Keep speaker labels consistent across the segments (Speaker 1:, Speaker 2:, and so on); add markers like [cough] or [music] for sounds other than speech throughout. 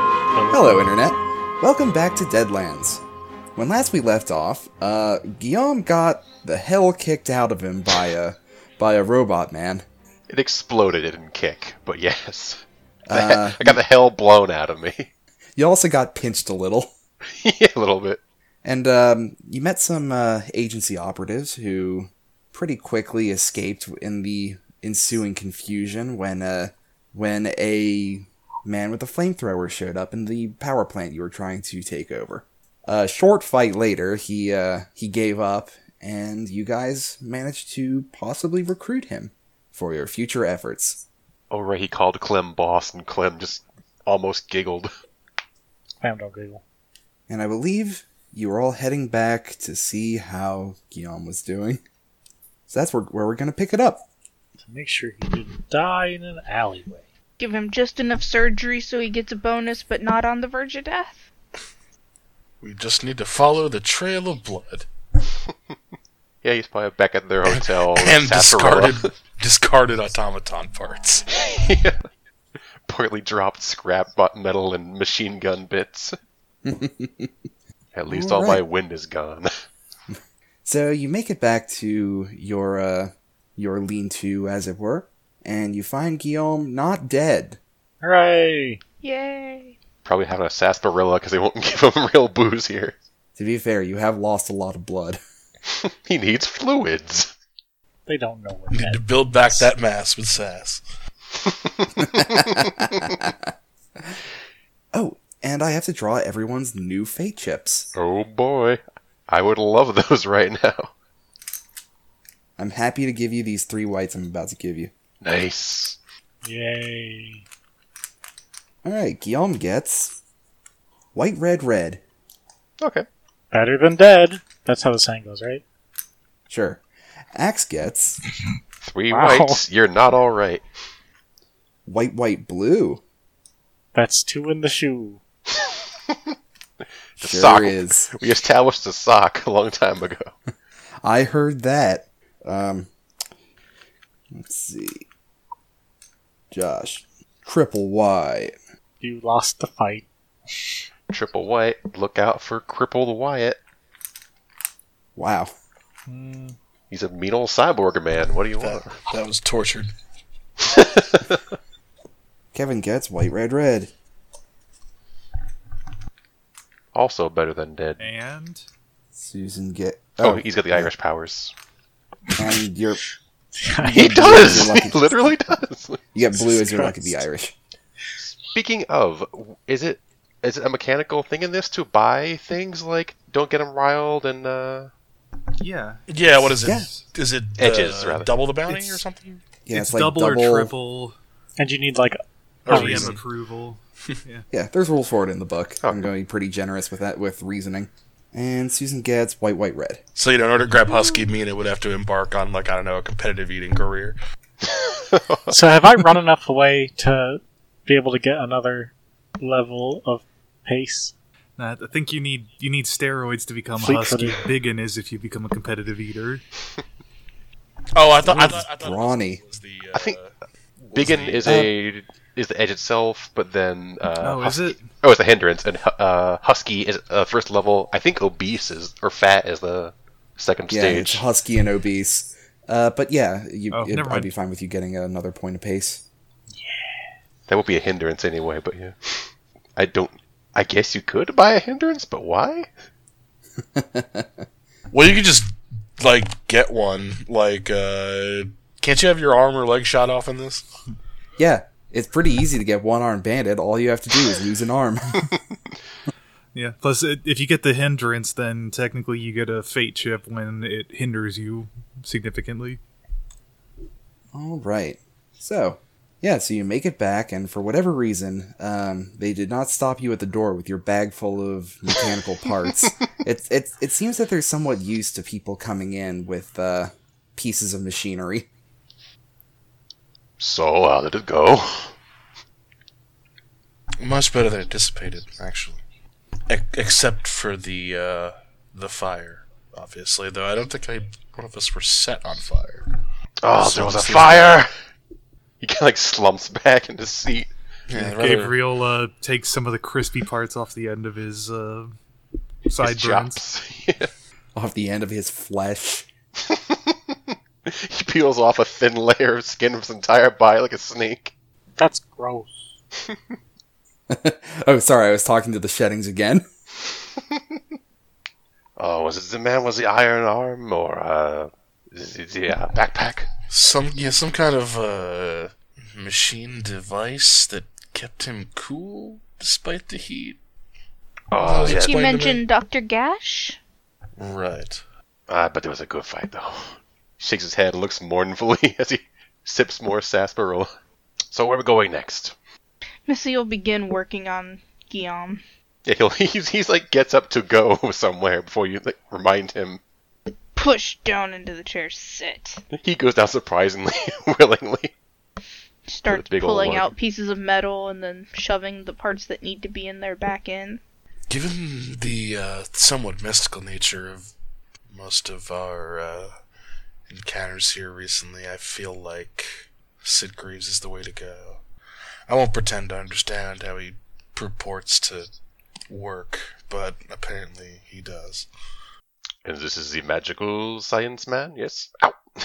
Speaker 1: Hello, Internet. Welcome back to Deadlands. When last we left off, uh, Guillaume got the hell kicked out of him by a by a robot man.
Speaker 2: It exploded. It didn't kick, but yes. [laughs]
Speaker 1: Uh,
Speaker 2: I got the hell blown out of me. [laughs]
Speaker 1: You also got pinched a little,
Speaker 2: yeah, a little bit.
Speaker 1: and um, you met some uh, agency operatives who pretty quickly escaped in the ensuing confusion when uh, when a man with a flamethrower showed up in the power plant you were trying to take over. A short fight later, he uh, he gave up, and you guys managed to possibly recruit him for your future efforts.
Speaker 2: Oh, right. He called Clem boss, and Clem just almost giggled.
Speaker 3: Clam don't giggle.
Speaker 1: And I believe you were all heading back to see how Guillaume was doing. So that's where, where we're going to pick it up.
Speaker 3: To make sure he didn't die in an alleyway.
Speaker 4: Give him just enough surgery so he gets a bonus, but not on the verge of death.
Speaker 5: We just need to follow the trail of blood
Speaker 2: Yeah, he's probably back at their hotel.
Speaker 5: and
Speaker 2: Sassarola.
Speaker 5: discarded discarded automaton parts.
Speaker 2: Yeah. [laughs] Poorly dropped scrap bot metal and machine gun
Speaker 1: [laughs]
Speaker 2: bits. At least all, my
Speaker 1: Alright.
Speaker 2: wind is gone. [laughs]
Speaker 1: So you make it back to your uh, your lean-to, as it were, and you find Guillaume not dead.
Speaker 3: Hooray!
Speaker 4: Yay!
Speaker 2: Probably having a sarsaparilla because they won't [laughs] give him real booze here.
Speaker 1: To be fair, you have lost a lot of blood. [laughs]
Speaker 2: He needs fluids.
Speaker 3: They don't know
Speaker 5: We
Speaker 3: where
Speaker 5: need
Speaker 1: [laughs]
Speaker 3: that
Speaker 5: to build back that mass with sass.
Speaker 1: Oh, and I have to draw everyone's new fate chips.
Speaker 2: Oh boy, I would love [laughs] those right now.
Speaker 1: I'm happy to give you these three whites I'm about to give you.
Speaker 2: Nice.
Speaker 3: Yay.
Speaker 1: All right, Guillaume gets white, red, red.
Speaker 2: Okay.
Speaker 3: Better than dead. That's how the saying goes, right?
Speaker 1: Sure. Axe gets
Speaker 2: Three
Speaker 3: Wow.
Speaker 2: whites, you're not all right.
Speaker 1: white, white, blue.
Speaker 3: That's two in the shoe.
Speaker 1: Sure
Speaker 2: sock.
Speaker 1: is.
Speaker 2: [laughs] We established a sock a long time ago.
Speaker 1: I heard that. Um, let's see. Josh, triple Y.
Speaker 3: You lost the fight.
Speaker 2: Triple white, look out for crippled Wyatt.
Speaker 1: Wow.
Speaker 3: Hmm.
Speaker 2: He's a mean old cyborg man. What do you want? [laughs]
Speaker 5: That, that was tortured.
Speaker 1: Kevin gets white, red, red.
Speaker 2: Also better than dead.
Speaker 6: And
Speaker 1: Susan get.
Speaker 2: Oh, he's got the Irish powers.
Speaker 1: And you're,
Speaker 2: He does.
Speaker 1: lucky.
Speaker 2: He [laughs] literally does.
Speaker 1: you get blue as you're lucky
Speaker 3: Christ.
Speaker 2: [laughs]
Speaker 1: to be Irish.
Speaker 2: Speaking of, is it is it a mechanical thing in this to buy things like don't get them riled and uh, [laughs]
Speaker 6: yeah,
Speaker 5: Yeah, what is it?
Speaker 1: Yeah.
Speaker 5: Is it uh,
Speaker 2: Edges, rather.
Speaker 5: double the bounty
Speaker 6: It's-
Speaker 5: or something?
Speaker 1: Yeah,
Speaker 6: it's,
Speaker 1: it's, like
Speaker 6: double,
Speaker 1: double,
Speaker 6: or triple
Speaker 3: And you need, like,
Speaker 5: Or
Speaker 3: Oh,
Speaker 6: GM
Speaker 5: reason.
Speaker 6: approval.
Speaker 1: Yeah, there's rules for it in the book.
Speaker 2: Oh.
Speaker 1: I'm going to be pretty generous with that with reasoning. And Susan gets white, white, red.
Speaker 5: So you know, in order to grab Husky, me and it would have to embark on like I don't know a competitive eating career.
Speaker 3: so have I run enough away to be able to get another level of pace?
Speaker 6: Nah, I think you need you need steroids to become
Speaker 3: Fleet
Speaker 6: husky.
Speaker 3: footed.
Speaker 6: Biggin is if you become a competitive eater.
Speaker 5: Oh, I thought I thought, I thought
Speaker 1: Brawny.
Speaker 5: was the. Uh,
Speaker 2: I think
Speaker 5: was
Speaker 2: Biggin
Speaker 5: the-
Speaker 2: is a is the edge itself, but then uh,
Speaker 6: Um, oh, is
Speaker 2: Husky-
Speaker 6: it?
Speaker 2: Oh, it's a hindrance, and hu- uh, husky is uh, first level. I think obese is or fat is the second
Speaker 1: Yeah, it's
Speaker 2: stage.
Speaker 1: husky and obese. Uh, but yeah, you,
Speaker 6: Oh,
Speaker 1: it-
Speaker 6: never
Speaker 1: I'd
Speaker 6: mind.
Speaker 1: be fine with you getting another point of pace.
Speaker 2: That would be a hindrance anyway. But yeah, I don't. I guess you could buy a hindrance, but why?
Speaker 5: Well, you could just like get one. Like, uh, can't you have your arm or leg shot off in this?
Speaker 1: Yeah, it's pretty easy to get one arm banded. All you have to do is lose an arm.
Speaker 6: Yeah. Plus, it, if you get the hindrance, then technically you get a fate chip when it hinders you significantly.
Speaker 1: All right. So, yeah, so you make it back, and for whatever reason, um, they did not stop you at the door with your bag full of mechanical parts. it, it, it seems that they're somewhat used to people coming in with uh, pieces of machinery.
Speaker 2: So how did it go? Oh,
Speaker 5: Much better than anticipated, actually. E- except for the uh, the fire, obviously. Though I don't think I one of us were set on fire.
Speaker 2: Oh,
Speaker 5: So
Speaker 2: there was a
Speaker 5: it's-
Speaker 2: [laughs] fire. He kind of like slumps back in his seat.
Speaker 5: Yeah, I'd rather-
Speaker 6: Gabriel uh, takes some of the crispy parts off the end of his uh,
Speaker 2: His
Speaker 6: sideburns.
Speaker 2: chops. Yeah.
Speaker 1: off the end of his flesh.
Speaker 2: [laughs] he peels off a thin layer of skin from his entire body like a snake.
Speaker 3: That's gross.
Speaker 1: Oh, sorry, I was talking to the sheddings again. [laughs]
Speaker 2: Oh, was it the man with the iron arm or uh, the, the uh, backpack?
Speaker 5: Some yeah, some kind of uh, machine device that kept him cool despite the heat.
Speaker 2: Oh,
Speaker 5: Those
Speaker 2: yeah.
Speaker 5: Explain
Speaker 4: You
Speaker 5: to me.
Speaker 4: mentioned Dr. Gash?
Speaker 5: Right.
Speaker 2: Ah, but it was a good fight, though. [laughs] Shakes his head and looks mournfully [laughs] as he sips more sarsaparilla. So where are we going next? [laughs]
Speaker 4: Missy will begin working on Guillaume.
Speaker 2: Yeah, he'll, he's, he's like gets up to go [laughs] somewhere before you like remind him.
Speaker 4: Push down into the chair, sit.
Speaker 2: He goes down surprisingly [laughs] willingly.
Speaker 4: Starts
Speaker 2: big old
Speaker 4: pulling
Speaker 2: lug.
Speaker 4: out pieces of metal and then shoving the parts that need to be in there back in.
Speaker 5: Given the uh, somewhat mystical nature of most of our uh, encounters here recently, I feel like Sid Greaves is the way to go. I won't pretend to understand how he purports to work, but apparently he does.
Speaker 2: And this is the magical science man. Yes. Ow. [laughs]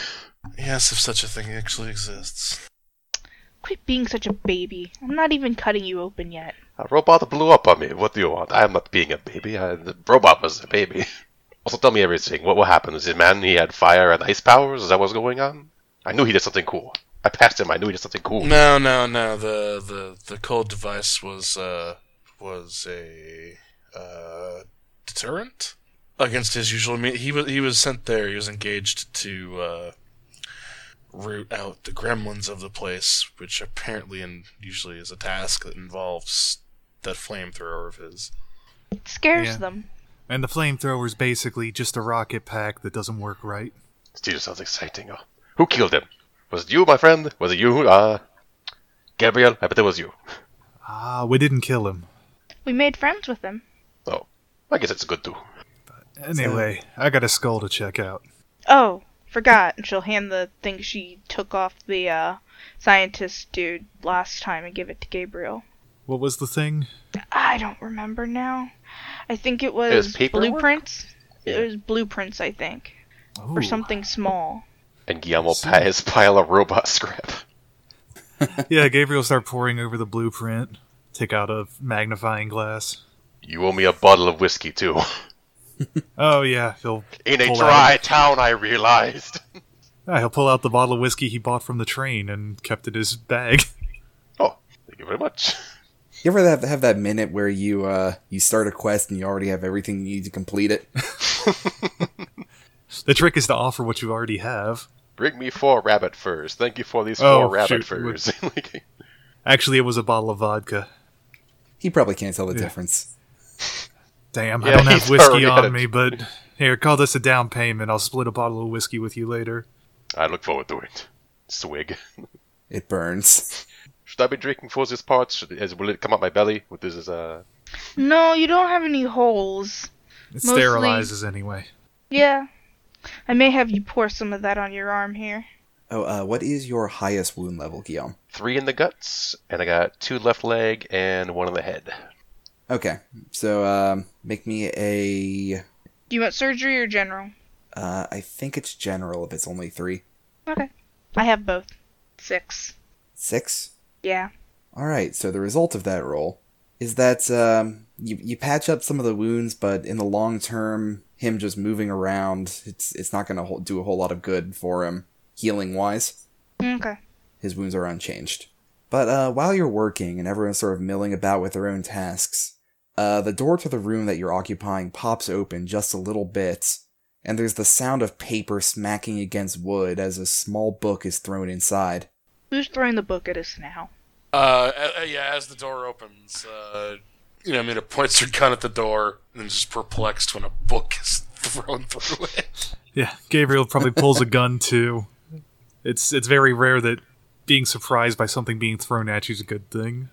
Speaker 5: Yes, if such a thing actually exists.
Speaker 4: Quit being such a baby. I'm not even cutting you open yet.
Speaker 2: A robot blew up on me. What do you want? I am not being a baby. I, the robot was a baby. [laughs] Also, tell me everything. What what happened? Is it man? He had fire and ice powers. Is that what's going on? I knew he did something cool. I passed him. I knew he did something cool.
Speaker 5: No, no, no. The the the cold device was uh was a uh deterrent against his usual. Me- he was he was sent there. He was engaged to uh, root out the gremlins of the place, which apparently and usually is a task that involves that flamethrower of his.
Speaker 4: It scares
Speaker 6: Yeah.
Speaker 4: them.
Speaker 6: And the flamethrower's basically just a rocket pack that doesn't work right.
Speaker 2: Still sounds exciting. Oh. Who killed him? Was it you, my friend? Was it you? Uh, Gabriel. I bet it was you.
Speaker 6: Ah, we didn't kill him.
Speaker 4: We made friends with them.
Speaker 2: Oh, I guess it's good too.
Speaker 6: Anyway, I got a skull to check out.
Speaker 4: Oh, forgot. And she'll hand the thing she took off the uh, scientist dude last time and give it to Gabriel.
Speaker 6: What was the thing?
Speaker 4: I don't remember now. I think it was,
Speaker 2: was paperwork?
Speaker 4: blueprints. It was blueprints, I think, or
Speaker 2: [laughs]
Speaker 6: Ooh.
Speaker 4: something small.
Speaker 2: And Guillermo piles pile of robot [laughs] scrap.
Speaker 6: Yeah, Gabriel start pouring over the blueprint. Take out a magnifying glass.
Speaker 2: You owe me a bottle of whiskey too.
Speaker 6: Oh yeah, he'll
Speaker 2: In a
Speaker 6: pull
Speaker 2: dry
Speaker 6: Out,
Speaker 2: town, I realized. [laughs]
Speaker 6: Ah, he'll pull out the bottle of whiskey he bought from the train and kept in his bag. [laughs]
Speaker 2: Oh, thank you very much.
Speaker 1: You ever have, have that minute where you uh you start a quest and you already have everything you need to complete it?
Speaker 6: The trick is to offer what you already have.
Speaker 2: Bring me four rabbit furs. Thank you for these four
Speaker 6: Oh,
Speaker 2: rabbit
Speaker 6: shoot.
Speaker 2: furs. [laughs] Like,
Speaker 6: Actually, it was a bottle of vodka.
Speaker 1: He probably can't tell the
Speaker 6: Yeah.
Speaker 1: difference.
Speaker 6: Damn,
Speaker 2: Yeah,
Speaker 6: I don't
Speaker 2: he's
Speaker 6: have whiskey
Speaker 2: already
Speaker 6: on
Speaker 2: had it.
Speaker 6: me, but here, call this a down payment. I'll split a bottle of whiskey with you later.
Speaker 2: I look forward to it. Swig.
Speaker 1: It burns.
Speaker 2: Should I be drinking for this part? Should, is, will it come out my belly? What this is uh,
Speaker 4: No, you don't have any holes.
Speaker 6: It
Speaker 4: Mostly-
Speaker 6: sterilizes anyway.
Speaker 4: Yeah, I may have you pour some of that on your arm here.
Speaker 1: Oh, uh, what is your highest wound level, Guillaume?
Speaker 2: three in the guts, and I got two left leg and one in the head.
Speaker 1: Okay, so um, make me a.
Speaker 4: Do you want surgery or general?
Speaker 1: Uh, I think it's general if it's only three.
Speaker 4: Okay, I have both. Six.
Speaker 1: Six?
Speaker 4: Yeah.
Speaker 1: All right. So the result of that roll is that um, you you patch up some of the wounds, but in the long term, him just moving around, it's it's not going to do a whole lot of good for him healing wise.
Speaker 4: Okay.
Speaker 1: His wounds are unchanged. But uh, while you're working and everyone's sort of milling about with their own tasks, uh, the door to the room that you're occupying pops open just a little bit, and there's the sound of paper smacking against wood as a small book is thrown inside.
Speaker 4: Who's throwing the book at us now?
Speaker 5: Uh, a- a- yeah. As the door opens, uh, you know, I mean, it points her gun at the door and is just perplexed when a book is [laughs] thrown through it.
Speaker 6: Yeah, Gabriel probably pulls a gun too. It's it's very rare that being surprised by something being thrown at you is a good thing.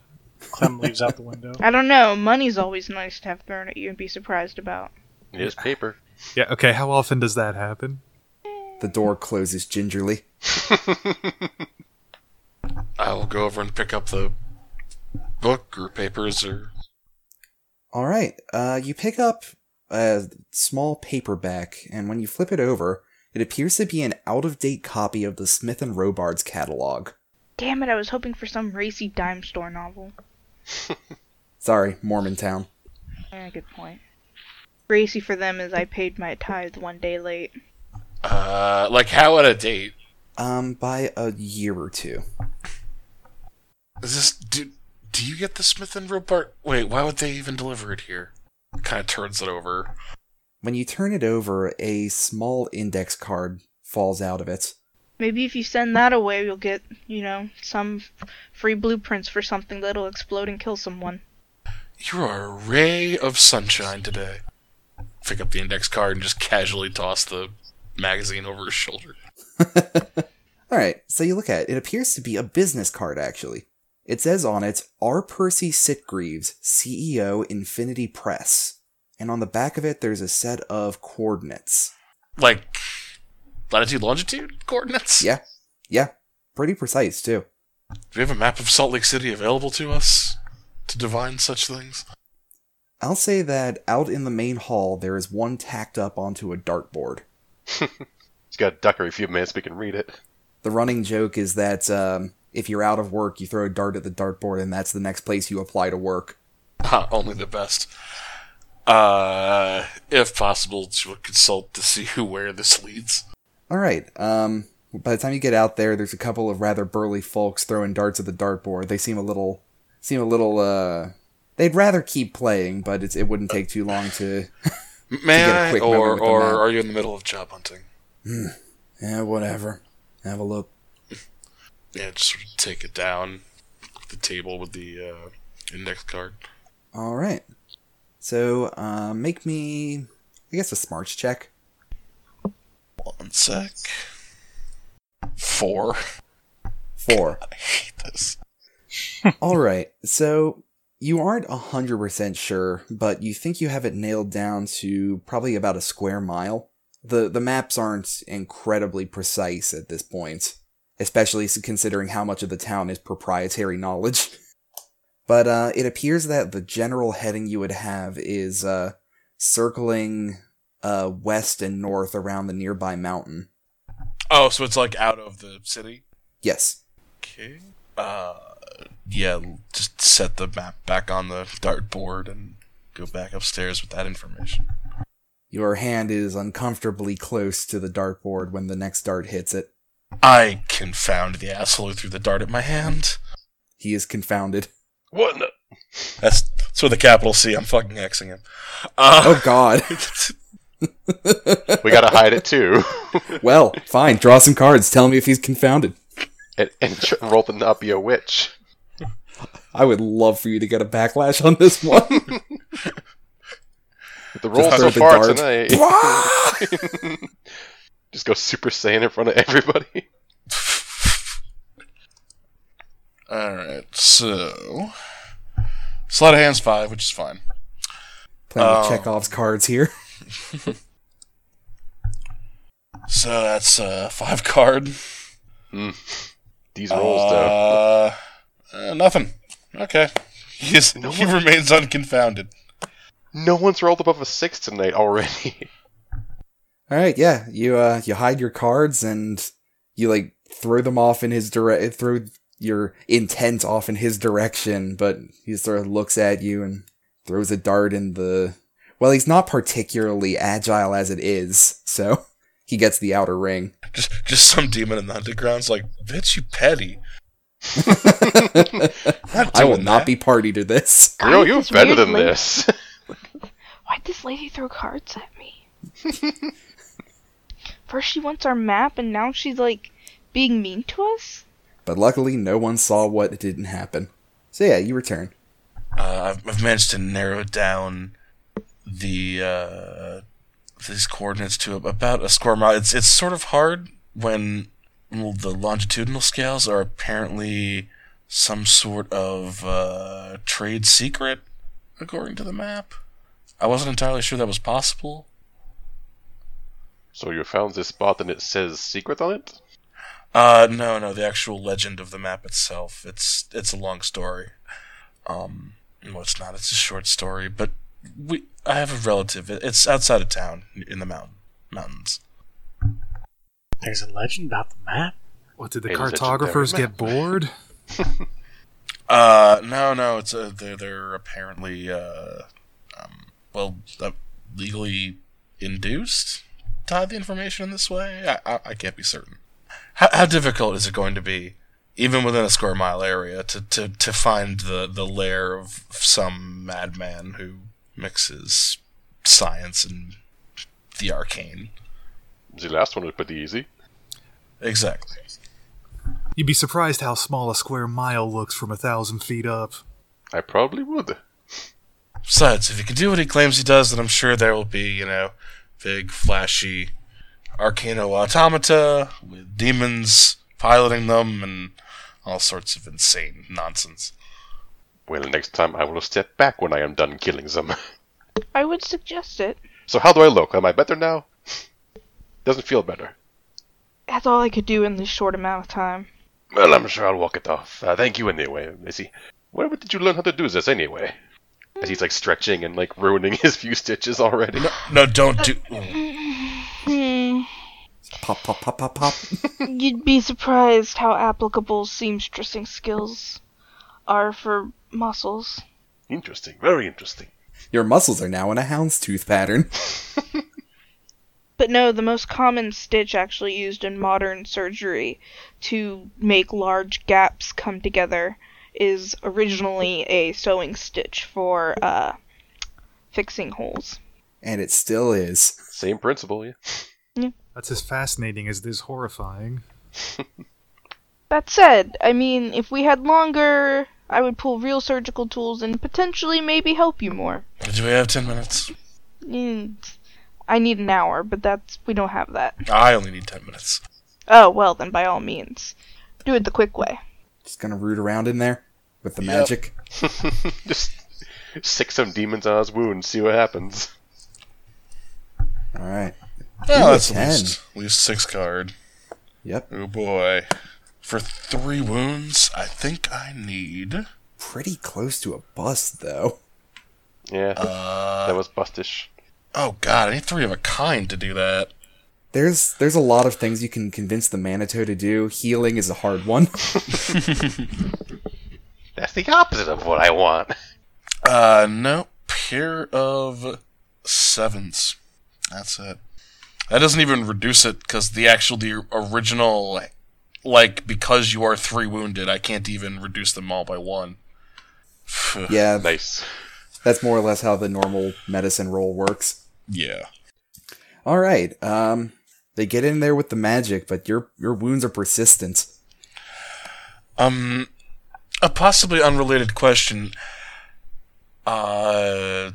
Speaker 3: Clem leaves out the window.
Speaker 4: I don't know. Money's always nice to have thrown at you and be surprised about.
Speaker 2: It is paper.
Speaker 6: Yeah, okay, how often does that happen?
Speaker 1: The door closes gingerly.
Speaker 5: I will go over and pick up the book or papers or
Speaker 1: All right. Uh, you pick up a small paperback, and when you flip it over, it appears to be an out-of-date copy of the Smith and Robards catalog.
Speaker 4: Damn it, I was hoping for some racy dime store novel.
Speaker 1: Sorry, Mormontown.
Speaker 4: Eh, good point. Racy for them is I paid my tithe one day late.
Speaker 5: uh, like how at a date
Speaker 1: Um, by a year or two.
Speaker 5: is this do do you get the Smith and Robart? Wait, why would they even deliver it here? Kind of turns it over.
Speaker 1: When you turn it over, a small index card falls out of it. [laughs]
Speaker 4: Maybe if you send that away, you'll get, you know, some free blueprints for something that'll explode and kill someone.
Speaker 5: You are a ray of sunshine today. Pick up the index card and just casually toss the magazine over his shoulder.
Speaker 1: All right, so you look at it. It appears to be a business card, actually. It says on it, R. Percy Sitgreaves, CEO, Infinity Press. And on the back of it, there's a set of coordinates.
Speaker 5: Like latitude, longitude coordinates.
Speaker 1: Yeah, yeah, pretty precise, too.
Speaker 5: Do we have a map of Salt Lake City available to us to divine such things?
Speaker 1: I'll say that out in the main hall, there is one tacked up onto a dartboard.
Speaker 2: He's got a duck every few minutes. We can read it.
Speaker 1: The running joke is that um, if you're out of work, you throw a dart at the dartboard, and that's the next place you apply to work.
Speaker 5: Ah, only the best. Uh, if possible, to consult to see who where this leads.
Speaker 1: All right. Um, by the time you get out there, there's a couple of rather burly folks throwing darts at the dartboard. They seem a little, seem a little. Uh, they'd rather keep playing, but it's, it wouldn't take too long to.
Speaker 5: M- May
Speaker 1: get a
Speaker 5: I,
Speaker 1: quick moment
Speaker 5: or
Speaker 1: with the
Speaker 5: or
Speaker 1: map.
Speaker 5: are you in the middle of job hunting?
Speaker 1: yeah, whatever. Have a look.
Speaker 5: Yeah, just sort of take it down the table with the uh, index card.
Speaker 1: All right. So, uh, make me, I guess, a smarts check.
Speaker 5: One sec. Four.
Speaker 1: Four.
Speaker 5: I hate [laughs] this.
Speaker 1: All right. So you aren't 100% sure, but you think you have it nailed down to probably about a square mile. The the maps aren't incredibly precise at this point, especially s- considering how much of the town is proprietary knowledge. [laughs] But uh, it appears that the general heading you would have is uh, circling uh, west and north around the nearby mountain.
Speaker 5: Oh, so it's like out of the city.
Speaker 1: Yes.
Speaker 5: Okay. Uh, yeah, just set the map back on the dartboard and go back upstairs with that information.
Speaker 1: Your hand is uncomfortably close to the dartboard when the next dart hits it.
Speaker 5: I confound the asshole who threw the dart at my hand.
Speaker 1: He is confounded.
Speaker 5: [laughs]
Speaker 2: What? In the- [laughs]
Speaker 5: That's, that's with a capital C. I'm fucking Xing him. Uh,
Speaker 1: Oh God.
Speaker 2: we gotta hide it too, [laughs]
Speaker 1: well, fine. Draw some cards. Tell me if he's confounded.
Speaker 2: and, and tr- roll to not be a witch.
Speaker 1: I would love for you to get a backlash on this
Speaker 5: [laughs]
Speaker 1: one. [laughs]
Speaker 2: The roll so
Speaker 1: throw the
Speaker 2: far
Speaker 1: dart.
Speaker 2: tonight. Just go Super Saiyan in front of everybody. [laughs]
Speaker 5: all right, so sleight of hands five, which is fine.
Speaker 1: Playing with
Speaker 5: Oh.
Speaker 1: Chekhov's cards here.
Speaker 5: So that's uh, five card.
Speaker 2: These rolls, though.
Speaker 5: uh, uh, nothing. Okay. He, is,
Speaker 2: No
Speaker 5: he
Speaker 2: one-
Speaker 5: remains unconfounded.
Speaker 2: No one's rolled above a six tonight already. [laughs]
Speaker 1: All right, yeah. You uh, you hide your cards and you like throw them off in his direct, throw your intent off in his direction, but he sort of looks at you and throws a dart in the. Well, he's not particularly agile as it is, so he gets the outer ring.
Speaker 5: Just, just some demon in the hunted grounds. Like, bitch, you
Speaker 1: [laughs]
Speaker 5: petty.
Speaker 1: I will
Speaker 5: doing
Speaker 1: not
Speaker 5: that.
Speaker 1: be party to this.
Speaker 2: Girl,
Speaker 4: Guys,
Speaker 2: you're
Speaker 4: it's
Speaker 2: better
Speaker 4: weird,
Speaker 2: than
Speaker 4: like-
Speaker 2: this. [laughs]
Speaker 4: Why'd this lady throw cards at me? First she wants our map, and now she's like being mean to us.
Speaker 1: But luckily, no one saw what didn't happen. So yeah, you return.
Speaker 5: Uh, I've, I've managed to narrow down the uh, these coordinates to about a square mile. It's it's sort of hard when well, the longitudinal scales are apparently some sort of uh, trade secret, according to the map. I wasn't entirely sure that was possible.
Speaker 2: So you found this spot and it says secret on it?
Speaker 5: Uh, no, no, the actual legend of the map itself. It's it's a long story. Um, no, it's not. It's a short story, but we. I have a relative. It- It's outside of town in the mountain mountains.
Speaker 3: There's a legend about the map.
Speaker 6: What did the
Speaker 2: It is a
Speaker 6: cartographers
Speaker 2: generic [laughs]
Speaker 6: get bored?
Speaker 5: Uh, no, no. It's a, they're they're apparently uh, um, well, uh, legally induced to hide the information in this way. I I, I can't be certain. How, how difficult is it going to be, even within a square mile area, to to, to find the the lair of some madman who mixes science and the arcane?
Speaker 2: The last one was pretty easy.
Speaker 5: Exactly.
Speaker 6: You'd be surprised how small a square mile looks from a thousand feet up.
Speaker 2: I probably would.
Speaker 5: Besides, if he can do what he claims he does, then I'm sure there will be, you know, big, flashy arcano automata with demons piloting them and all sorts of insane nonsense.
Speaker 2: Well, next time I will step back when I am done killing them. [laughs]
Speaker 4: I would suggest it.
Speaker 2: so how do I look? Am I better now? [sighs] Doesn't feel better.
Speaker 4: That's all I could do in this short amount of time.
Speaker 2: Well, I'm sure I'll walk it off. Uh, thank you anyway, Missy. Where did you learn how to do this anyway? As he's like stretching and like ruining [laughs] his few stitches already.
Speaker 5: No, no don't do. Ooh,
Speaker 4: Hmm.
Speaker 1: Pop, pop, pop, pop, pop.
Speaker 4: [laughs] You'd be surprised how applicable seamstressing skills are for muscles.
Speaker 2: Interesting, very interesting.
Speaker 1: Your muscles are now in a houndstooth pattern.
Speaker 4: But no, the most common stitch actually used in modern surgery to make large gaps come together is originally a sewing stitch for uh, fixing holes.
Speaker 1: And it still is.
Speaker 2: Same principle, yeah. [laughs]
Speaker 6: That's as fascinating as it is horrifying.
Speaker 4: That said, I mean, if we had longer, I would pull real surgical tools and potentially maybe help you more.
Speaker 5: Do we have ten minutes?
Speaker 4: Mm, I need an hour, but that's we don't have that.
Speaker 5: I only need ten minutes.
Speaker 4: Oh well, then by all means, do it the quick way.
Speaker 1: Just gonna root around in there with the
Speaker 5: Yep.
Speaker 1: magic.
Speaker 2: Just stick some demons on his wound, see what happens.
Speaker 1: Alright.
Speaker 5: Oh,
Speaker 1: Ooh,
Speaker 5: that's at
Speaker 1: 10.
Speaker 5: least, at least six card.
Speaker 1: Yep.
Speaker 5: Oh boy. For three wounds, I think I need.
Speaker 1: Pretty close to a bust, though.
Speaker 2: Yeah,
Speaker 5: Uh,
Speaker 2: that was bustish.
Speaker 5: oh god, I need three of a kind to do that.
Speaker 1: There's there's a lot of things you can convince the Manito to do. Healing is a hard one.
Speaker 2: That's the opposite of what I want.
Speaker 5: Uh, no. Pair of sevens. That's it. That doesn't even reduce it because the actual, the original, like, because you are three wounded, I can't even reduce them all by one.
Speaker 1: yeah,
Speaker 2: [laughs] Nice.
Speaker 1: that's more or less how the normal medicine roll works.
Speaker 5: Yeah.
Speaker 1: All right. Um, they get in there with the magic, but your your wounds are persistent.
Speaker 5: Um, a possibly unrelated question. Uh,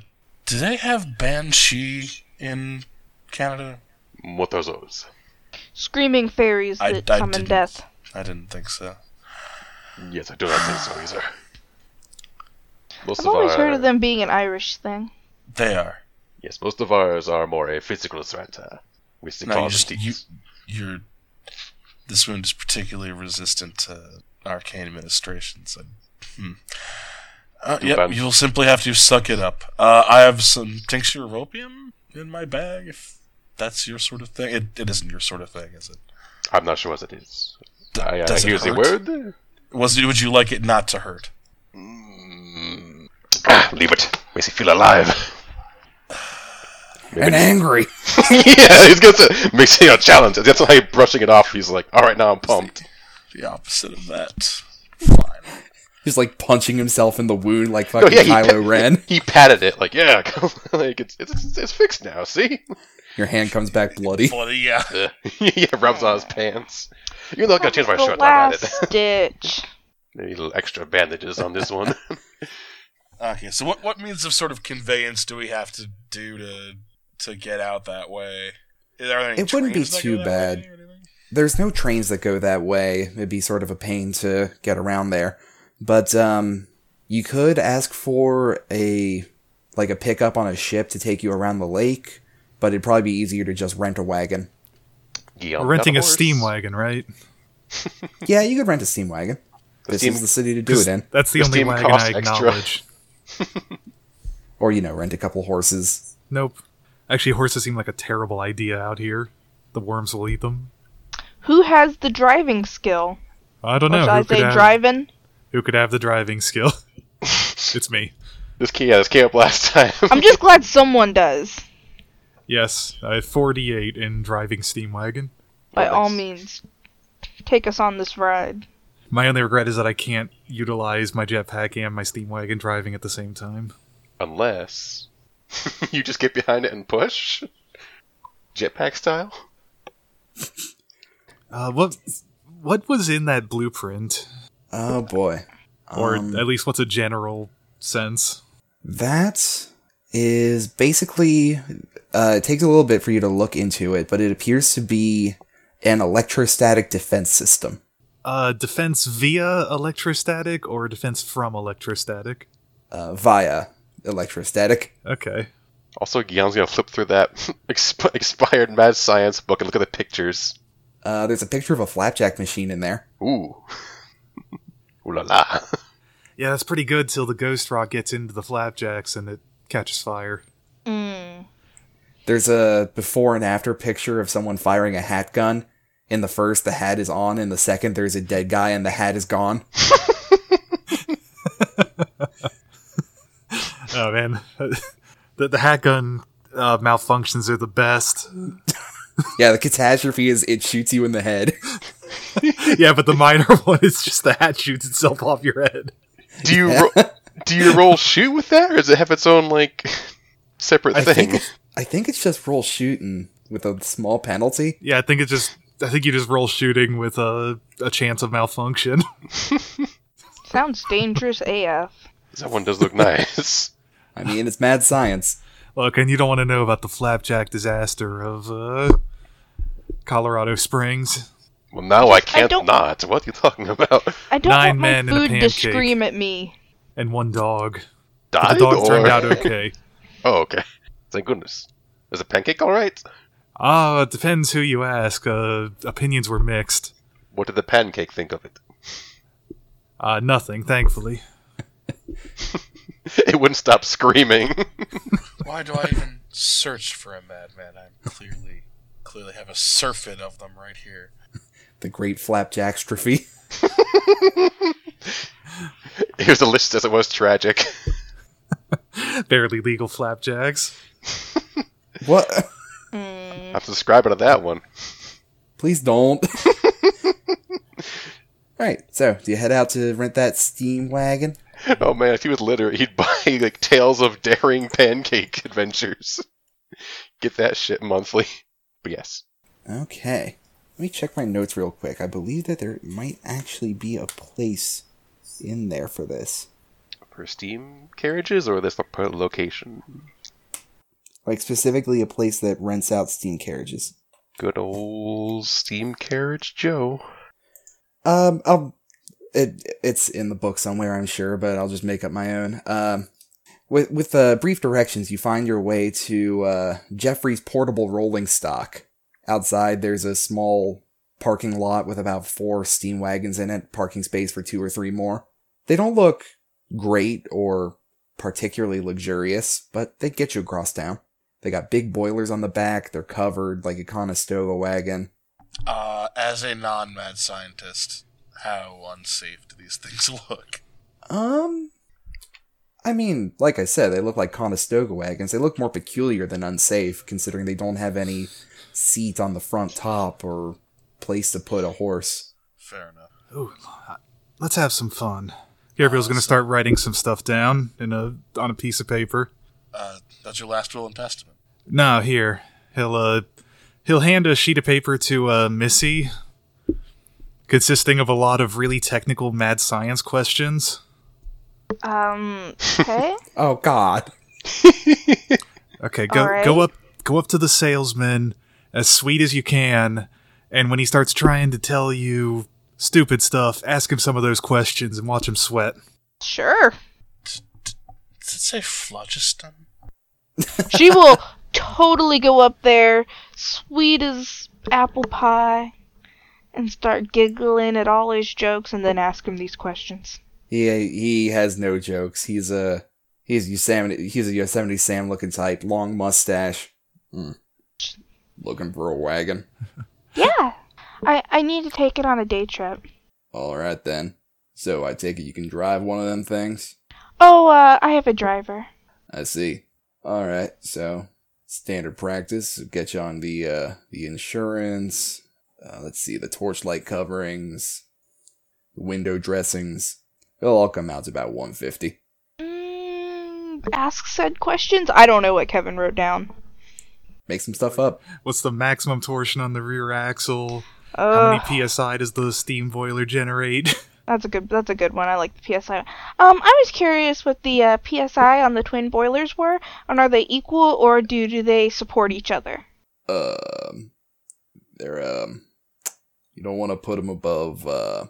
Speaker 5: do they have Banshee in Canada?
Speaker 2: What are those?
Speaker 4: Screaming fairies
Speaker 5: I-
Speaker 4: that
Speaker 5: I
Speaker 4: summon
Speaker 5: didn't-
Speaker 4: death.
Speaker 5: I didn't think so.
Speaker 2: Yes, I do not think so either. Most
Speaker 4: I've always
Speaker 2: our,
Speaker 4: heard of them being an Irish thing.
Speaker 5: They are.
Speaker 2: Yes, most of ours are more a physical threat. Uh, we stick
Speaker 5: No,
Speaker 2: all
Speaker 5: you
Speaker 2: the
Speaker 5: just-
Speaker 2: teeth.
Speaker 5: you- your this wound is particularly resistant to arcane administrations. And, hmm. Uh,
Speaker 2: Too
Speaker 5: yep,
Speaker 2: bad.
Speaker 5: you'll simply have to suck it up. Uh, I have some tincture of opium in my bag. If that's your sort of thing, it, it isn't your sort of thing, is it?
Speaker 2: I'm not sure what it is.
Speaker 5: D-
Speaker 2: I, uh,
Speaker 5: does it
Speaker 2: here's the
Speaker 5: hurt?
Speaker 2: word.
Speaker 5: Was would you like it not to hurt?
Speaker 2: Mm. Ah, [coughs] leave it. Makes you feel alive.
Speaker 1: And angry.
Speaker 2: yeah, he's gonna say, makes you a challenge. That's why he's brushing it off. He's like, all right, now I'm pumped.
Speaker 5: The opposite of that. Fine.
Speaker 1: He's like punching himself in the wound
Speaker 2: [laughs]
Speaker 1: like
Speaker 2: No,
Speaker 1: fucking
Speaker 2: Oh, yeah, he,
Speaker 1: Kylo Ren.
Speaker 2: he patted it like, yeah, [laughs] come- like it's, it's it's fixed now. See.
Speaker 1: Your hand comes back bloody.
Speaker 5: Bloody yeah.
Speaker 2: [laughs] yeah, rubs on his pants. You're not gonna change my
Speaker 4: the
Speaker 2: shirt. I'm at
Speaker 4: last
Speaker 2: it.
Speaker 4: stitch.
Speaker 2: [laughs] Maybe little extra bandages on this one. [laughs]
Speaker 5: Okay, so what what means of sort of conveyance do we have to do to to get out that way? Are there any
Speaker 1: It wouldn't be
Speaker 5: trains that go
Speaker 1: too
Speaker 5: that
Speaker 1: bad.
Speaker 5: way or anything?
Speaker 1: There's no trains that go that way. It'd be sort of a pain to get around there. But um you could ask for a like a pickup on a ship to take you around the lake, but it'd probably be easier to just rent a wagon.
Speaker 2: Yeah,
Speaker 6: We're renting
Speaker 2: got
Speaker 6: a
Speaker 2: horse.
Speaker 6: steam wagon, right?
Speaker 1: yeah, you could rent a steam wagon. This
Speaker 2: team-
Speaker 1: is the city to do it in.
Speaker 6: That's the
Speaker 2: This
Speaker 6: only
Speaker 2: team
Speaker 6: way I
Speaker 2: costs
Speaker 6: can
Speaker 2: extra.
Speaker 6: acknowledge.
Speaker 1: Or, you know, rent a couple horses.
Speaker 6: Nope. Actually, horses seem like a terrible idea out here. The worms will eat them.
Speaker 4: Who has the driving skill?
Speaker 6: I don't
Speaker 4: Or
Speaker 6: know
Speaker 4: should
Speaker 6: who
Speaker 4: I
Speaker 6: could,
Speaker 4: say
Speaker 6: have,
Speaker 4: driving?
Speaker 6: who could have the driving skill.
Speaker 2: [laughs]
Speaker 6: it's me.
Speaker 2: This key, yeah, this came up last [laughs] time.
Speaker 4: I'm just glad someone does.
Speaker 6: Yes, I have 48 in driving steam wagon.
Speaker 4: By all
Speaker 2: Nice.
Speaker 4: means, take us on this ride.
Speaker 6: My only regret is that I can't utilize my jetpack and my steam wagon driving at the same time.
Speaker 2: Unless [laughs] you just get behind it and push, jetpack style.
Speaker 6: Uh, what what was in that blueprint,
Speaker 1: Oh, boy.
Speaker 6: or
Speaker 1: Um,
Speaker 6: at least what's a general sense?
Speaker 1: That is basically. Uh, it takes a little bit for you to look into it, but it appears to be an electrostatic defense system.
Speaker 6: Uh, defense via electrostatic or defense from electrostatic?
Speaker 1: Uh, via electrostatic.
Speaker 6: Okay.
Speaker 2: Also, Guillaume's gonna flip through that [laughs] exp- expired mad science book and look at the pictures.
Speaker 1: Uh, there's a picture of a flapjack machine in there.
Speaker 2: Ooh, [laughs] ooh la la.
Speaker 6: Yeah, that's pretty good till the ghost rock gets into the flapjacks and it catches fire.
Speaker 4: Mm.
Speaker 1: There's a before and after picture of someone firing a hat gun. In the first, the hat is on. In the second, there's a dead guy and the hat is gone. [laughs]
Speaker 6: Oh man, [laughs] the, the hat gun uh, malfunctions are the [laughs] best.
Speaker 1: Yeah, the catastrophe is it shoots you in the head. [laughs]
Speaker 6: yeah, but the minor [laughs] one is just the hat shoots itself off your head.
Speaker 2: Do you ro- do you roll shoot with that, or does it have its own like [laughs] separate
Speaker 1: I
Speaker 2: thing?
Speaker 1: think it's, I think it's just roll shooting with a small penalty.
Speaker 6: Yeah, I think it's just. I think you just roll shooting with a, a chance of malfunction. [laughs]
Speaker 4: Sounds dangerous AF.
Speaker 2: that one does look [laughs] nice.
Speaker 1: I mean, it's mad science.
Speaker 6: Look, and you don't want to know about the flapjack disaster of uh, Colorado Springs.
Speaker 2: Well, now I can't
Speaker 4: don't-
Speaker 2: not. What are you [laughs] talking about?
Speaker 4: I don't
Speaker 6: Nine
Speaker 4: want my
Speaker 6: men and a
Speaker 4: food to
Speaker 6: pancake.
Speaker 4: scream at me.
Speaker 6: And one dog. But
Speaker 2: Died
Speaker 6: the dog
Speaker 2: or...
Speaker 6: turned out okay.
Speaker 2: [laughs] Oh, okay. Thank goodness. Is a pancake all right?
Speaker 6: Ah, it depends who you ask. Uh, opinions were mixed.
Speaker 2: What did the pancake think of it? [laughs]
Speaker 6: Uh, nothing, thankfully.
Speaker 2: It wouldn't stop screaming. [laughs]
Speaker 5: Why do I even search for a madman? I'm clearly clearly have a surfeit of them right here.
Speaker 1: The great flapjackstrophe.
Speaker 2: it was a list as it was tragic. [laughs]
Speaker 6: Barely legal flapjacks.
Speaker 1: [laughs] What?
Speaker 2: I'm subscribing to that one. [laughs]
Speaker 1: Please don't. All right, so do you head out to rent that steam wagon?
Speaker 2: Oh man, if he was literate, he'd [laughs] buy like Tales of Daring [laughs] Pancake Adventures. [laughs] Get that shit monthly. [laughs] But yes.
Speaker 1: Okay. Let me check my notes real quick. I believe that there might actually be a place in there for this.
Speaker 2: For steam carriages or this per location?
Speaker 1: Like, specifically, a place that rents out steam carriages.
Speaker 2: Good old steam carriage Joe.
Speaker 1: Um, I'll, it, it's in the book somewhere, I'm sure, but I'll just make up my own. Um, with, with uh, brief directions, you find your way to uh, Jeffrey's portable rolling stock. Outside, there's a small parking lot with about four steam wagons in it, parking space for two or three more. They don't look great or particularly luxurious, but they get you across town. They got big boilers on the back, they're covered like a Conestoga wagon.
Speaker 5: Uh, as a non-mad scientist, how unsafe do these things [laughs] look?
Speaker 1: Um, I mean, like I said, they look like Conestoga wagons. They look more peculiar than unsafe, considering they don't have any seat on the front top or place to put a horse.
Speaker 5: Fair enough.
Speaker 6: Ooh, let's have some fun. Gabriel's going to start writing some stuff down in a on a piece of paper.
Speaker 5: Uh, that's your last will and testament.
Speaker 6: No, here he'll uh he'll hand a sheet of paper to uh Missy, consisting of a lot of really technical mad science questions.
Speaker 4: [laughs] Um, okay.
Speaker 1: Oh God!
Speaker 6: Okay, go
Speaker 4: Alright.
Speaker 6: go up go up to the salesman as sweet as you can, and when he starts trying to tell you stupid stuff, ask him some of those questions and watch him sweat.
Speaker 4: sure.
Speaker 5: Does it say phlogiston?
Speaker 4: She will totally go up there, sweet as apple pie, and start giggling at all his jokes and then ask him these questions.
Speaker 1: He he has no jokes. He's a he's Yosemite he's a Yosemite Sam looking type, long mustache, Mm. looking for a wagon.
Speaker 4: Yeah. I I need to take it on a day trip.
Speaker 1: All right then. So I take it you can drive one of them things.
Speaker 4: Oh, uh I have a driver.
Speaker 1: I see. All right. So standard practice. Get you on the uh, the insurance. Uh, let's see the torchlight coverings, window dressings. It'll all come out to about one fifty.
Speaker 4: Mm, ask said questions. I don't know what Kevin wrote down.
Speaker 1: Make some stuff up.
Speaker 6: What's the maximum torsion on the rear axle?
Speaker 4: Ugh.
Speaker 6: How many psi does the steam boiler generate? [laughs]
Speaker 4: That's a good. That's a good one. I like the psi. Um, I was curious what the uh, psi on the twin boilers were, and are they equal or do do they support each other?
Speaker 1: Um, they're um, you don't want to put them above uh,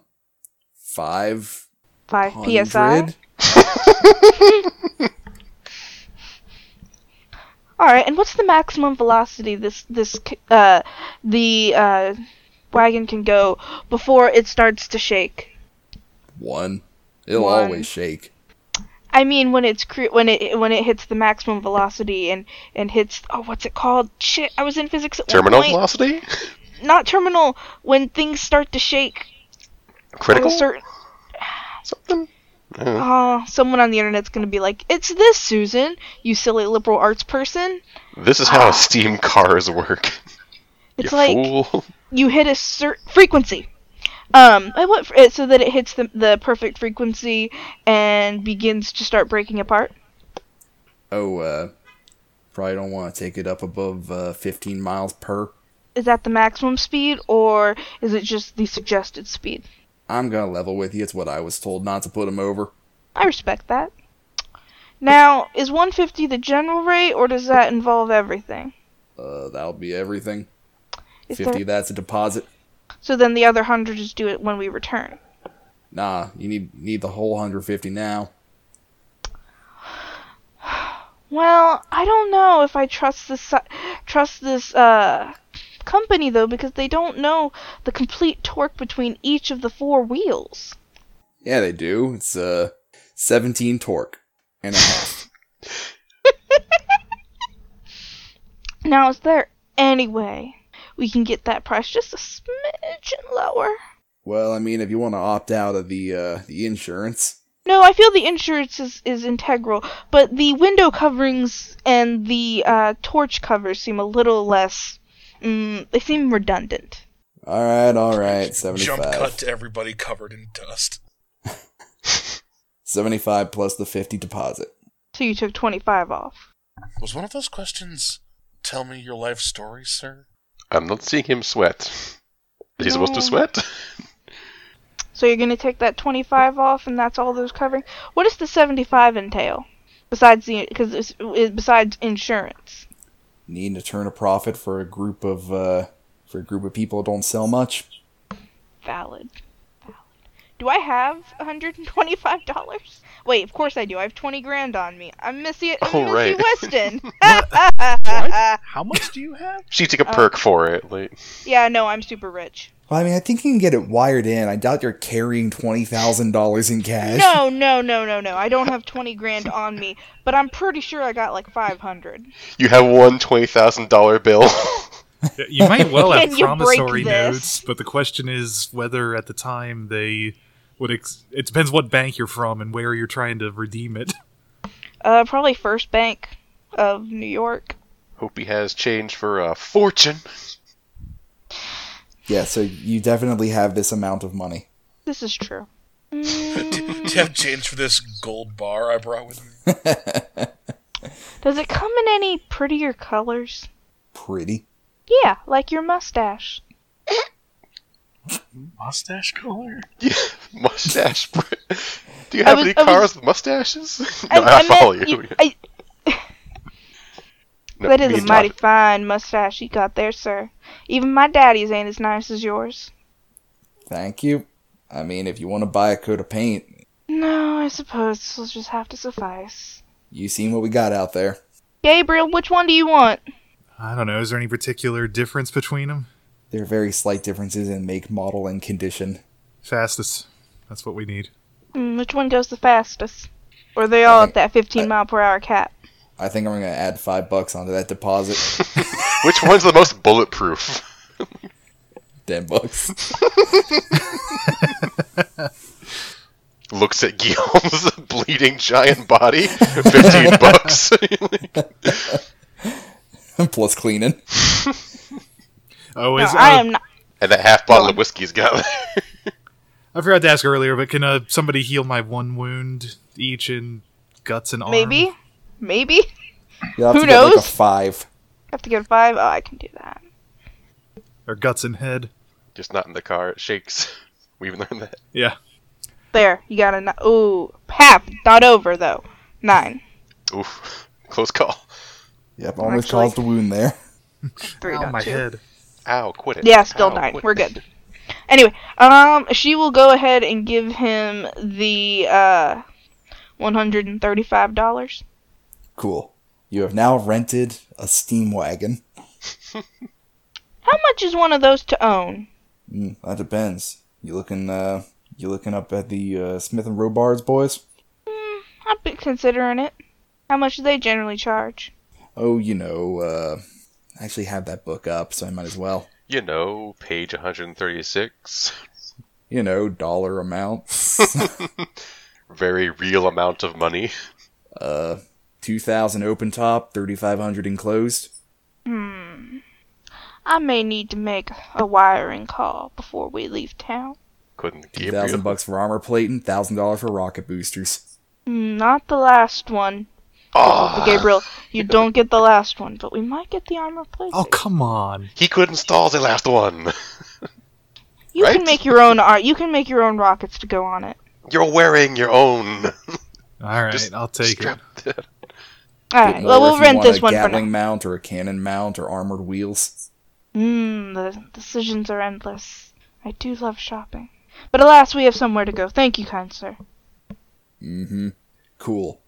Speaker 1: five
Speaker 4: Five psi.
Speaker 1: hundred.
Speaker 4: All right. And what's the maximum velocity this this c- uh the uh wagon can go before it starts to shake?
Speaker 1: One. It'll
Speaker 4: One.
Speaker 1: always shake.
Speaker 4: I mean, when it's cre- when it when it hits the maximum velocity and and hits oh what's it called? Shit, I was in physics at
Speaker 2: Terminal
Speaker 4: one point.
Speaker 2: velocity?
Speaker 4: Not terminal. When things start to shake.
Speaker 2: Critical?
Speaker 4: At a certain.
Speaker 2: Something? I don't know.
Speaker 4: Oh, someone on the internet's gonna be like, "It's this, Susan, you silly liberal arts person."
Speaker 2: This is how steam cars work.
Speaker 4: Ah. It's
Speaker 2: you
Speaker 4: like
Speaker 2: fool.
Speaker 4: you hit a certain frequency. Um, I want for it so that it hits the the perfect frequency and begins to start breaking apart.
Speaker 1: Oh, uh, probably don't want to take it up above uh, fifteen miles per.
Speaker 4: Is that the maximum speed, or is it just the suggested speed?
Speaker 1: I'm gonna level with you. It's what I was told not to put him over.
Speaker 4: I respect that. Now, is 150 the general rate, or does that involve everything?
Speaker 1: Uh, that'll be everything.
Speaker 4: Is
Speaker 1: Fifty.
Speaker 4: there-
Speaker 1: That's a deposit.
Speaker 4: So then the other hundred is due it when we return.
Speaker 1: Nah, you need need the whole hundred fifty now.
Speaker 4: Well, I don't know if I trust this si- trust this uh company though because they don't know the complete torque between each of the four wheels. [laughs]
Speaker 1: Yeah, they do. It's uh, seventeen torque and a half.
Speaker 4: Now, is there any way we can get that price just a smidgen lower?
Speaker 1: well, I mean, if you want to opt out of the uh, the insurance,
Speaker 4: No, I feel the insurance is, is integral, but the window coverings and the uh, torch covers seem a little less. Mm, they seem redundant.
Speaker 1: all right, all right, seventy-five.
Speaker 5: Jump cut to everybody covered in dust.
Speaker 1: Seventy-five plus the fifty deposit.
Speaker 4: So you took 25 off.
Speaker 5: Was one of those questions, tell me your life story, sir?
Speaker 2: I'm not seeing him sweat. Is he supposed
Speaker 4: No.
Speaker 2: to
Speaker 4: [laughs]
Speaker 2: sweat?
Speaker 4: So you're going to take that 25 off, and that's all those coverings. What does the 75 entail? Besides the because it's it, besides insurance.
Speaker 1: Needing to turn a profit for a group of uh, for a group of people who don't sell much.
Speaker 4: Valid. Valid. Do I have $125? Wait, of course I do. I have 20 grand on me. I'm Missy, I'm
Speaker 2: Oh,
Speaker 4: Missy
Speaker 2: right. [laughs]
Speaker 4: Weston. [laughs]
Speaker 7: What? How much do you have?
Speaker 2: She took a
Speaker 4: Uh.
Speaker 2: perk for it. Like,
Speaker 4: yeah, no, I'm super rich.
Speaker 1: Well, I mean, I think you can get it wired in. I doubt you're carrying twenty thousand dollars in cash.
Speaker 4: No, no, no, no, no. I don't have 20 grand on me, but I'm pretty sure I got like 500.
Speaker 2: you have one twenty thousand dollar bill. [laughs]
Speaker 6: you might well
Speaker 4: [laughs]
Speaker 6: have
Speaker 4: Can you break
Speaker 6: promissory
Speaker 4: this?
Speaker 6: notes, but the question is whether at the time they would. Ex- it depends what bank you're from and where you're trying to redeem it. [laughs]
Speaker 4: Uh, probably First Bank of New York.
Speaker 2: Hope he has change for a fortune. [laughs]
Speaker 1: Yeah, so you definitely have this amount of money. [laughs]
Speaker 4: This
Speaker 2: [laughs]
Speaker 4: is true.
Speaker 5: Do [laughs] you have change for this gold bar I brought with me?
Speaker 4: Does it come in any prettier colors?
Speaker 1: Pretty.
Speaker 4: Yeah, like your mustache.
Speaker 7: Mustache color?
Speaker 2: Yeah,
Speaker 4: [laughs]
Speaker 2: mustache. print. Do you
Speaker 4: I
Speaker 2: have
Speaker 4: was-
Speaker 2: any
Speaker 4: I was-
Speaker 2: cars with mustaches? [laughs] no, I,
Speaker 4: meant
Speaker 2: follow you.
Speaker 4: you- I-
Speaker 2: [laughs] No,
Speaker 4: that
Speaker 2: me
Speaker 4: is a
Speaker 2: and
Speaker 4: mighty
Speaker 2: Todd-
Speaker 4: fine mustache you got there, sir. Even my daddy's ain't as nice as yours.
Speaker 1: Thank you. I mean, if you want to buy a coat of paint,
Speaker 4: No, I suppose this will just have to suffice.
Speaker 1: you seen what we got out there.
Speaker 4: Gabriel, which one do you want?
Speaker 6: I don't know. Is there any particular difference between them?
Speaker 1: There are very slight differences in make, model, and condition.
Speaker 6: Fastest. That's what we need.
Speaker 4: Mm, which one goes the fastest? Or are they all
Speaker 1: think-
Speaker 4: at that 15 mile per hour cap?
Speaker 1: I think I'm going to add five bucks onto that deposit. [laughs]
Speaker 2: Which one's the most bulletproof?
Speaker 1: Ten bucks. [laughs]
Speaker 2: Looks at [laughs] Guillaume's bleeding giant
Speaker 4: [laughs]
Speaker 2: body. Fifteen bucks. [laughs]
Speaker 1: Plus cleaning.
Speaker 6: Oh,
Speaker 4: No,
Speaker 6: is
Speaker 4: I
Speaker 6: uh,
Speaker 4: am not.
Speaker 2: and that half bottle of whiskey's
Speaker 4: [laughs]
Speaker 2: got [laughs] there.
Speaker 6: I forgot to ask earlier, but can uh, somebody heal my one wound each in guts and arm?
Speaker 4: Maybe? Maybe? [laughs]
Speaker 1: You'll have
Speaker 4: Who
Speaker 1: to get like a
Speaker 4: knows?
Speaker 1: five.
Speaker 4: have to get five? Oh, I can do that.
Speaker 6: Or guts and head.
Speaker 2: Just not in the car. It shakes. [laughs] We even learned that.
Speaker 6: Yeah.
Speaker 4: There, you got a. ni- Ooh, half. Not over, though. Nine.
Speaker 2: Oof. Close call.
Speaker 1: Yep, almost
Speaker 4: Actually-
Speaker 1: caused a wound there. [laughs]
Speaker 4: Three,
Speaker 6: Oh,
Speaker 4: not
Speaker 6: my
Speaker 4: two.
Speaker 6: head.
Speaker 2: Ow! Quit it.
Speaker 4: Yeah, still
Speaker 2: Ow,
Speaker 4: nine.
Speaker 2: quit
Speaker 4: We're
Speaker 2: it.
Speaker 4: good. Anyway, um, she will go ahead and give him the uh, one hundred and thirty-five dollars.
Speaker 1: Cool. You have now rented a steam wagon.
Speaker 4: How much is one of those to own?
Speaker 1: Mm, that depends. You looking? Uh, you looking up at the uh, Smith and Robards boys?
Speaker 4: I've been considering it. How much do they generally charge?
Speaker 1: Oh, you know. Uh, I actually have that book up, so I might as well.
Speaker 2: You know, page 136.
Speaker 1: You know, dollar amount. [laughs]
Speaker 2: Very real amount of money.
Speaker 1: uh, two thousand open top, thirty five hundred enclosed.
Speaker 4: I may need to make a wiring call before we leave town.
Speaker 2: Couldn't
Speaker 1: Two
Speaker 2: Gabriel.
Speaker 1: thousand bucks for armor plating, thousand dollar for rocket boosters.
Speaker 4: Mm, Not the last one,
Speaker 2: Ah,
Speaker 4: but Gabriel. You don't get the last one, but we might get the armor plate.
Speaker 6: Oh, come on.
Speaker 2: he could install the last one.
Speaker 4: you
Speaker 2: right?
Speaker 4: can make your own art. You can make your own rockets to go on it.
Speaker 2: You're wearing your own.
Speaker 6: All right,
Speaker 2: Just
Speaker 6: I'll take
Speaker 2: Strap that.
Speaker 4: All
Speaker 1: Get
Speaker 4: right.
Speaker 1: more
Speaker 4: Well,
Speaker 1: if
Speaker 4: we'll
Speaker 1: you
Speaker 4: rent
Speaker 1: want
Speaker 4: this
Speaker 1: a
Speaker 4: one for now.
Speaker 1: Gatling mount or a cannon mount or armored wheels.
Speaker 4: Mmm, the decisions are endless. I do love shopping. But alas, we have somewhere to go. Thank you, kind sir.
Speaker 1: Mm-hmm. Cool.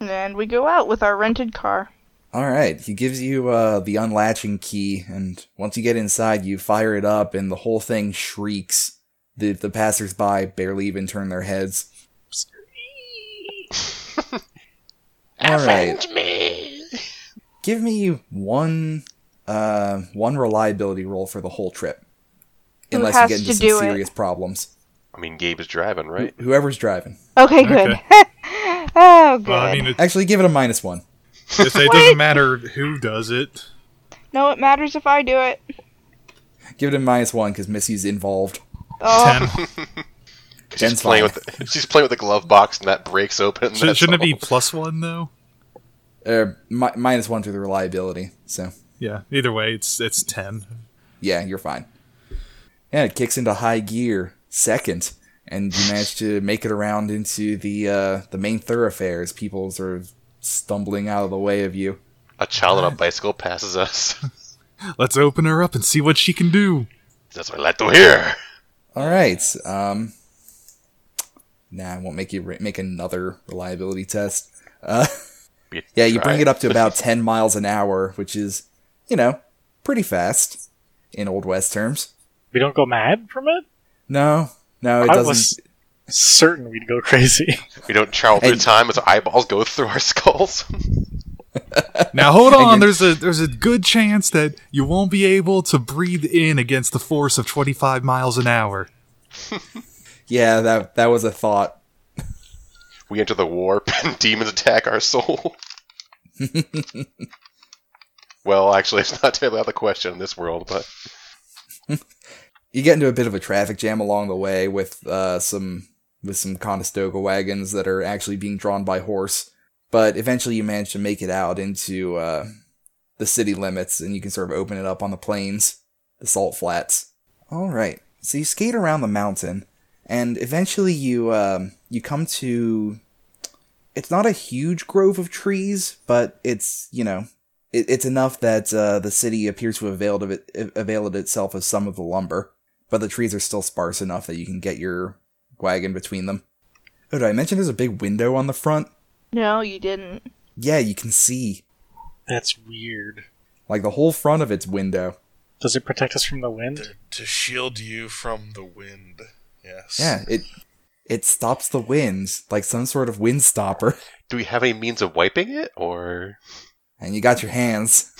Speaker 4: And we go out with our rented car.
Speaker 1: All right, he gives you uh, the unlatching key, and once you get inside, you fire it up, and the whole thing shrieks. The the passersby barely even turn their heads.
Speaker 4: [laughs]
Speaker 1: All right, give me one uh, one reliability roll for the whole trip,
Speaker 4: Who
Speaker 1: unless
Speaker 4: has
Speaker 1: you get into
Speaker 4: to
Speaker 1: some
Speaker 4: do it?
Speaker 1: serious problems.
Speaker 2: [laughs] I mean, Gabe is driving, right?
Speaker 1: Whoever's driving,
Speaker 4: Okay, good. [laughs] oh, good.
Speaker 6: Well, I mean, it,
Speaker 1: actually, give it a minus one.
Speaker 6: it doesn't matter who does it.
Speaker 4: no, it matters if I do it.
Speaker 1: Give it a minus one because Missy's involved.
Speaker 4: Oh,
Speaker 6: Ten.
Speaker 2: [laughs] 'Cause
Speaker 1: Jen's
Speaker 2: She's playing with the, [laughs] she's playing with the glove box, and that breaks open.
Speaker 6: Should,
Speaker 2: that's
Speaker 6: shouldn't it be
Speaker 2: all.
Speaker 6: plus one though?
Speaker 1: Uh, mi- minus one to the reliability. So
Speaker 6: Yeah. Either way, it's it's ten.
Speaker 1: Yeah, you're fine. Yeah, it kicks into high gear second, and you manage to make it around into the uh, the main thoroughfares. People sort of stumbling out of the way of you.
Speaker 2: a child on a bicycle passes
Speaker 1: [laughs]
Speaker 2: us?
Speaker 6: Let's open her up and see what she can do.
Speaker 2: That's what I like to hear.
Speaker 1: All right. Um, nah, I won't make you re- make another reliability test. Uh, yeah, you bring it up
Speaker 3: [laughs]
Speaker 1: to about ten miles an hour, which is, you know, pretty fast in old west terms.
Speaker 3: We don't go mad from it?
Speaker 1: No, no, it
Speaker 3: I
Speaker 1: doesn't.
Speaker 3: was certain we'd go crazy.
Speaker 2: We don't travel through
Speaker 1: And-
Speaker 2: time as our eyeballs go through our [laughs] skulls.
Speaker 6: Now hold on.
Speaker 1: you're-
Speaker 6: There's a there's a good chance that you won't be able to breathe in against the force of 25 miles an hour.
Speaker 1: Yeah, that that was a thought.
Speaker 2: we enter the warp, [laughs] and demons attack our
Speaker 6: [laughs]
Speaker 2: soul. well, actually, it's not terribly out of the question in this world, but
Speaker 1: you get into a bit of a traffic jam along the way with uh, some with some Conestoga wagons that are actually being drawn by horse. But eventually, you manage to make it out into uh, the city limits, and you can sort of open it up on the plains, the salt flats. All right, so you skate around the mountain, and eventually you um, you come to. It's not a huge grove of trees, but it's you know it, it's enough that uh, the city appears to have availed of it, availed itself of some of the lumber, but the trees are still sparse enough that you can get your wagon between them. Oh, did I mention there's a big window on the front?
Speaker 4: no, you didn't.
Speaker 1: Yeah, you can see.
Speaker 3: That's weird.
Speaker 1: like the whole front of its window.
Speaker 3: Does it protect us from the wind?
Speaker 5: To, to shield you from the wind. Yes.
Speaker 1: Yeah, it it stops the winds like some sort of wind [laughs] stopper,
Speaker 2: Do we have any means of wiping it, or
Speaker 1: and you got your hands.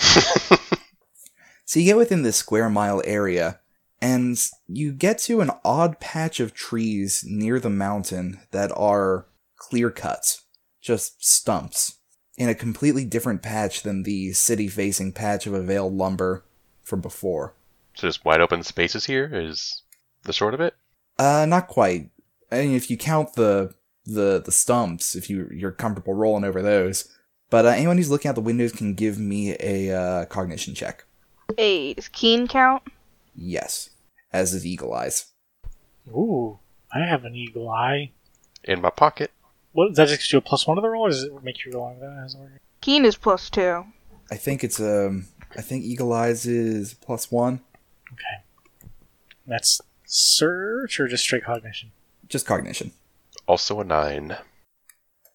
Speaker 1: So you get within this square mile area, and you get to an odd patch of trees near the mountain that are clear cuts, just stumps, in a completely different patch than the city facing patch of availed lumber from before.
Speaker 2: so just wide open spaces here? Is the short of it?
Speaker 1: Uh, not quite. I mean, if you count the the the stumps, if you you're comfortable rolling over those. But uh, anyone who's looking out the windows can give me a uh, cognition check.
Speaker 4: Hey, does Keen count?
Speaker 1: Yes, as is Eagle Eyes.
Speaker 3: Ooh, I have an eagle eye.
Speaker 2: In my pocket.
Speaker 3: What does that just gives you a plus one to the roll, or does it make you roll longer than that? How's it work?
Speaker 4: Keen is plus two.
Speaker 1: I think it's um. I think Eagle Eyes is plus one.
Speaker 3: Okay, that's search or just straight cognition.
Speaker 1: Just cognition.
Speaker 2: Also a nine.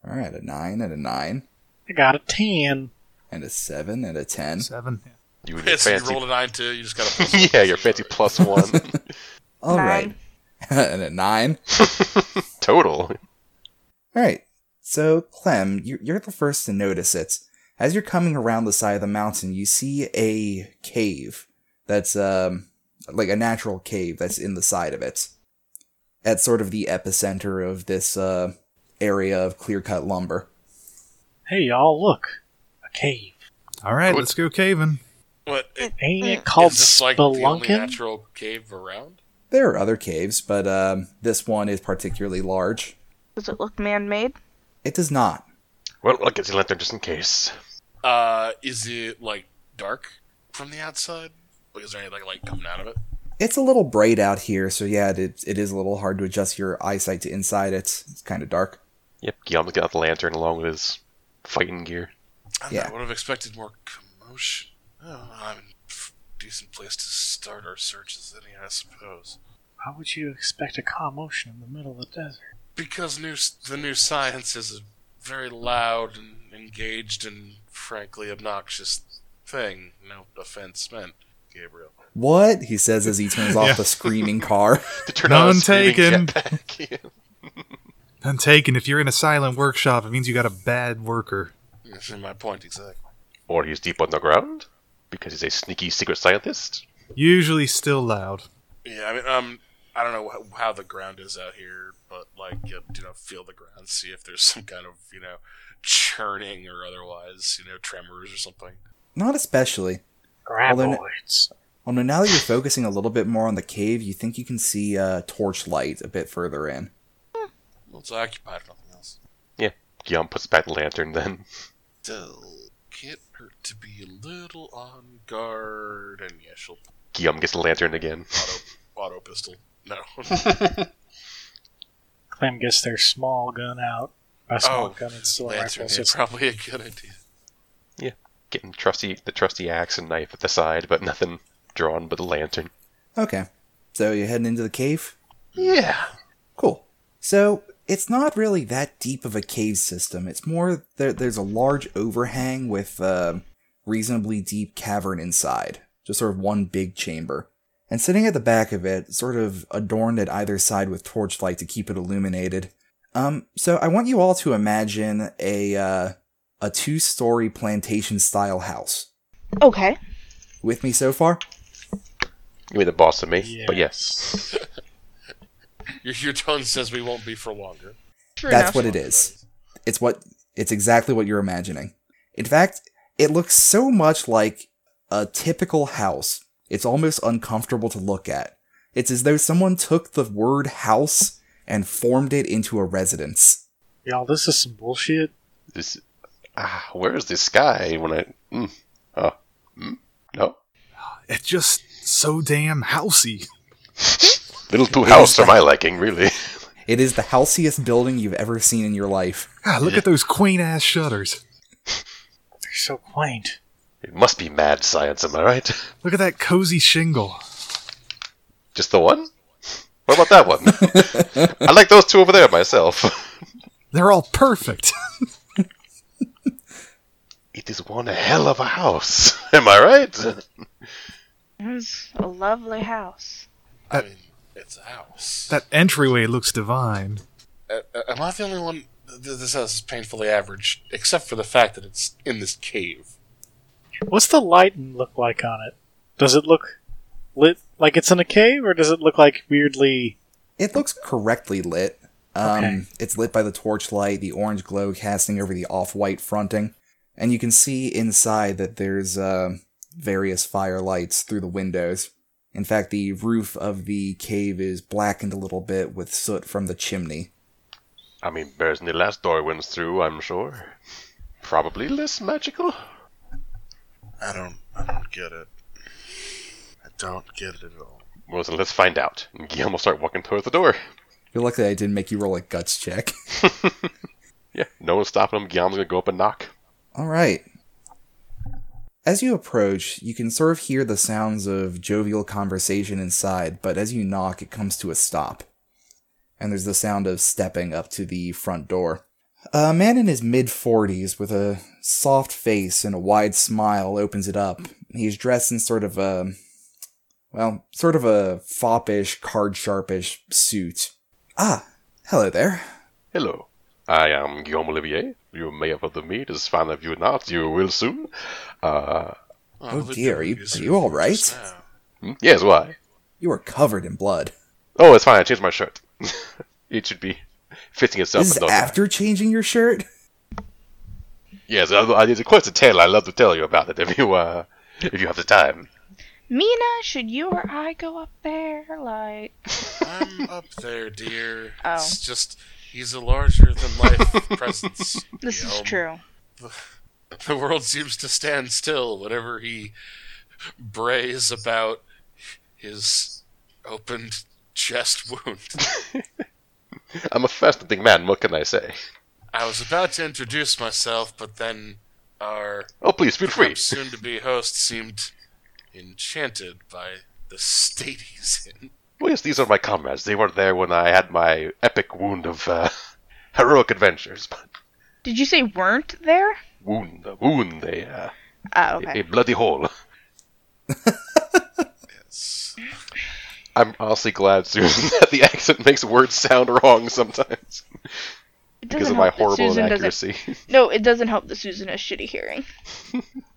Speaker 1: All right, a nine and a nine
Speaker 3: I got a ten.
Speaker 1: and a seven and a ten.
Speaker 6: Seven. Yeah.
Speaker 2: You and your
Speaker 5: Yes, you
Speaker 2: fancy. [laughs]
Speaker 5: rolled a nine too. You just got a
Speaker 2: yeah, your fancy plus one
Speaker 1: All right,
Speaker 4: Nine.
Speaker 1: [laughs] and a nine.
Speaker 2: [laughs] total.
Speaker 1: All right. So, Clem, you- you're the first to notice it. As you're coming around the side of the mountain, you see a cave that's um like a natural cave that's in the side of it. At sort of the epicenter of this uh area of clear-cut lumber.
Speaker 3: Hey y'all, look, a cave.
Speaker 6: All right,
Speaker 2: Good.
Speaker 6: let's go caving.
Speaker 5: What? It,
Speaker 3: Ain't
Speaker 4: Mm.
Speaker 3: it called
Speaker 5: is this like the only
Speaker 3: spelunking?
Speaker 5: natural cave around?
Speaker 1: There are other caves, but um this one is particularly large.
Speaker 4: Does it look man-made?
Speaker 1: It does not.
Speaker 2: Well, I'll get the lantern just in case.
Speaker 5: Uh, is it like dark from the outside? Like, is there any like light coming out of it?
Speaker 1: It's a little bright out here, so yeah, it it is a little hard to adjust your eyesight to inside it. It's kind of dark.
Speaker 2: Yep, Guillaume's got the lantern along with his fighting gear.
Speaker 5: I
Speaker 1: Yeah.
Speaker 5: would have expected more commotion. Oh, I'm a decent place to start our searches, any I suppose.
Speaker 3: How would you expect a calm ocean in the middle of the desert?
Speaker 5: Because new s- the new science is a very loud and engaged and frankly obnoxious thing. No offense meant, Gabriel.
Speaker 1: What? He says as he turns off
Speaker 6: Yeah.
Speaker 1: the screaming car. [laughs]
Speaker 2: To turn on
Speaker 6: None
Speaker 2: his screaming
Speaker 6: taken.
Speaker 2: jetpack. [laughs]
Speaker 6: I'm taking. If you're in a silent workshop, it means you got a bad worker.
Speaker 5: That's my point exactly.
Speaker 2: or he's deep underground because he's a sneaky secret scientist.
Speaker 6: Usually still loud.
Speaker 5: Yeah, I mean, um, I don't know how, how the ground is out here, but like, you do know, feel the ground, see if there's [laughs] some kind of you know churning or otherwise, you know, tremors or something.
Speaker 1: Not especially. Although-
Speaker 3: Graboids.
Speaker 1: Although now that you're focusing a little bit more on the cave, you think you can see uh, torchlight a bit further in.
Speaker 5: Well, it's occupied, nothing else.
Speaker 2: Guillaume puts back the lantern then. [laughs]
Speaker 5: Still, can't hurt to be a little on guard, and yeah, she'll
Speaker 2: Guillaume gets the lantern again.
Speaker 5: auto pistol. No. [laughs]
Speaker 3: Clem gets their small gun out.
Speaker 5: Oh,
Speaker 3: By small gun, it's still a
Speaker 5: lantern
Speaker 3: rifle. so
Speaker 5: is
Speaker 3: it's-
Speaker 5: probably a good idea.
Speaker 2: Getting trusty the trusty axe and knife at the side, but nothing drawn but the lantern.
Speaker 1: Okay. So you're heading into the cave?
Speaker 2: Yeah.
Speaker 1: Cool. So it's not really that deep of a cave system. It's more there, there's a large overhang with a reasonably deep cavern inside, just sort of one big chamber. And sitting at the back of it, sort of adorned at either side with torchlight to keep it illuminated. Um, so I want you all to imagine a uh, a two-story plantation-style house.
Speaker 4: Okay.
Speaker 1: With me so far?
Speaker 2: You mean the boss of me? But yes.
Speaker 3: yes.
Speaker 5: Your, your tone says we won't be for longer.
Speaker 4: True
Speaker 1: That's
Speaker 4: enough.
Speaker 1: what it is. It's what it's exactly what you're imagining. In fact, it looks so much like a typical house. It's almost uncomfortable to look at. It's as though someone took the word house and formed it into a residence.
Speaker 3: Y'all, this is some bullshit.
Speaker 2: This ah, where is this guy when I mm, oh mm, no?
Speaker 6: It's just so damn housey.
Speaker 2: Little too house for my liking, really.
Speaker 1: It is the houseiest building you've ever seen in your life.
Speaker 6: God, Ah, look at those quaint ass shutters.
Speaker 3: They're so quaint.
Speaker 2: It must be mad science, am I right?
Speaker 6: Look at that cozy shingle.
Speaker 2: Just the one? What about that one? I like those two over there myself.
Speaker 6: They're all perfect.
Speaker 2: It is one hell of a house. [laughs] Am I
Speaker 5: [laughs]
Speaker 2: right?
Speaker 4: It was a lovely house.
Speaker 5: I mean, it's a house.
Speaker 6: [laughs] That entryway looks divine.
Speaker 5: Uh, uh, am I the only one? th- This house is painfully average, except for the fact that it's in this cave.
Speaker 3: What's the lighting look like on it? Does it look lit like it's in a cave, or does it look like weirdly?
Speaker 1: It looks correctly lit. Um,
Speaker 3: Okay.
Speaker 1: It's lit by the torchlight, the orange glow casting over the off white fronting. And you can see inside that there's uh, various firelights through the windows. In fact, the roof of the cave is blackened a little bit with soot from the chimney.
Speaker 2: I mean, bears in the last door went through, I'm sure. Probably less magical.
Speaker 5: I don't. I don't get it. I don't get it at all.
Speaker 2: Well, then let's find out. And Guillaume will start walking towards the door.
Speaker 1: You're lucky I didn't make you roll a guts check.
Speaker 2: Yeah, no one's stopping him. Guillaume's gonna go up and knock.
Speaker 1: All right. As you approach, you can sort of hear the sounds of jovial conversation inside, but as you knock, it comes to a stop. And there's the sound of stepping up to the front door. A man in his mid 40s with a soft face and a wide smile opens it up. He's dressed in sort of a, well, sort of a foppish, card sharpish suit. Ah, hello there.
Speaker 2: Hello, I am Guillaume Olivier. You may have heard of me. It is fine if you not. You will soon. Uh,
Speaker 1: Oh, dear, are you- are you all right?
Speaker 2: hmm? yes, why?
Speaker 1: You are covered in blood.
Speaker 2: Oh, it's fine. I changed my shirt. [laughs] it should be fitting itself.
Speaker 1: This is
Speaker 2: and not-
Speaker 1: after changing your shirt?
Speaker 2: Yes, I, I, it's quite a tale. I love to tell you about it if you uh, if you have the time.
Speaker 4: Mina, should you or I go up there? Like,
Speaker 5: I'm up there, dear.
Speaker 4: Oh.
Speaker 5: It's just he's a larger than
Speaker 4: [laughs]
Speaker 5: life presence.
Speaker 4: this is
Speaker 5: Guillaume.
Speaker 4: true.
Speaker 5: [laughs] The world seems to stand still whenever he brays about his opened chest wound. [laughs]
Speaker 2: I'm a fascinating man. What can I say?
Speaker 5: I was about to introduce myself, but then our
Speaker 2: Oh, please feel free.
Speaker 5: soon to be host seemed enchanted by the state he's in.
Speaker 2: Well, Oh, yes, these are my comrades. They were there when I had my epic wound of uh, [laughs] heroic adventures. [laughs] But
Speaker 4: Did you say weren't there?
Speaker 2: wound, a wound, a, uh,
Speaker 4: Oh,
Speaker 2: a, a
Speaker 4: okay.
Speaker 2: bloody hole. I'm honestly glad, Susan, [laughs] that the accent makes words sound wrong sometimes
Speaker 4: It
Speaker 2: because
Speaker 4: doesn't
Speaker 2: of my
Speaker 4: help that
Speaker 2: horrible
Speaker 4: Susan doesn't.
Speaker 2: inaccuracy.
Speaker 4: [laughs] No, it doesn't help that Susan has shitty hearing.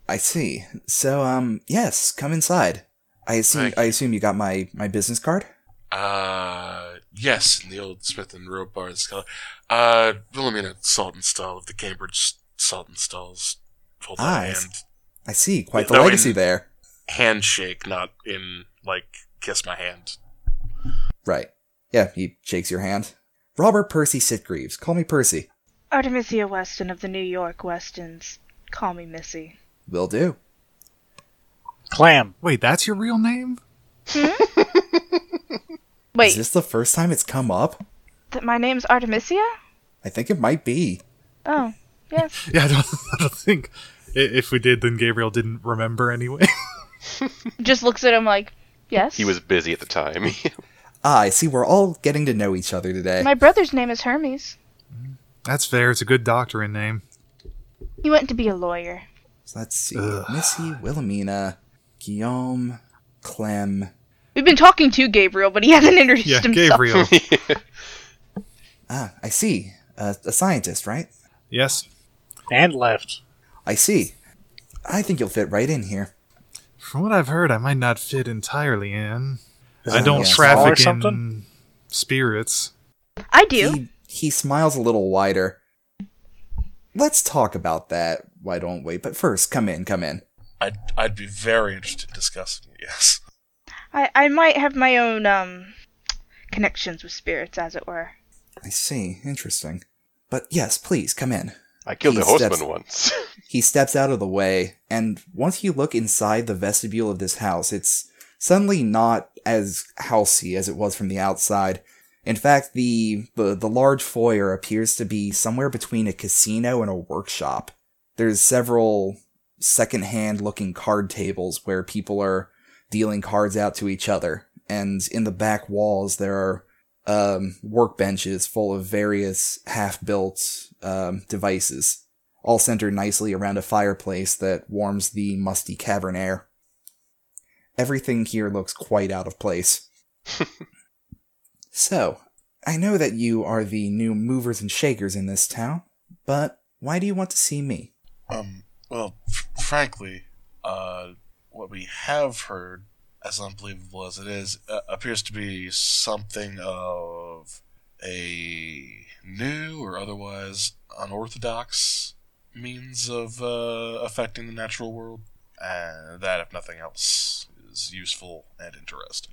Speaker 1: I see. So, um, yes, come inside. I assume
Speaker 5: Thank
Speaker 1: I assume you got my my business card.
Speaker 5: Uh, yes, in the old Smith and Robar scholar. Uh, Wilhelmina Saltonstall of the Cambridge Saltonstalls. Hold
Speaker 1: Ah,
Speaker 5: on,
Speaker 1: I see.
Speaker 5: and
Speaker 1: I see. Quite the
Speaker 5: No, in-
Speaker 1: legacy there.
Speaker 5: handshake, not in like kiss my hand.
Speaker 1: Right. Yeah, he shakes your hand. Robert Percy Sitgreaves. Call me Percy.
Speaker 4: Artemisia Weston of the New York Westons. Call me Missy.
Speaker 1: Will do.
Speaker 3: Clam.
Speaker 6: Wait, that's your real name?
Speaker 1: Is
Speaker 4: Wait,
Speaker 1: this the first time it's come up?
Speaker 4: th- my name's Artemisia?
Speaker 1: I think it might be. [laughs]
Speaker 4: Oh, yes.
Speaker 6: [laughs] Yeah, I don't, I don't think. i- If we did, then Gabriel didn't remember anyway. [laughs]
Speaker 4: Just looks at him like, yes.
Speaker 2: he was busy at the time. [laughs]
Speaker 1: Ah, I see. We're all getting to know each other today.
Speaker 4: My brother's name is Hermes.
Speaker 6: that's fair. It's a good doctrine name.
Speaker 4: He went to be a lawyer.
Speaker 1: So let's see.
Speaker 6: Ugh.
Speaker 1: Missy, Wilhelmina, Guillaume, Clem.
Speaker 4: We've been talking to Gabriel, but he [laughs] hasn't introduced
Speaker 6: Yeah,
Speaker 4: himself.
Speaker 2: Oh.
Speaker 6: Gabriel.
Speaker 1: Ah, I see. Uh, a scientist, right?
Speaker 6: yes.
Speaker 3: And left.
Speaker 1: I see. I think you'll fit right in here.
Speaker 6: From what I've heard, I might not fit entirely in. I
Speaker 1: it
Speaker 6: don't
Speaker 1: like small or
Speaker 6: traffic in
Speaker 3: something?
Speaker 6: spirits.
Speaker 4: I do.
Speaker 1: He, he smiles a little wider. Let's talk about that. Why don't we? But first, come in, come in.
Speaker 5: I'd I'd be very interested in discussing it. Yes.
Speaker 4: I, I might have my own um connections with spirits, as it were.
Speaker 1: I see. Interesting. But yes, please, come in.
Speaker 2: I killed
Speaker 1: He
Speaker 2: a horseman
Speaker 1: steps-
Speaker 2: once. [laughs]
Speaker 1: He steps out of the way, and once you look inside the vestibule of this house, it's suddenly not as housey as it was from the outside. In fact, the, the, the large foyer appears to be somewhere between a casino and a workshop. There's several secondhand looking card tables where people are dealing cards out to each other, and in the back walls there are um, workbenches full of various half built um, devices all centered nicely around a fireplace that warms the musty cavern air. Everything here looks quite out of place. so, I know that you are the new movers and shakers in this town, but why do you want to see me?
Speaker 5: Um, well, f- frankly, uh, what we have heard, as unbelievable as it is, uh, appears to be something of a new or otherwise unorthodox means of uh, affecting the natural world, and that, if nothing else, is useful and interesting.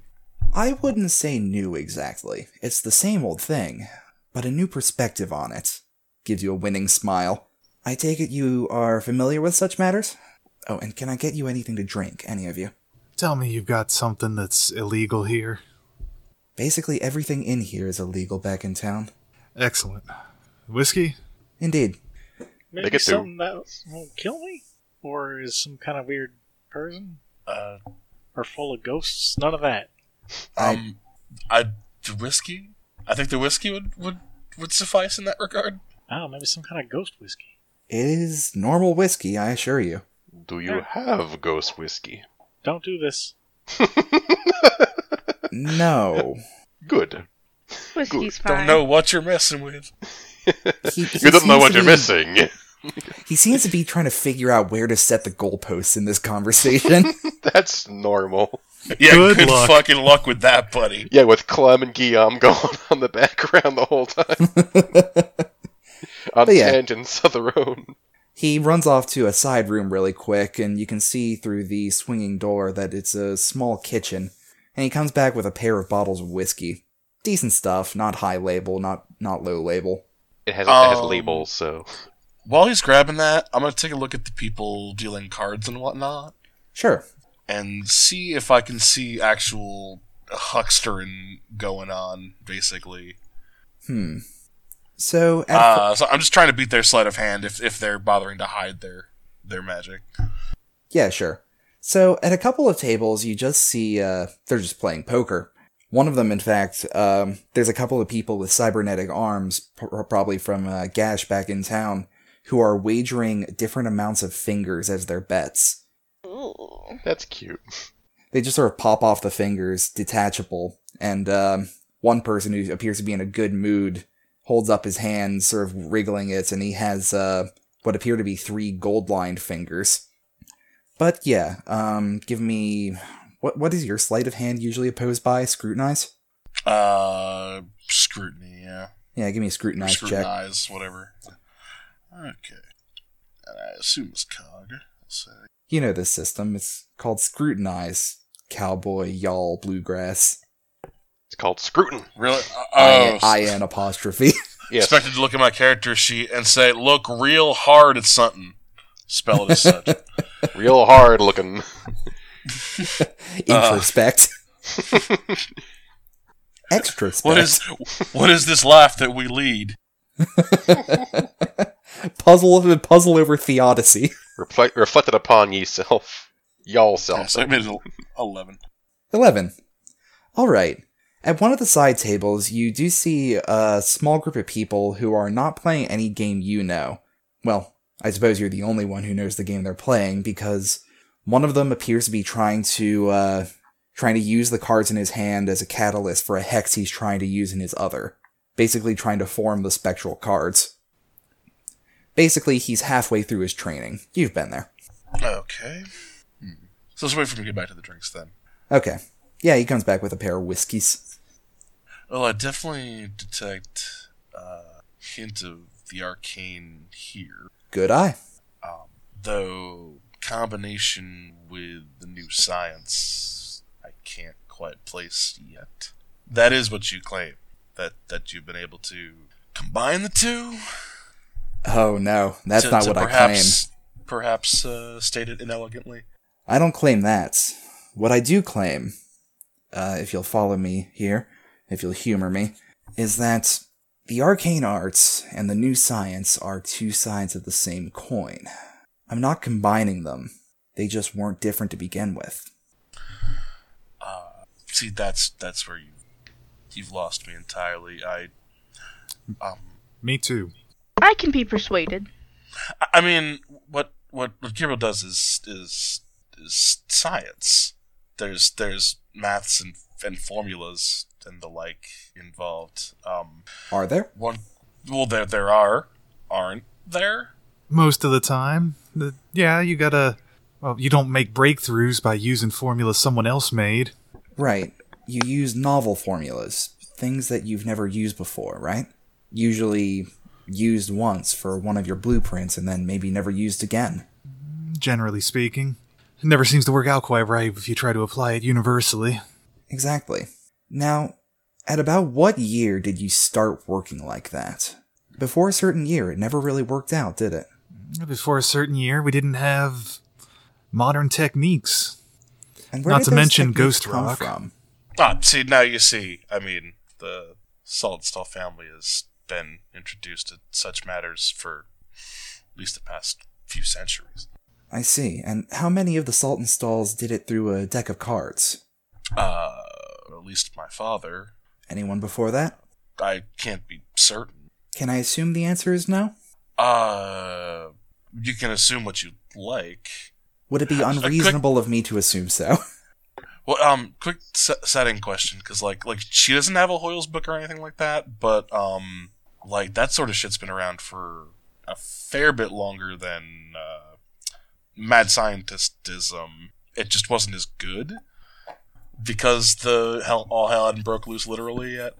Speaker 1: I wouldn't say new exactly. It's the same old thing, but a new perspective on it. Gives you a winning smile. I take it you are familiar with such matters? Oh, and can I get you anything to drink, any of you?
Speaker 6: Tell me you've got something that's illegal here.
Speaker 1: Basically, everything in here is illegal back in town.
Speaker 6: Excellent. Whiskey?
Speaker 1: Indeed.
Speaker 3: Maybe
Speaker 2: it through.
Speaker 3: something that won't kill me, or is some kind of weird person,
Speaker 5: Uh,
Speaker 3: or full of ghosts. None of that.
Speaker 1: I-
Speaker 5: um, I the whiskey. I think the whiskey would would would suffice in that regard.
Speaker 3: Oh, maybe some kind of ghost whiskey.
Speaker 1: It is normal whiskey, I assure you.
Speaker 2: Do you have ghost whiskey? [laughs]
Speaker 3: Don't do this.
Speaker 1: No.
Speaker 2: Good.
Speaker 4: Whiskey's
Speaker 5: Don't
Speaker 4: fine.
Speaker 5: know what you're messing with.
Speaker 2: [laughs]
Speaker 1: He, he
Speaker 2: You don't know what
Speaker 1: seems to
Speaker 2: you're
Speaker 1: be-
Speaker 2: missing. [laughs]
Speaker 1: He seems to be trying to figure out where to set the goalposts in this conversation. [laughs]
Speaker 2: That's normal.
Speaker 5: Yeah,
Speaker 6: Good
Speaker 5: good,
Speaker 6: luck.
Speaker 5: fucking luck with that, buddy.
Speaker 2: Yeah, with Clem and Guillaume [laughs] going on the background the whole time.
Speaker 1: [laughs]
Speaker 2: on
Speaker 1: But yeah.
Speaker 2: tangents of their own.
Speaker 1: He runs off to a side room really quick, and you can see through the swinging door that it's a small kitchen. And he comes back with a pair of bottles of whiskey. Decent stuff, not high label, not not low label.
Speaker 2: It has, it has
Speaker 5: Um,
Speaker 2: labels, so.
Speaker 5: While he's grabbing that, I'm gonna take a look at the people dealing cards and whatnot,
Speaker 1: Sure.
Speaker 5: and see if I can see actual huckstering going on. Basically,
Speaker 1: Hmm. So at fir-
Speaker 5: uh, so I'm just trying to beat their sleight of hand if if they're bothering to hide their their magic.
Speaker 1: Yeah, sure. So at a couple of tables, you just see uh, they're just playing poker. One of them, in fact, um, there's a couple of people with cybernetic arms, p- probably from uh, Gash back in town, who are wagering different amounts of fingers as their bets.
Speaker 4: Ooh.
Speaker 2: That's cute.
Speaker 1: They just sort of pop off the fingers, detachable, and um, one person who appears to be in a good mood holds up his hand, sort of wriggling it, and he has uh, what appear to be three gold-lined fingers. But yeah, um, give me what what is your sleight of hand usually opposed by? Scrutinize.
Speaker 5: Uh, scrutiny, yeah,
Speaker 1: Yeah, give me a scrutinize, check.
Speaker 5: scrutinize, whatever. Okay, and I assume it's cog. So
Speaker 1: You know this system. It's called scrutinize. Cowboy, y'all, bluegrass.
Speaker 2: It's called Scrutin.
Speaker 5: Really?
Speaker 1: I-
Speaker 5: Oh,
Speaker 1: I N apostrophe.
Speaker 2: Yes.
Speaker 5: expected to look at my character sheet and say, "Look real hard at something." Spell it as
Speaker 1: [laughs]
Speaker 5: such.
Speaker 2: [laughs] Real hard looking.
Speaker 5: Uh. [laughs]
Speaker 1: Introspect. Extrospect.
Speaker 5: What is what is this life that we lead?
Speaker 1: [laughs] puzzle puzzle over theodicy.
Speaker 2: Reflect, reflected upon ye self. Y'all
Speaker 5: Yeah,
Speaker 2: self.
Speaker 5: so I made it eleven.
Speaker 1: Eleven. All right. At one of the side tables, you do see a small group of people who are not playing any game you know. Well, I suppose you're the only one who knows the game they're playing because one of them appears to be trying to uh, trying to use the cards in his hand as a catalyst for a hex he's trying to use in his other. Basically, trying to form the spectral cards. Basically, he's halfway through his training. You've been there.
Speaker 5: Okay. Hmm. So let's wait for him to get back to the drinks then.
Speaker 1: Okay. Yeah, he comes back with a pair of whiskeys.
Speaker 5: Well, I definitely detect uh, hint of the arcane here,
Speaker 1: Good eye.
Speaker 5: um, though combination with the new science, I can't quite place yet. That is what you claim that that you've been able to combine the two.
Speaker 1: Oh no, that's
Speaker 5: to-
Speaker 1: not
Speaker 5: to
Speaker 1: what
Speaker 5: perhaps, I claim. Perhaps uh, stated inelegantly.
Speaker 1: I claim. I don't claim that. What I do claim, uh, if you'll follow me here, if you'll humor me, is that the arcane arts and the new science are two sides of the same coin. I'm not combining them. They just weren't different to begin with.
Speaker 5: Uh, see, that's that's where you you've lost me entirely. I um
Speaker 6: Me too.
Speaker 4: I can be persuaded.
Speaker 5: I- I mean, what what what Gabriel does is is is science. There's there's maths and and formulas and the like involved. Um,
Speaker 1: Are there?
Speaker 5: one, well, there there are, aren't there?
Speaker 6: most of the time. The, yeah, you gotta. Well, you don't make breakthroughs by using formulas someone else made.
Speaker 1: Right. You use novel formulas, things that you've never used before, right? Usually used once for one of your blueprints and then maybe never used again.
Speaker 6: Generally speaking, it never seems to work out quite right if you try to apply it universally.
Speaker 1: Exactly. Now, at about what year did you start working like that? Before a certain year, it never really worked out, did it?
Speaker 6: Before a certain year, we didn't have modern techniques.
Speaker 1: And
Speaker 6: Not
Speaker 1: did
Speaker 6: to
Speaker 1: those
Speaker 6: mention
Speaker 1: techniques
Speaker 6: Ghost
Speaker 1: come
Speaker 6: Rock.
Speaker 1: From?
Speaker 5: Ah, see now you see. I mean, the Saltonstall family has been introduced to such matters for at least the past few centuries.
Speaker 1: I see. And how many of the Sultan stalls did it through a deck of cards?
Speaker 5: Uh, or at least my father.
Speaker 1: Anyone before that?
Speaker 5: I can't be certain.
Speaker 1: Can I assume the answer is no?
Speaker 5: Uh, you can assume what you like.
Speaker 1: Would it
Speaker 5: [laughs]
Speaker 1: be
Speaker 5: quick-
Speaker 1: unreasonable of me to assume so? [laughs]
Speaker 5: Well, um, quick se- setting question, because like, like she doesn't have a Hoyle's book or anything like that, but um, like that sort of shit's been around for a fair bit longer than uh, mad scientistism. It just wasn't as good because the hell all hell hadn't broke loose literally yet.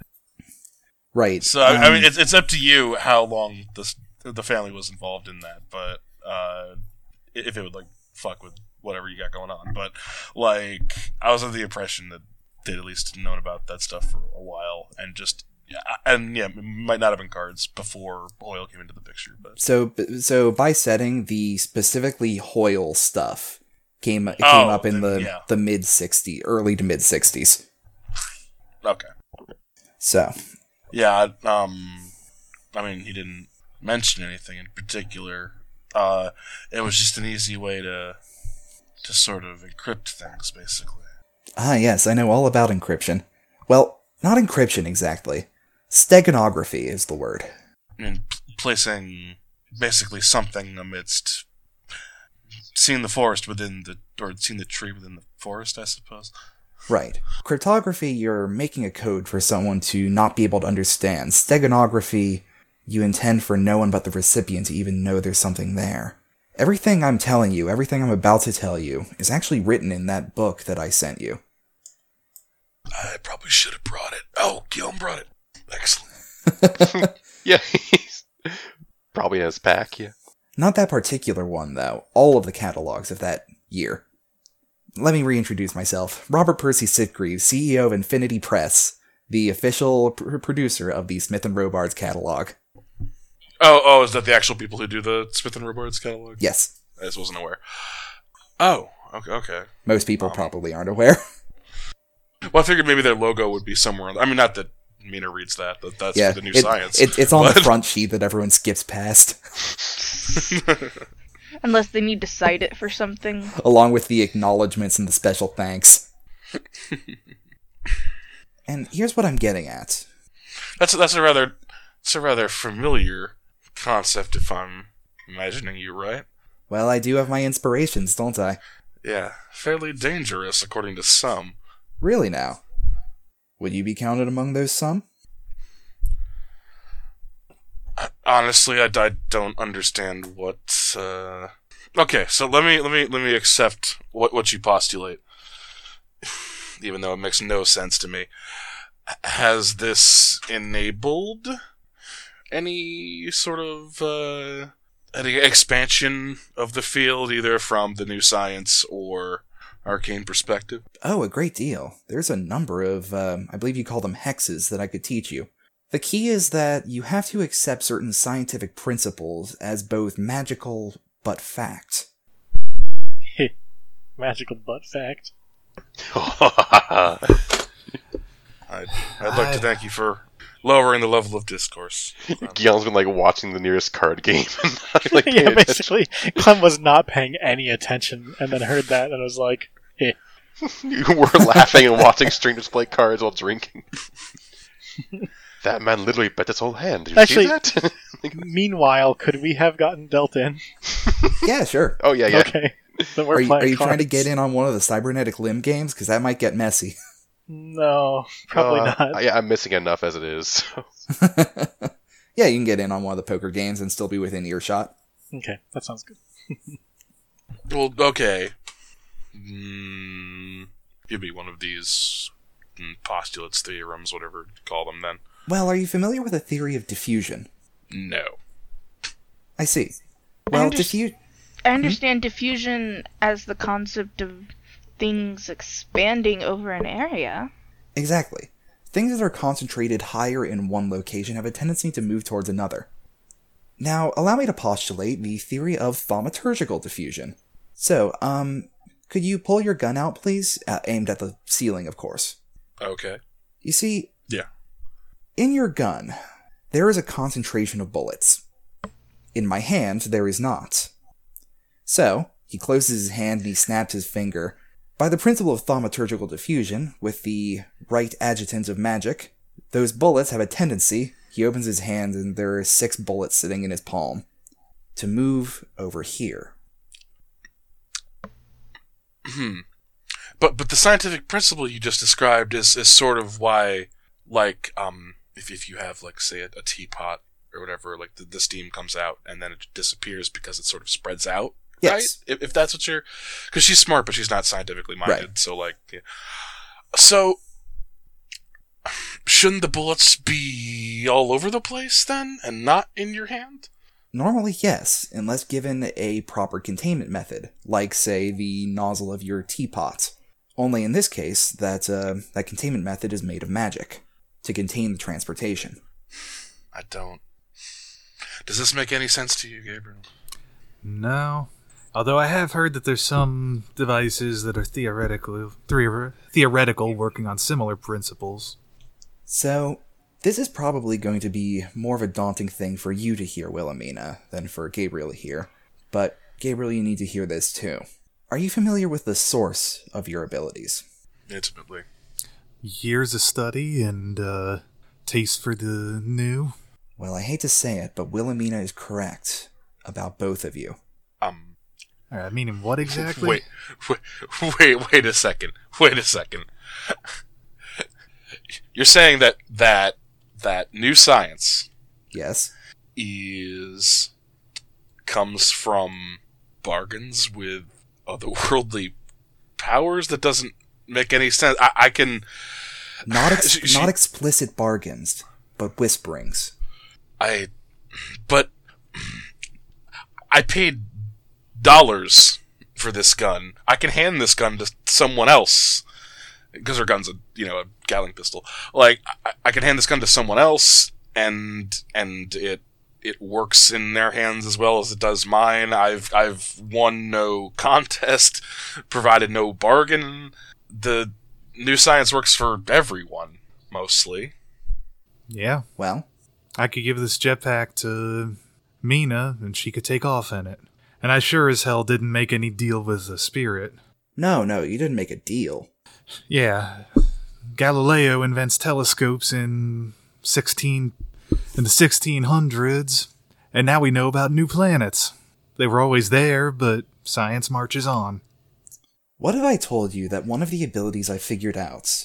Speaker 1: right.
Speaker 5: So I, I
Speaker 1: um,
Speaker 5: mean, it's it's up to you how long this the family was involved in that, but uh, if it would like fuck with whatever you got going on. But like, I was under the impression that they'd at least known about that stuff for a while, and just yeah, and yeah, it might not have been cards before oil came into the picture, but
Speaker 1: so so by setting the specifically Hoyle stuff came it came
Speaker 5: Oh,
Speaker 1: up in
Speaker 5: then,
Speaker 1: the
Speaker 5: yeah.
Speaker 1: the mid 60s, early to mid 60s.
Speaker 5: okay,
Speaker 1: So,
Speaker 5: yeah. I- Um, I mean, he didn't mention anything in particular. Uh, it was just an easy way to to sort of encrypt things, basically.
Speaker 1: ah yes, I know all about encryption. Well, not encryption exactly. Steganography is the word.
Speaker 5: I mean, p- placing basically something amidst seeing the forest within the or seeing the tree within the forest, I suppose.
Speaker 1: Right. Cryptography, you're making a code for someone to not be able to understand. Steganography, you intend for no one but the recipient to even know there's something there. Everything I'm telling you, everything I'm about to tell you, is actually written in that book that I sent you.
Speaker 5: I probably should have brought it. Oh, Guillaume brought it. Excellent.
Speaker 2: Yeah, he's probably in his pack. Yeah. [laughs]
Speaker 1: Not that particular one, though. All of the catalogs of that year. Let me reintroduce myself. Robert Percy Sitgreaves, CEO of Infinity Press, the official pr- producer of the Smith & Robards catalog.
Speaker 5: Oh, oh, is that the actual people who do the Smith and Robards catalog?
Speaker 1: Yes,
Speaker 5: I just wasn't aware. Oh, okay, okay.
Speaker 1: most people probably aren't aware.
Speaker 5: Well, I figured maybe their logo would be somewhere. On, I mean, not that Mina reads that. That that's the new
Speaker 1: it-
Speaker 5: science.
Speaker 1: it- it's
Speaker 5: [laughs]
Speaker 1: on the
Speaker 5: But-
Speaker 1: front sheet that everyone skips past, [laughs]
Speaker 4: Unless they need to cite it for something.
Speaker 1: along with the acknowledgments and the special
Speaker 5: [laughs]
Speaker 1: thanks. and here's what I'm getting at.
Speaker 5: That's that's a rather that's a rather familiar concept, if I'm imagining you right.
Speaker 1: Well, I do have my inspirations, don't I?
Speaker 5: Yeah, fairly dangerous, according to some.
Speaker 1: Really now? Would you be counted among those some?
Speaker 5: Honestly, I, I don't understand what. Uh... Okay, so let me let me let me accept what what you postulate, even though it makes no sense to me. H- Has this enabled any sort of uh, any expansion of the field, either from the new science or arcane perspective?
Speaker 1: Oh, a great deal. There's a number of, um, I believe you call them hexes, that I could teach you. The key is that you have to accept certain scientific principles as both magical but fact.
Speaker 3: Magical butt fact.
Speaker 5: I'd, I'd like to thank you for lowering the level of discourse.
Speaker 2: Guillaume's been like watching the nearest card game. [laughs] And not, like, paying
Speaker 3: [laughs] yeah,
Speaker 2: attention.
Speaker 3: basically, Clem was not paying any attention and then heard that and was like, eh.
Speaker 2: You [laughs] were laughing and watching strangers play
Speaker 3: [laughs]
Speaker 2: cards while drinking. that man literally bet his whole hand. Did you
Speaker 3: Actually-
Speaker 2: see that? [laughs] something.
Speaker 3: Meanwhile, could we have gotten dealt in?
Speaker 1: Yeah, sure.
Speaker 2: Oh yeah, yeah.
Speaker 3: Okay. [laughs] Then we're
Speaker 1: are you,
Speaker 3: playing
Speaker 1: are you trying to
Speaker 3: cards.
Speaker 1: get in on one of the cybernetic limb games? Because that might get messy. [laughs]
Speaker 3: No, probably
Speaker 2: Uh,
Speaker 3: not.
Speaker 2: I, I'm missing enough as it is. [laughs]
Speaker 1: yeah, you can get in on one of the poker games and still be within earshot.
Speaker 3: Okay, that sounds good.
Speaker 5: Well, okay. Mm, give me one of these mm, postulates, theorems, whatever you call them. Then
Speaker 1: Well, are you familiar with the theory of diffusion?
Speaker 5: no.
Speaker 1: I see. Well,
Speaker 4: just-
Speaker 1: diffu-
Speaker 5: Mm-hmm.
Speaker 4: I understand diffusion as the concept of things expanding over an area.
Speaker 1: Exactly. Things that are concentrated higher in one location have a tendency to move towards another. Now, allow me to postulate the theory of thaumaturgical diffusion. So, um, could you pull your gun out, please? Uh, aimed at the ceiling, of course.
Speaker 5: Okay.
Speaker 1: You see,
Speaker 5: Yeah.
Speaker 1: in your gun, there is a concentration of bullets. In my hand, there is not. So, he closes his hand and he snaps his finger. By the principle of thaumaturgical diffusion, with the right adjutant of magic, those bullets have a tendency. He opens his hand and there are six bullets sitting in his palm to move over here.
Speaker 5: But but the scientific principle you just described is, is sort of why, like, um, if, if you have like say a, a teapot or whatever, like the, the steam comes out and then it disappears because it sort of spreads out.
Speaker 1: Yes.
Speaker 5: Right? If, if that's what you're, because she's smart, but she's not scientifically minded.
Speaker 1: Right.
Speaker 5: So like, yeah. so shouldn't the bullets be all over the place then, and not in your hand?
Speaker 1: Normally, yes, unless given a proper containment method, like, say, the nozzle of your teapot. Only in this case, that, uh, that containment method is made of magic to contain the transportation.
Speaker 5: I don't. Does this make any sense to you, Gabriel?
Speaker 6: No. Although I have heard that there's some devices that are theoretical, theor- theoretical, working on similar principles.
Speaker 1: So, this is probably going to be more of a daunting thing for you to hear, Wilhelmina, than for Gabriel to hear. But, Gabriel, you need to hear this too. Are you familiar with the source of your abilities?
Speaker 5: Intimately.
Speaker 6: Years of study and uh, taste for the new.
Speaker 1: Well, I hate to say it, but Wilhelmina is correct about both of you.
Speaker 5: Um.
Speaker 6: All right, Uh, meaning what exactly?
Speaker 5: Wait, [laughs] wait, wait, wait a second. Wait a second. [laughs] You're saying that that that new science
Speaker 1: Yes?
Speaker 5: is comes from bargains with otherworldly powers that doesn't make any sense. I, I can [laughs]
Speaker 1: not ex-
Speaker 5: She- she-
Speaker 1: not explicit bargains, but whisperings.
Speaker 5: I but I paid dollars for this gun. I can hand this gun to someone else because her gun's a you know a Gatling pistol. Like I, I can hand this gun to someone else, and and it it works in their hands as well as it does mine. I've I've won no [laughs] contest, provided no bargain. The new science works for everyone mostly.
Speaker 6: Yeah,
Speaker 1: Well,
Speaker 6: I could give this jetpack to Mina and she could take off in it. And I sure as hell didn't make any deal with the spirit.
Speaker 1: no, no, you didn't make a deal.
Speaker 6: Yeah. Galileo invents telescopes in 16 in the 1600s, and now we know about new planets. They were always there, but science marches on.
Speaker 1: What if I told you that one of the abilities I figured out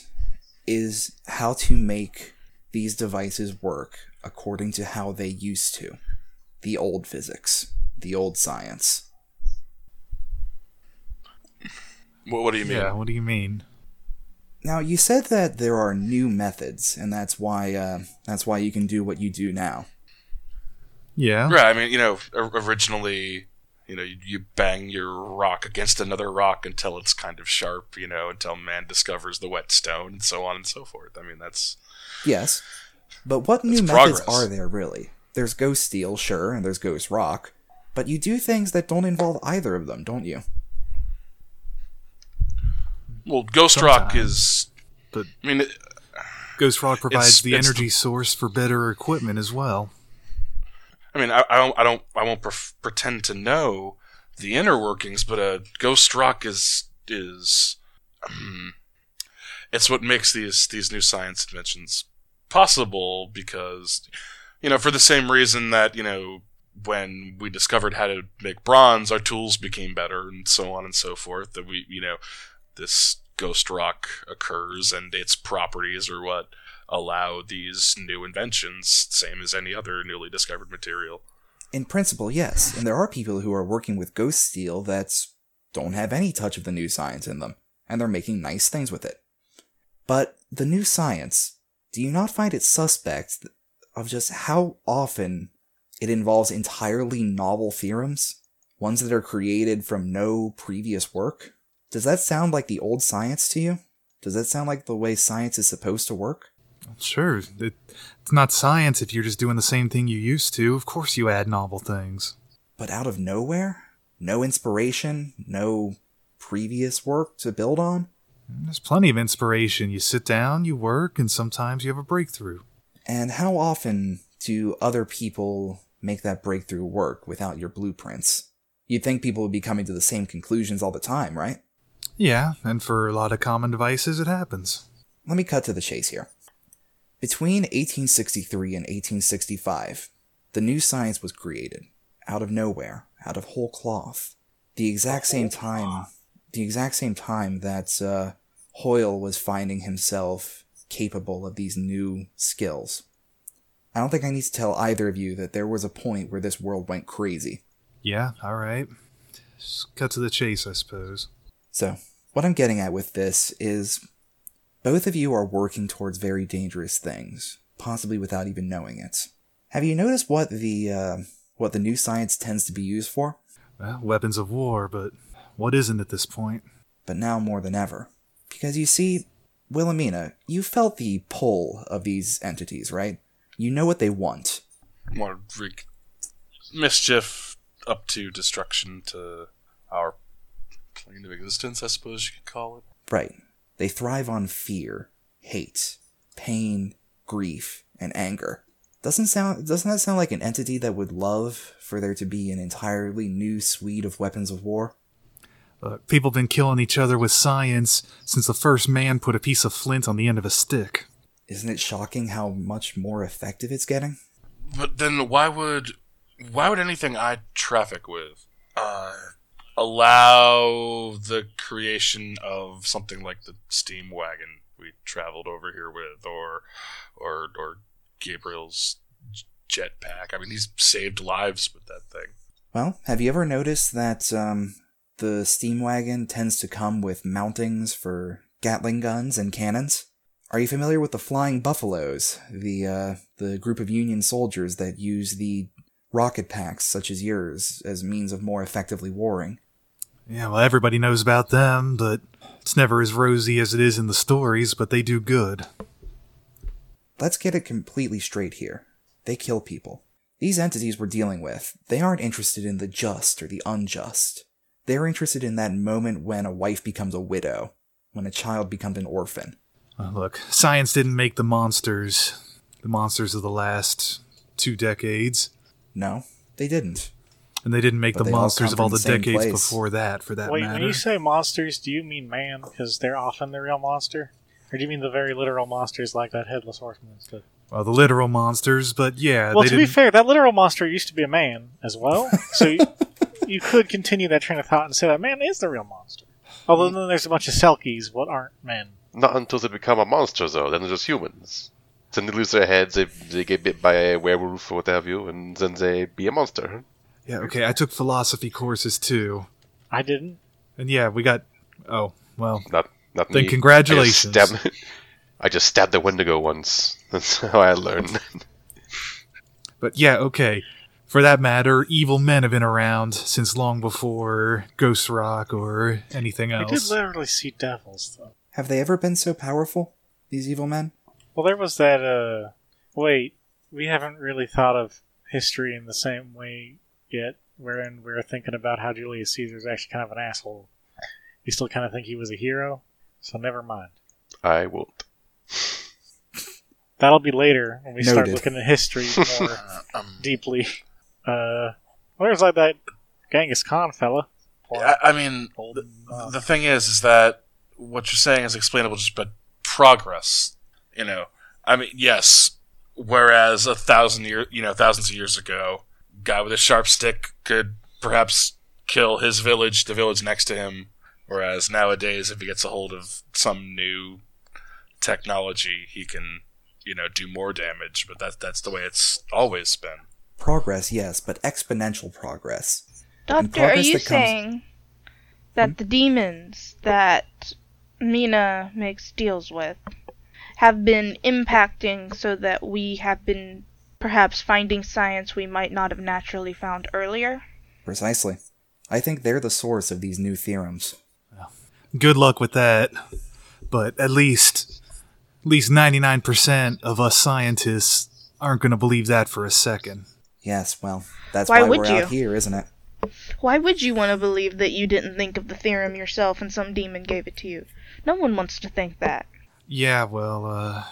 Speaker 1: is how to make these devices work according to how they used to? The old physics, the old science.
Speaker 5: What, what do you mean?
Speaker 6: Yeah, what do you mean?
Speaker 1: Now you said that there are new methods, and that's why uh, that's why you can do what you do now.
Speaker 6: Yeah.
Speaker 5: Right. I mean, you know, or- originally, you know, you, you bang your rock against another rock until it's kind of sharp, you know, until man discovers the whetstone and so on and so forth. I mean, that's
Speaker 1: Yes, but what new
Speaker 5: That's
Speaker 1: methods
Speaker 5: progress.
Speaker 1: are there really? There's ghost steel, sure, and there's ghost rock, but you do things that don't involve either of them, don't you?
Speaker 5: well, ghost rock is.
Speaker 6: but-
Speaker 5: I mean, it-
Speaker 6: Ghost Rock provides
Speaker 5: It's-
Speaker 6: the
Speaker 5: it's-
Speaker 6: energy source for better equipment as well.
Speaker 5: I mean, I, I don't, I don't, I won't pref- pretend to know the inner workings, but uh, ghost rock is is. um, it's what makes these these new science inventions possible because. you You know, for the same reason that, you know, when we discovered how to make bronze, our tools became better and so on and so forth. That we, you know, this ghost rock occurs and its properties are what allow these new inventions, same as any other newly discovered material.
Speaker 1: In principle, yes. And there are people who are working with ghost steel that don't have any touch of the new science in them, and they're making nice things with it. But the new science, do you not find it suspect th- of just how often it involves entirely novel theorems? Ones that are created from no previous work? Does that sound like the old science to you? Does that sound like the way science is supposed to work?
Speaker 6: Sure, it, it's not science if you're just doing the same thing you used to. Of course, you add novel things.
Speaker 1: But out of nowhere? No inspiration? No previous work to build on?
Speaker 6: There's plenty of inspiration. You sit down, you work, and sometimes you have a breakthrough.
Speaker 1: And how often do other people make that breakthrough work without your blueprints? You'd think people would be coming to the same conclusions all the time, right?
Speaker 6: Yeah, and for a lot of common devices, it happens.
Speaker 1: Let me cut to the chase here. Between 1863 and 1865, the new science was created out of nowhere, out of whole cloth. The exact same time, the exact same time that uh, Hoyle was finding himself capable of these new skills. I don't think I need to tell either of you that there was a point where this world went crazy.
Speaker 6: Yeah, all right. Just cut to the chase, I suppose.
Speaker 1: So, what I'm getting at with this is both of you are working towards very dangerous things, possibly without even knowing it. Have you noticed what the uh, what the new science tends to be used for?
Speaker 6: Well, weapons of war, but what isn't at this point?
Speaker 1: But now more than ever, because you see, Wilhelmina, you felt the pull of these entities, right? You know what they want.
Speaker 5: More wreak mischief up to destruction to our plane of existence, I suppose you could call it.
Speaker 1: Right. They thrive on fear, hate, pain, grief, and anger. Doesn't sound doesn't that sound like an entity that would love for there to be an entirely new suite of weapons of war?
Speaker 6: Look, people have been killing each other with science since the first man put a piece of flint on the end of a stick.
Speaker 1: Isn't it shocking how much more effective it's getting?
Speaker 5: But then why would why would anything I traffic with uh, allow the creation of something like the steam wagon we traveled over here with, or or or Gabriel's j- jetpack? I mean, he's saved lives with that thing.
Speaker 1: Well, have you ever noticed that um, the steam wagon tends to come with mountings for Gatling guns and cannons? Are you familiar with the Flying Buffaloes, the uh, the group of Union soldiers that use the rocket packs such as yours as means of more effectively warring?
Speaker 6: Yeah, well, everybody knows about them, but it's never as rosy as it is in the stories, but they do good.
Speaker 1: Let's get it completely straight here. They kill people. These entities we're dealing with, they aren't interested in the just or the unjust. They're interested in that moment when a wife becomes a widow, when a child becomes an orphan.
Speaker 6: Uh, look, science didn't make the monsters, the monsters of the last two decades,
Speaker 1: No, they didn't.
Speaker 6: and they didn't make
Speaker 1: But
Speaker 6: the
Speaker 1: they all
Speaker 6: monsters
Speaker 1: come
Speaker 6: of all
Speaker 1: from
Speaker 6: the
Speaker 1: the same
Speaker 6: decades
Speaker 1: place.
Speaker 6: before that, for that
Speaker 3: Wait,
Speaker 6: matter.
Speaker 3: when you say monsters, do you mean man? Because they're often the real monster? Or do you mean the very literal monsters like that headless horseman? and stuff?
Speaker 6: Well, the literal monsters, but
Speaker 1: Uh,
Speaker 6: yeah,
Speaker 3: well,
Speaker 6: they
Speaker 3: to
Speaker 6: didn't.
Speaker 3: be fair, that literal monster used to be a man as well.
Speaker 1: [laughs]
Speaker 3: So you, you could continue that train of thought and say that man is the real monster. Although then there's a bunch of selkies, what aren't men?
Speaker 2: Not until they become a monster, though. Then they're just humans. Then they lose their heads, they, they get bit by a werewolf or what have you, and then they be a monster.
Speaker 6: yeah, okay, I took philosophy courses too,
Speaker 3: I didn't.
Speaker 6: and yeah, we got. Oh well,
Speaker 2: Not, not
Speaker 6: Then
Speaker 2: me.
Speaker 6: congratulations.
Speaker 2: I just stabbed, [laughs] I just stabbed a Wendigo once. [laughs] That's how I learned. [laughs]
Speaker 6: but yeah, okay. For that matter, evil men have been around since long before Ghost Rock or anything
Speaker 3: I did
Speaker 6: else.
Speaker 3: literally see devils, though.
Speaker 1: Have they ever been so powerful, these evil men?
Speaker 3: Well, there was that. uh... Wait, we haven't really thought of history in the same way yet, wherein we're thinking about how Julius Caesar was actually kind of an asshole. We still kind of think he was a hero, so never mind.
Speaker 2: I won't.
Speaker 3: That'll be later when we start
Speaker 1: Noted.
Speaker 3: looking at history more
Speaker 5: Uh, um,
Speaker 3: deeply. Uh, where's like that Genghis Khan fella? Poor
Speaker 5: I, I mean,
Speaker 3: old
Speaker 5: The- the thing is, is that what you're saying is explainable just by progress. You know, I mean, yes, Whereas a thousand year, you know, thousands of years ago, guy with a sharp stick could perhaps kill his village, the village next to him. Whereas nowadays, if he gets a hold of some new technology, he can, you know, do more damage. But that's that's the way it's always been.
Speaker 1: Progress, yes, but exponential progress.
Speaker 4: Doctor, are
Speaker 1: progress
Speaker 4: you
Speaker 1: that comes- Hmm?
Speaker 4: saying that the demons that Mina makes deals with have been impacting so that we have been perhaps finding science we might not have naturally found earlier?
Speaker 1: Precisely. I think they're the source of these new theorems.
Speaker 6: Good luck with that. But at least, at least 99% of us scientists aren't going to believe that for a second.
Speaker 1: Yes, well, that's
Speaker 4: Why
Speaker 1: why,
Speaker 4: would
Speaker 1: we're
Speaker 4: you?
Speaker 1: out here, isn't it?
Speaker 4: Why would you want to believe that you didn't think of the theorem yourself and some demon gave it to you? No one wants to think that.
Speaker 6: Yeah, well, uh,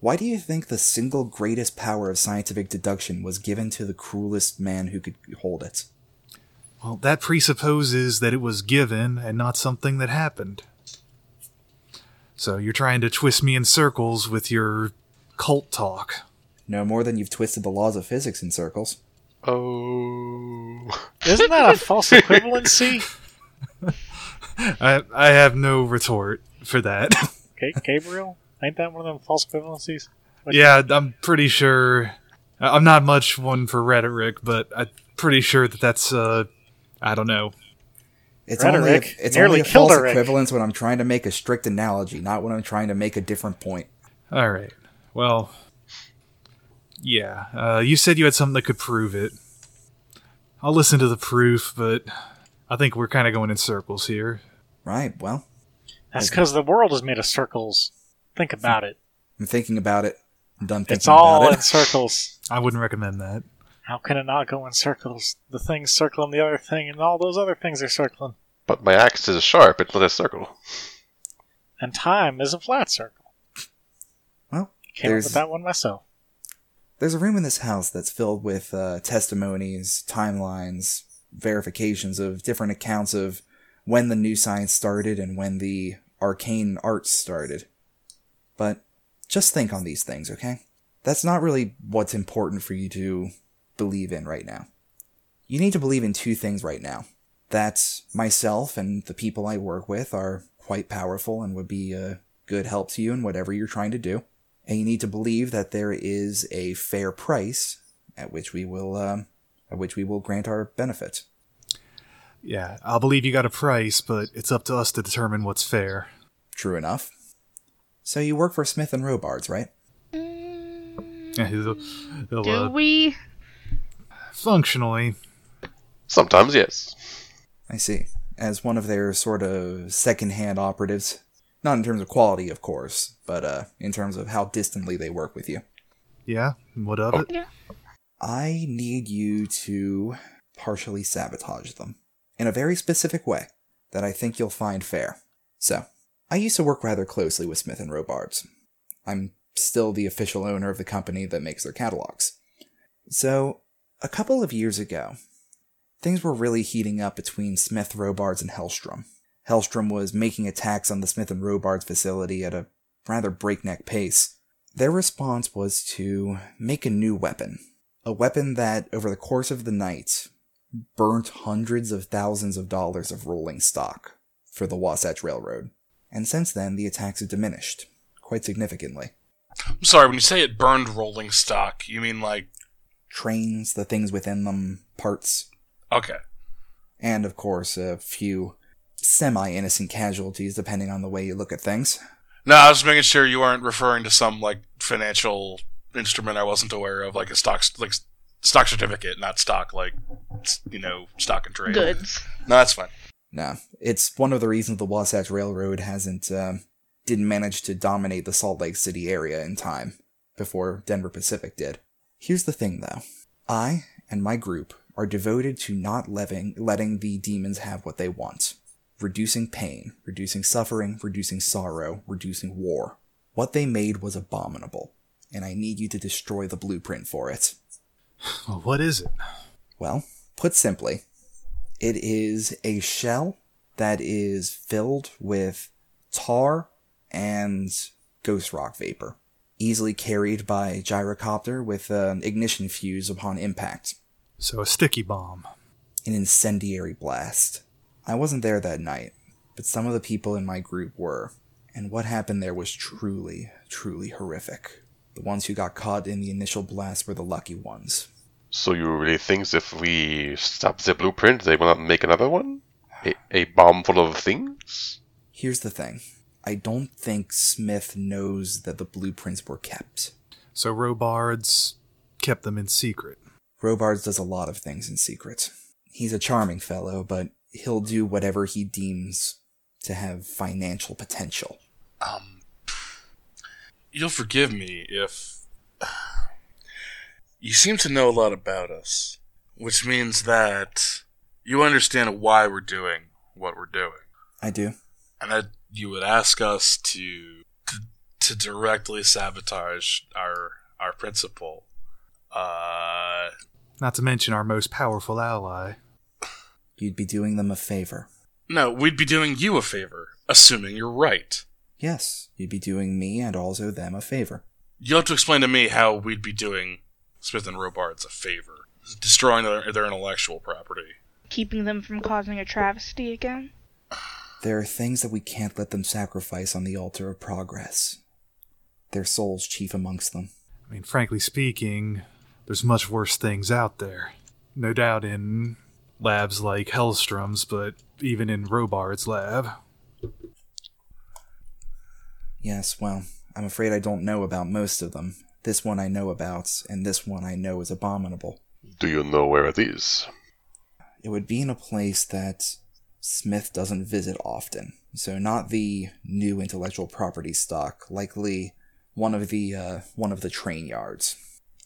Speaker 1: Why do you think the single greatest power of scientific deduction was given to the cruelest man who could hold it?
Speaker 6: well, that presupposes that it was given and not something that happened. So you're trying to twist me in circles with your cult talk.
Speaker 1: No more than you've twisted the laws of physics in circles.
Speaker 2: Oh.
Speaker 3: Isn't that a false equivalency?
Speaker 6: I I have no retort for that. [laughs]
Speaker 3: Ga- Gabriel? Ain't that one of them false equivalencies?
Speaker 6: yeah, I'm pretty sure. I- I'm not much one for rhetoric, but I'm pretty sure that that's uh, I don't know.
Speaker 1: It's
Speaker 3: Rhetoric
Speaker 1: only a, it's
Speaker 3: nearly
Speaker 1: only a
Speaker 3: killed
Speaker 1: false
Speaker 3: a Rick.
Speaker 1: equivalence when I'm trying to make a strict analogy, not when I'm trying to make a different point.
Speaker 6: All right. Well, yeah. Uh, you said you had something that could prove it. I'll listen to the proof, but I think we're kind of going in circles here.
Speaker 1: Right, well,
Speaker 3: That's because the world is made of circles. Think about it.
Speaker 1: I'm thinking about it. I'm done thinking
Speaker 3: It's all
Speaker 1: about
Speaker 3: in
Speaker 1: it. [laughs]
Speaker 3: circles.
Speaker 6: I wouldn't recommend that.
Speaker 3: How can it not go in circles? The thing's circling the other thing, and all those other things are circling.
Speaker 2: But my axe is sharp, it's not a circle.
Speaker 3: And time is a flat circle.
Speaker 1: Well,
Speaker 3: Came up
Speaker 1: There's-
Speaker 3: with that one myself.
Speaker 1: there's a room in this house that's filled with uh, testimonies, timelines, verifications of different accounts of when the new science started and when the arcane arts started. But just think on these things, okay? That's not really what's important for you to believe in right now. You need to believe in two things right now that myself and the people I work with are quite powerful and would be a good help to you in whatever you're trying to do and you need to believe that there is a fair price at which we will um, at which we will grant our benefit.
Speaker 6: Yeah, I'll believe you got a price, but it's up to us to determine what's fair. [laughs]
Speaker 1: True enough. So you work for Smith and Robards, right?
Speaker 6: Yeah, he'll- he'll,
Speaker 4: Do
Speaker 6: uh,
Speaker 4: we?
Speaker 6: functionally,
Speaker 2: Sometimes, yes.
Speaker 1: I see. As one of their sort of second-hand operatives, not in terms of quality, of course, but uh, in terms of how distantly they work with you.
Speaker 6: yeah. What of it?
Speaker 1: I need you to partially sabotage them in a very specific way that I think you'll find fair. So, I used to work rather closely with Smith and Robards. I'm still the official owner of the company that makes their catalogs. So, a couple of years ago, things were really heating up between Smith, Robards, and Hellstrom. Hellstrom was making attacks on the Smith and Robards facility at a rather breakneck pace. Their response was to make a new weapon, a weapon that, over the course of the night, burnt hundreds of thousands of dollars of rolling stock for the Wasatch Railroad. And since then, the attacks have diminished quite significantly.
Speaker 5: I'm sorry, when you say it burned rolling stock, you mean like
Speaker 1: Trains, the things within them, parts,
Speaker 5: okay,
Speaker 1: and of course, a few semi innocent casualties, depending on the way you look at things.
Speaker 5: No, I was making sure you weren't referring to some like financial instrument I wasn't aware of, like a stock, like stock certificate, not stock, like s- you know, stock and trade.
Speaker 4: Goods.
Speaker 5: No, that's fine.
Speaker 1: No, it's one of the reasons the Wasatch Railroad hasn't um, didn't manage to dominate the Salt Lake City area in time before Denver Pacific did. Here's the thing, though: I and my group are devoted to not letting letting the demons have what they want, reducing pain, reducing suffering, reducing sorrow, reducing war. What they made was abominable, and I need you to destroy the blueprint for it.
Speaker 6: Well, what is it?
Speaker 1: Well, put simply, it is a shell that is filled with tar and ghost rock vapor. easily carried by gyrocopter with an ignition fuse upon impact.
Speaker 6: So a sticky bomb.
Speaker 1: An incendiary blast. I wasn't there that night, but some of the people in my group were, and what happened there was truly, truly horrific. The ones who got caught in the initial blast were the lucky ones.
Speaker 2: So you really think if we stop the blueprint, they will not make another one? A, a bomb full of things?
Speaker 1: Here's the thing I don't think Smith knows that the blueprints were kept.
Speaker 6: So Robards kept them in secret.
Speaker 1: Robards does a lot of things in secret. He's a charming fellow, but he'll do whatever he deems to have financial potential.
Speaker 5: Um, you'll forgive me if [sighs] you seem to know a lot about us, which means that you understand why we're doing what we're doing,
Speaker 1: I do.
Speaker 5: and that you would ask us to to, to directly sabotage our our principal. Uh,
Speaker 6: Not to mention our most powerful ally.
Speaker 1: You'd be doing them a favor.
Speaker 5: no, we'd be doing you a favor, assuming you're right.
Speaker 1: Yes, you'd be doing me and also them a favor.
Speaker 5: You'll have to explain to me how we'd be doing Smith and Robards a favor, destroying their, their intellectual property.
Speaker 4: Keeping them from causing a travesty again?
Speaker 1: There are things that we can't let them sacrifice on the altar of progress. Their souls chief amongst them.
Speaker 6: I mean, frankly speaking, there's much worse things out there. No doubt in labs like Hellstrom's, but even in Robards' lab.
Speaker 1: Yes, well, I'm afraid I don't know about most of them. This one I know about, and this one I know is abominable.
Speaker 2: Do you know where it is?
Speaker 1: It would be in a place that Smith doesn't visit often. So not the new intellectual property stock, likely one of the uh, one of the train yards,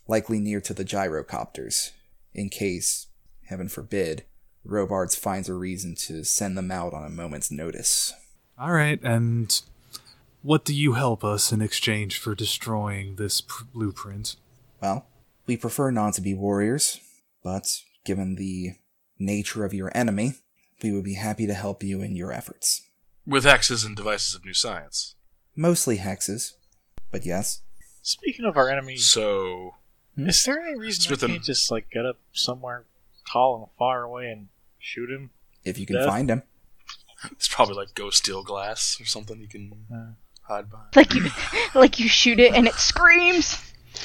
Speaker 1: likely near to the gyrocopters, in case, heaven forbid, Robards finds a reason to send them out on a moment's notice.
Speaker 6: All right, and what do you help us in exchange for destroying this pr- blueprint?
Speaker 1: Well, we prefer not to be warriors, but given the nature of your enemy, we would be happy to help you in your efforts.
Speaker 5: With axes and devices of new science.
Speaker 1: Mostly hexes, but yes.
Speaker 3: Speaking of our enemies,
Speaker 5: So,
Speaker 3: is there any reason
Speaker 5: Smith
Speaker 3: we
Speaker 5: and-
Speaker 3: can't just like get up somewhere tall and far away and shoot him?
Speaker 1: If you can
Speaker 3: Death.
Speaker 1: find him.
Speaker 5: it's probably like go steal glass or something you can hide behind.
Speaker 4: Like you, [laughs] like you shoot it and it screams.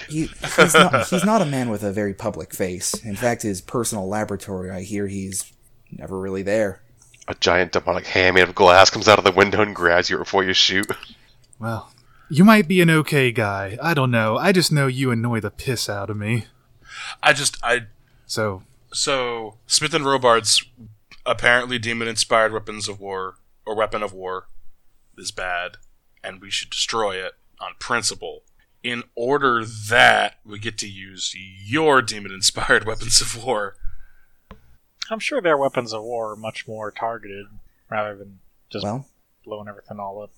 Speaker 1: He, he's, not, [laughs] he's not a man with a very public face. In fact, his personal laboratory, I hear he's never really there.
Speaker 2: A giant demonic hand made of glass comes out of the window and grabs you before you shoot.
Speaker 6: Well, you might be an okay guy. I don't know. I just know you annoy the piss out of me.
Speaker 5: I just, I,
Speaker 6: So,
Speaker 5: so, Smith and Robards, apparently demon inspired weapons of war, or weapon of war, is bad, and we should destroy it on principle. In order that we get to use your demon inspired [laughs] weapons of war.
Speaker 3: I'm sure their weapons of war are much more targeted rather than just
Speaker 1: Well,
Speaker 3: blowing everything all up.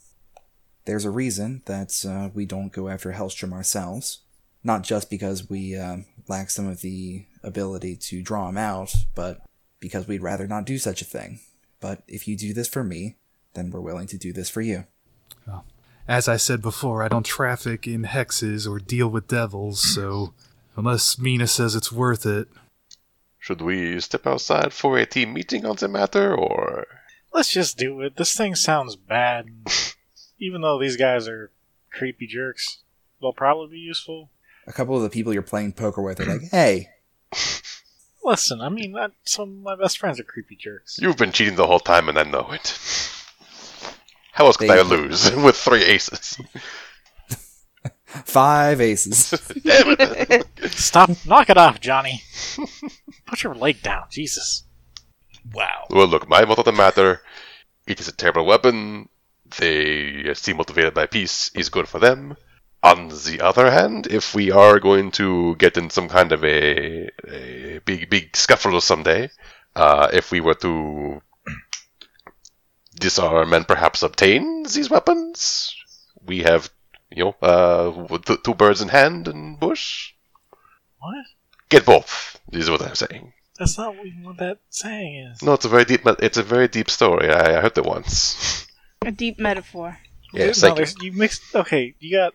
Speaker 1: there's a reason that uh, we don't go after Hellstrom ourselves. Not just because we uh, lack some of the ability to draw him out, but because we'd rather not do such a thing. But if you do this for me, then we're willing to do this for you.
Speaker 6: as I said before, I don't traffic in hexes or deal with devils, so unless Mina says it's worth it,
Speaker 2: Should we step outside for a team meeting on the matter, or
Speaker 3: Let's just do it. This thing sounds bad. Even though these guys are creepy jerks, they'll probably be useful.
Speaker 1: A couple of the people you're playing poker with are
Speaker 5: [clears throat]
Speaker 1: like, hey,
Speaker 3: Listen, I mean, that, some of my best friends are
Speaker 2: [laughs]
Speaker 3: creepy jerks.
Speaker 2: you've been cheating the whole time and I know it? How else could I
Speaker 1: They-
Speaker 2: lose [laughs] with three aces? [laughs]
Speaker 1: five aces.
Speaker 5: [laughs]
Speaker 2: Damn it!
Speaker 3: Stop! Knock it off, Johnny. Put your leg down, Jesus.
Speaker 5: Wow.
Speaker 2: Well, look, my motto of the matter. It is a terrible weapon. They seem motivated by peace is good for them. On the other hand, if we are going to get in some kind of a, a big, big scuffle someday, uh, if we were to [clears throat] disarm and perhaps obtain these weapons, we have, you know, uh, two, two birds in hand and bush.
Speaker 3: What?
Speaker 2: Get both, is what I'm saying.
Speaker 3: That's not what- what that saying is.
Speaker 2: No, it's a very deep. It's a very deep story. I, I heard it once. [laughs]
Speaker 4: A deep metaphor.
Speaker 2: Yes,
Speaker 3: no,
Speaker 2: thank you.
Speaker 3: there's- you mixed. Okay, you got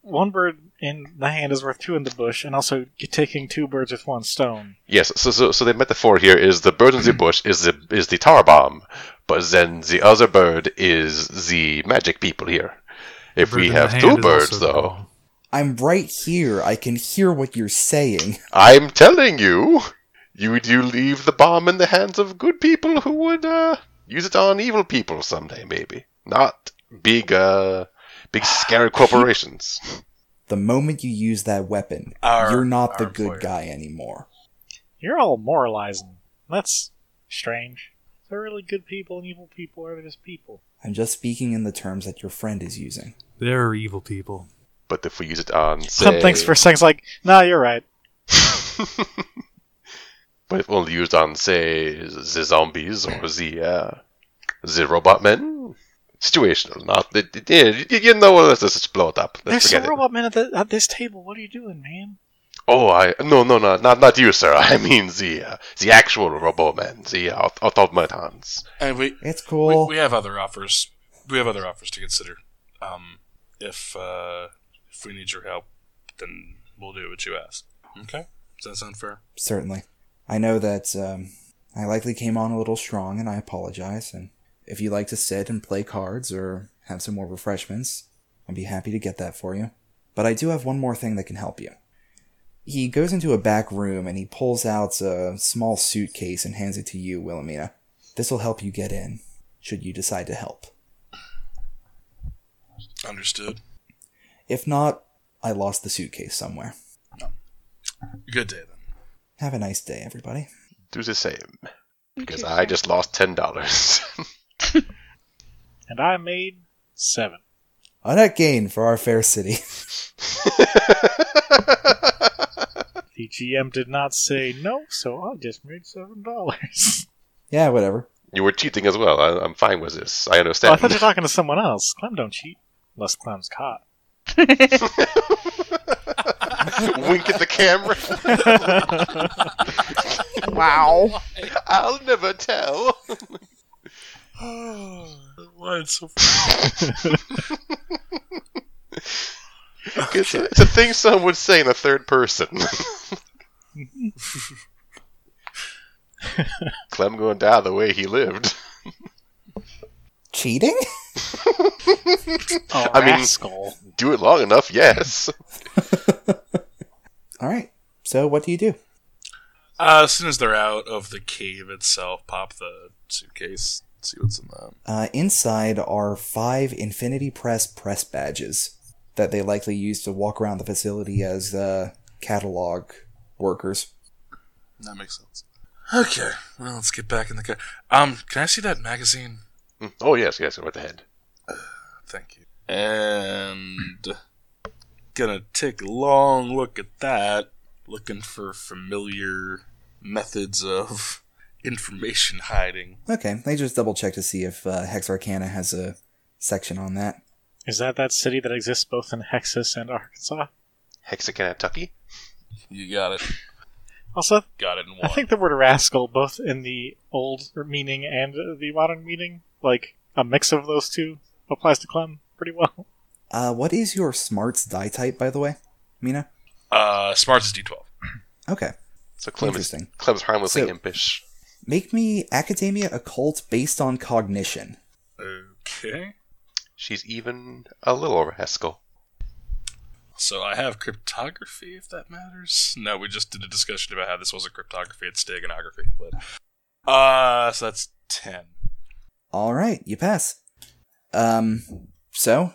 Speaker 3: one bird in the hand is worth two in the bush, and also you're taking two birds with one stone.
Speaker 2: Yes, so so, so the metaphor here is the bird in
Speaker 6: [clears throat]
Speaker 2: the bush is the is the tar bomb, but then the other bird is the magic people here. If
Speaker 6: Bird
Speaker 2: we
Speaker 6: in the
Speaker 2: have
Speaker 6: hand
Speaker 2: two
Speaker 6: is
Speaker 2: birds,
Speaker 6: also-
Speaker 2: though,
Speaker 1: I'm right here. I can hear what you're saying.
Speaker 2: I'm telling you, you you leave the bomb in the hands of good people who would uh, use it on evil people someday, maybe. Not big, uh, big
Speaker 6: [sighs]
Speaker 2: scary corporations.
Speaker 1: The moment you use that weapon,
Speaker 5: Our-
Speaker 1: you're not the
Speaker 5: our
Speaker 1: good
Speaker 5: player.
Speaker 1: guy anymore.
Speaker 3: You're all moralizing. That's strange. They're really good people and evil people are just people.
Speaker 1: I'm just speaking in the terms that your friend is using.
Speaker 6: There are evil people.
Speaker 2: But if we use it on, say,
Speaker 3: [laughs] Some things for things like, nah, you're right.
Speaker 2: [laughs] but if only used on, say, the zombies or the uh, the robot men. Situational, not the, the- yeah, you, you know. Let's just blow it up. Let's
Speaker 3: There's some
Speaker 2: forget it.
Speaker 3: robot men at, the, at this table. What are you doing, man?
Speaker 2: Oh, I no, no, no, not not you, sir. [laughs] I mean the uh, the actual robot man, the uh, aut- automatons.
Speaker 5: And we,
Speaker 1: It's cool.
Speaker 5: we we have other offers. We have other offers to consider. Um, if uh, if we need your help, then we'll do what you ask. Okay. Does that sound fair?
Speaker 1: Certainly. I know that um, I likely came on a little strong, and I apologize. And if you'd like to sit and play cards or have some more refreshments, I'd be happy to get that for you. But I do have one more thing that can help you. He goes into a back room and he pulls out a small suitcase and hands it to you, Wilhelmina. This will help you get in, should you decide to help.
Speaker 5: Understood.
Speaker 1: If not, I lost the suitcase somewhere.
Speaker 5: Good day then.
Speaker 1: Have a nice day, everybody.
Speaker 2: Do the same because I just lost ten dollars. [laughs]
Speaker 3: And I made seven.
Speaker 1: A net gain for our fair city. [laughs]
Speaker 3: The GM did not say no, so I just made
Speaker 2: [laughs]
Speaker 3: seven dollars.
Speaker 1: yeah, whatever.
Speaker 2: you were cheating as well. I, I'm fine with this. I
Speaker 3: Oh, I
Speaker 2: understand.
Speaker 3: thought you were talking to someone else. Clem don't cheat. Unless Clem's caught.
Speaker 2: [laughs] Wink at the camera.
Speaker 4: Wow.
Speaker 2: I'll never tell.
Speaker 5: [sighs] Why it's so?
Speaker 2: It's, a, it's a thing someone would say in the third person.
Speaker 1: [laughs]
Speaker 2: Clem going down the way he lived.
Speaker 1: Cheating?
Speaker 3: [laughs] Oh,
Speaker 2: I mean-
Speaker 3: rascal.
Speaker 2: Do it long enough, yes.
Speaker 1: All right. So what do you do?
Speaker 5: Uh, as soon as they're out of the cave itself, pop the suitcase. See what's in that.
Speaker 1: Uh, inside are five Infinity Press press badges that they likely use to walk around the facility as uh, catalog workers.
Speaker 5: That makes sense. Okay. Well, let's get back in the car. Um, can I see that magazine?
Speaker 2: Oh yes, yes, right ahead.
Speaker 5: Thank you. And gonna take a long look at that, looking for familiar methods of information hiding.
Speaker 1: Okay, they just double check to see if uh, Hex Arcana has a section on that.
Speaker 3: Is that that city that exists both in Hexas and Arkansas?
Speaker 2: Hexagon Kentucky.
Speaker 5: You got it.
Speaker 3: Also,
Speaker 5: Got it in
Speaker 3: I
Speaker 5: one.
Speaker 3: think the word rascal, both in the old meaning and uh, the modern meaning, like a mix of those two, applies to Clem pretty well.
Speaker 1: Uh, what is your smarts die type, by the way, Mina?
Speaker 5: Uh, smarts is D12.
Speaker 1: Okay,
Speaker 2: So Clem is
Speaker 1: Interesting.
Speaker 2: Clem is harmlessly
Speaker 1: So-
Speaker 2: impish.
Speaker 1: make me academia occult based on cognition.
Speaker 5: Okay.
Speaker 2: She's even a little rascal.
Speaker 5: So I have cryptography, if that matters. No, we just did a discussion about how this wasn't cryptography; it's steganography. But uh, so that's ten.
Speaker 1: All right, you pass. Um, so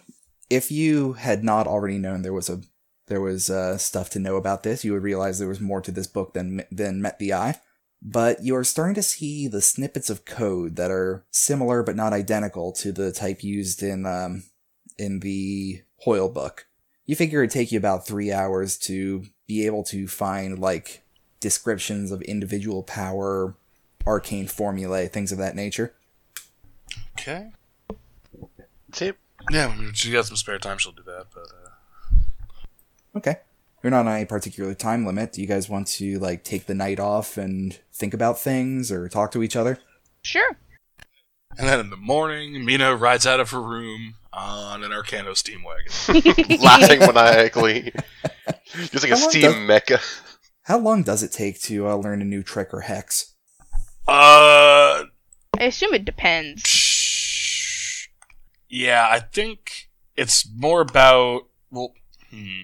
Speaker 1: if you had not already known there was a there was uh, stuff to know about this, you would realize there was more to this book than than met the eye. But you are starting to see the snippets of code that are similar but not identical to the type used in um, in the Hoyle book. You figure it'd take you about three hours to be able to find like descriptions of individual power, arcane formulae, things of that nature.
Speaker 5: Okay.
Speaker 2: See,
Speaker 5: Yeah, I mean, she got some spare time; she'll do that. But uh,
Speaker 1: Okay. You're not on any particular time limit. Do you guys want to like take the night off and think about things or talk to each other?
Speaker 4: Sure.
Speaker 5: And then in the morning, Mina rides out of her room on an Arcano steam wagon.
Speaker 2: [laughs]
Speaker 7: [laughs]
Speaker 2: laughing maniacally, using a
Speaker 1: How long
Speaker 2: steam
Speaker 1: does-
Speaker 2: mecha.
Speaker 1: How long does it take to uh, learn a new trick or hex?
Speaker 5: Uh,
Speaker 4: I assume it depends.
Speaker 5: Sh- Yeah, I think it's more about well, hmm.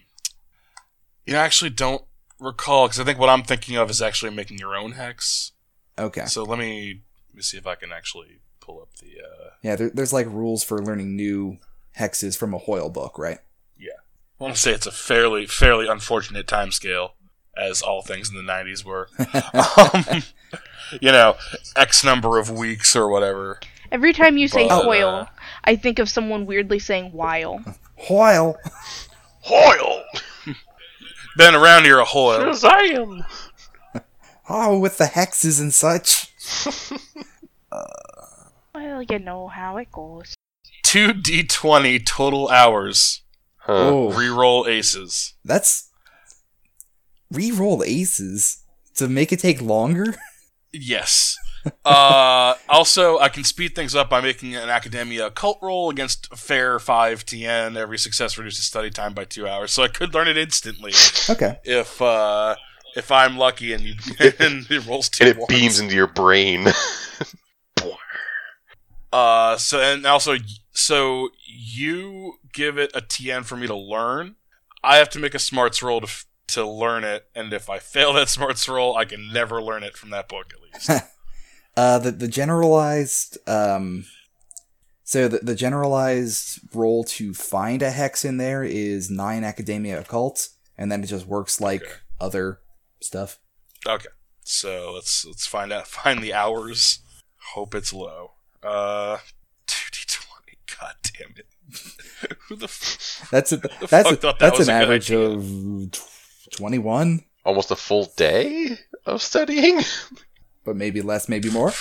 Speaker 5: you know, I actually don't recall because I think what I'm thinking of is actually making your own hex.
Speaker 1: Okay.
Speaker 5: So let me let me see if I can actually pull up the. Uh,
Speaker 1: Yeah, there, there's like rules for learning new hexes from a Hoyle book, right?
Speaker 5: I want to say it's a fairly fairly unfortunate timescale, as all things in the '90s were. um, you know, X number of weeks or whatever.
Speaker 4: Every time you say
Speaker 5: But,
Speaker 4: Hoyle,
Speaker 5: uh,
Speaker 4: I think of someone weirdly saying Wile.
Speaker 1: Hoyle!
Speaker 2: Hoyle!
Speaker 5: Been around here a whole.
Speaker 7: Yes, I am.
Speaker 1: Oh, with the hexes and such.
Speaker 4: Well, you know how it goes.
Speaker 5: two d20 total hours.
Speaker 2: Huh.
Speaker 1: Oh,
Speaker 5: Reroll aces.
Speaker 1: that's. Reroll aces to make it take longer? [laughs]
Speaker 5: Yes. uh, [laughs] also, I can speed things up by making an academia occult roll against a fair 5 TN. Every success reduces study time by two hours, so I could learn it instantly
Speaker 1: Okay.
Speaker 5: if uh, if I'm lucky and, you, [laughs] and it rolls two.
Speaker 2: And it
Speaker 5: ones.
Speaker 2: beams into your brain. [laughs]
Speaker 5: Uh, so and also, so you give it a TN for me to learn. I have to make a smarts roll to f- to learn it, and if I fail that smarts roll, I can never learn it from that book at least.
Speaker 1: Uh, the the generalized um, so the, the generalized role to find a hex in there is nine academia occult, and then it just works like
Speaker 5: Okay.
Speaker 1: other stuff.
Speaker 5: okay, so let's let's find out [laughs] find the hours. Hope it's low. Uh, two d twenty. [laughs] God damn it! [laughs] Who the f- [laughs]
Speaker 1: That's a,
Speaker 5: The
Speaker 1: that's a,
Speaker 5: fuck thought that
Speaker 1: that's
Speaker 5: was
Speaker 1: an
Speaker 5: a good
Speaker 1: average
Speaker 5: idea?
Speaker 1: of twenty one,
Speaker 2: Almost a full day of studying?
Speaker 1: but maybe less, maybe more,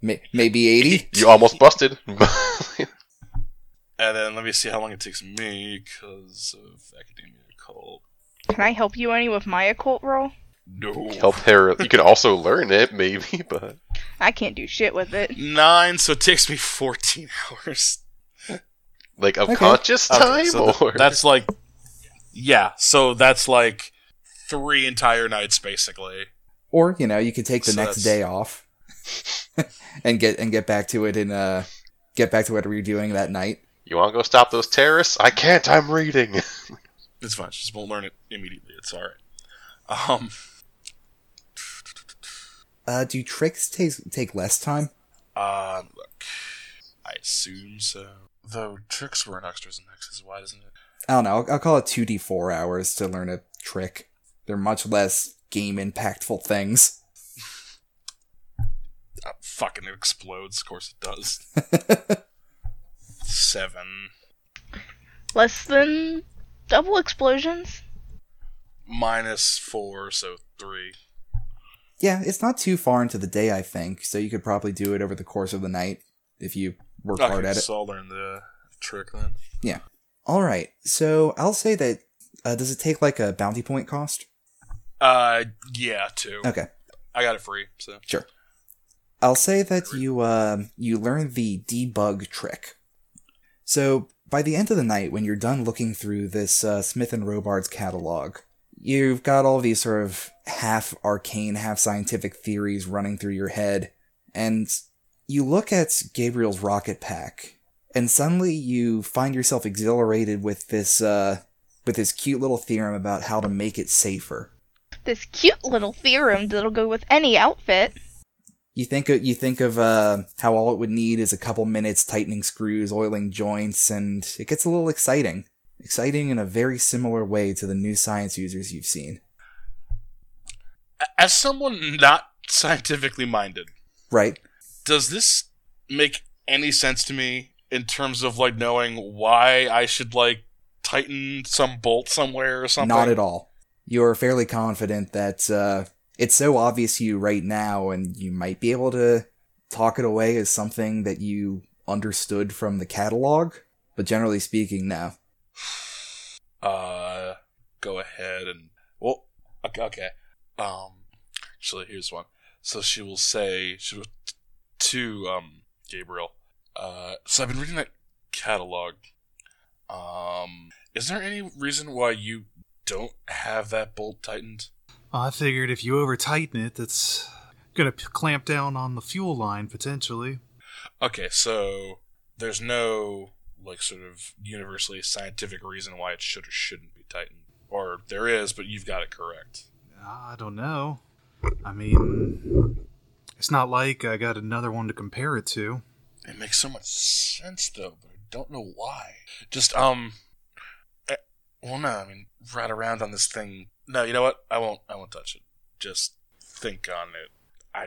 Speaker 1: May maybe
Speaker 5: [laughs]
Speaker 1: eighty.
Speaker 2: You almost busted. [laughs]
Speaker 5: and then let me see how long it takes me because of academia cult.
Speaker 4: Can I help you any with my occult roll?
Speaker 5: No.
Speaker 2: Help her. You could also learn it, maybe, [laughs] but.
Speaker 4: I can't do shit with it.
Speaker 5: Nine, so it takes me 14 [laughs] hours.
Speaker 2: Like, of
Speaker 1: Okay.
Speaker 2: conscious
Speaker 5: Okay,
Speaker 2: time?
Speaker 5: so th-
Speaker 2: or...
Speaker 5: that's like, yeah. So that's like three entire nights, basically.
Speaker 1: Or you know, you could take the
Speaker 5: So
Speaker 1: next
Speaker 5: that's-
Speaker 1: day off [laughs] and get and get back to it and uh, get back to whatever you're doing that night.
Speaker 2: You want to go stop those terrorists? I can't, I'm reading. [laughs]
Speaker 5: It's fine. Just won't learn it immediately. It's all right. Um,
Speaker 1: Uh, do tricks take take less time?
Speaker 5: uh, look, I assume so. Though tricks were an extras and X's. Why doesn't it?
Speaker 1: I don't know. I'll, I'll call it 2d4 hours to learn a trick. They're much less game impactful things.
Speaker 5: Uh, fucking it explodes. Of course
Speaker 1: [laughs]
Speaker 5: it does. Seven
Speaker 4: Less than double explosions?
Speaker 5: minus four, so three.
Speaker 1: Yeah, it's not too far into the day, I think, so you could probably do it over the course of the night if you work hard
Speaker 5: Okay,
Speaker 1: at it.
Speaker 5: so I'll learn the trick then.
Speaker 1: All right, so I'll say that. Uh, does it take like a bounty point cost?
Speaker 5: Uh, yeah, two.
Speaker 1: Okay,
Speaker 5: I got it free, so.
Speaker 1: sure. I'll say that you um you learn the debug trick. So by the end of the night, when you're done looking through this uh, Smith and Robards catalog, you've got all these sort of half arcane, half scientific theories running through your head, and you look at Gabriel's rocket pack, and suddenly you find yourself exhilarated with this uh, with this cute little theorem about how to make it safer.
Speaker 4: This cute little theorem that'll go with any outfit.
Speaker 1: You think of, you think of uh, how all it would need is a couple minutes tightening screws, oiling joints, and it gets a little exciting. Exciting in a very similar way to the new science users you've seen.
Speaker 5: As someone not scientifically minded,
Speaker 1: Right?
Speaker 5: does this make any sense to me in terms of like knowing why I should like tighten some bolt somewhere or something?
Speaker 1: Not at all. You're fairly confident that uh, it's so obvious to you right now, and you might be able to talk it away as something that you understood from the catalog, but generally speaking, no.
Speaker 5: Uh, go ahead and well, okay, okay. Um, actually, here's one. So she will say she will to um Gabriel. Uh, so I've been reading that catalog. Um, is there any reason why you don't have that bolt tightened?
Speaker 6: I figured if you over tighten it, that's gonna p- clamp down on the fuel line potentially.
Speaker 5: Okay, so there's no like sort of universally scientific reason why it should or shouldn't be tightened, or there is, but you've got it correct.
Speaker 6: I don't know. I mean, it's not like I got another one to compare it to.
Speaker 5: It makes so much sense though, but I don't know why. Just um, eh, well, no, I mean, right around on this thing. No, you know what? I won't. I won't touch it. Just think on it. I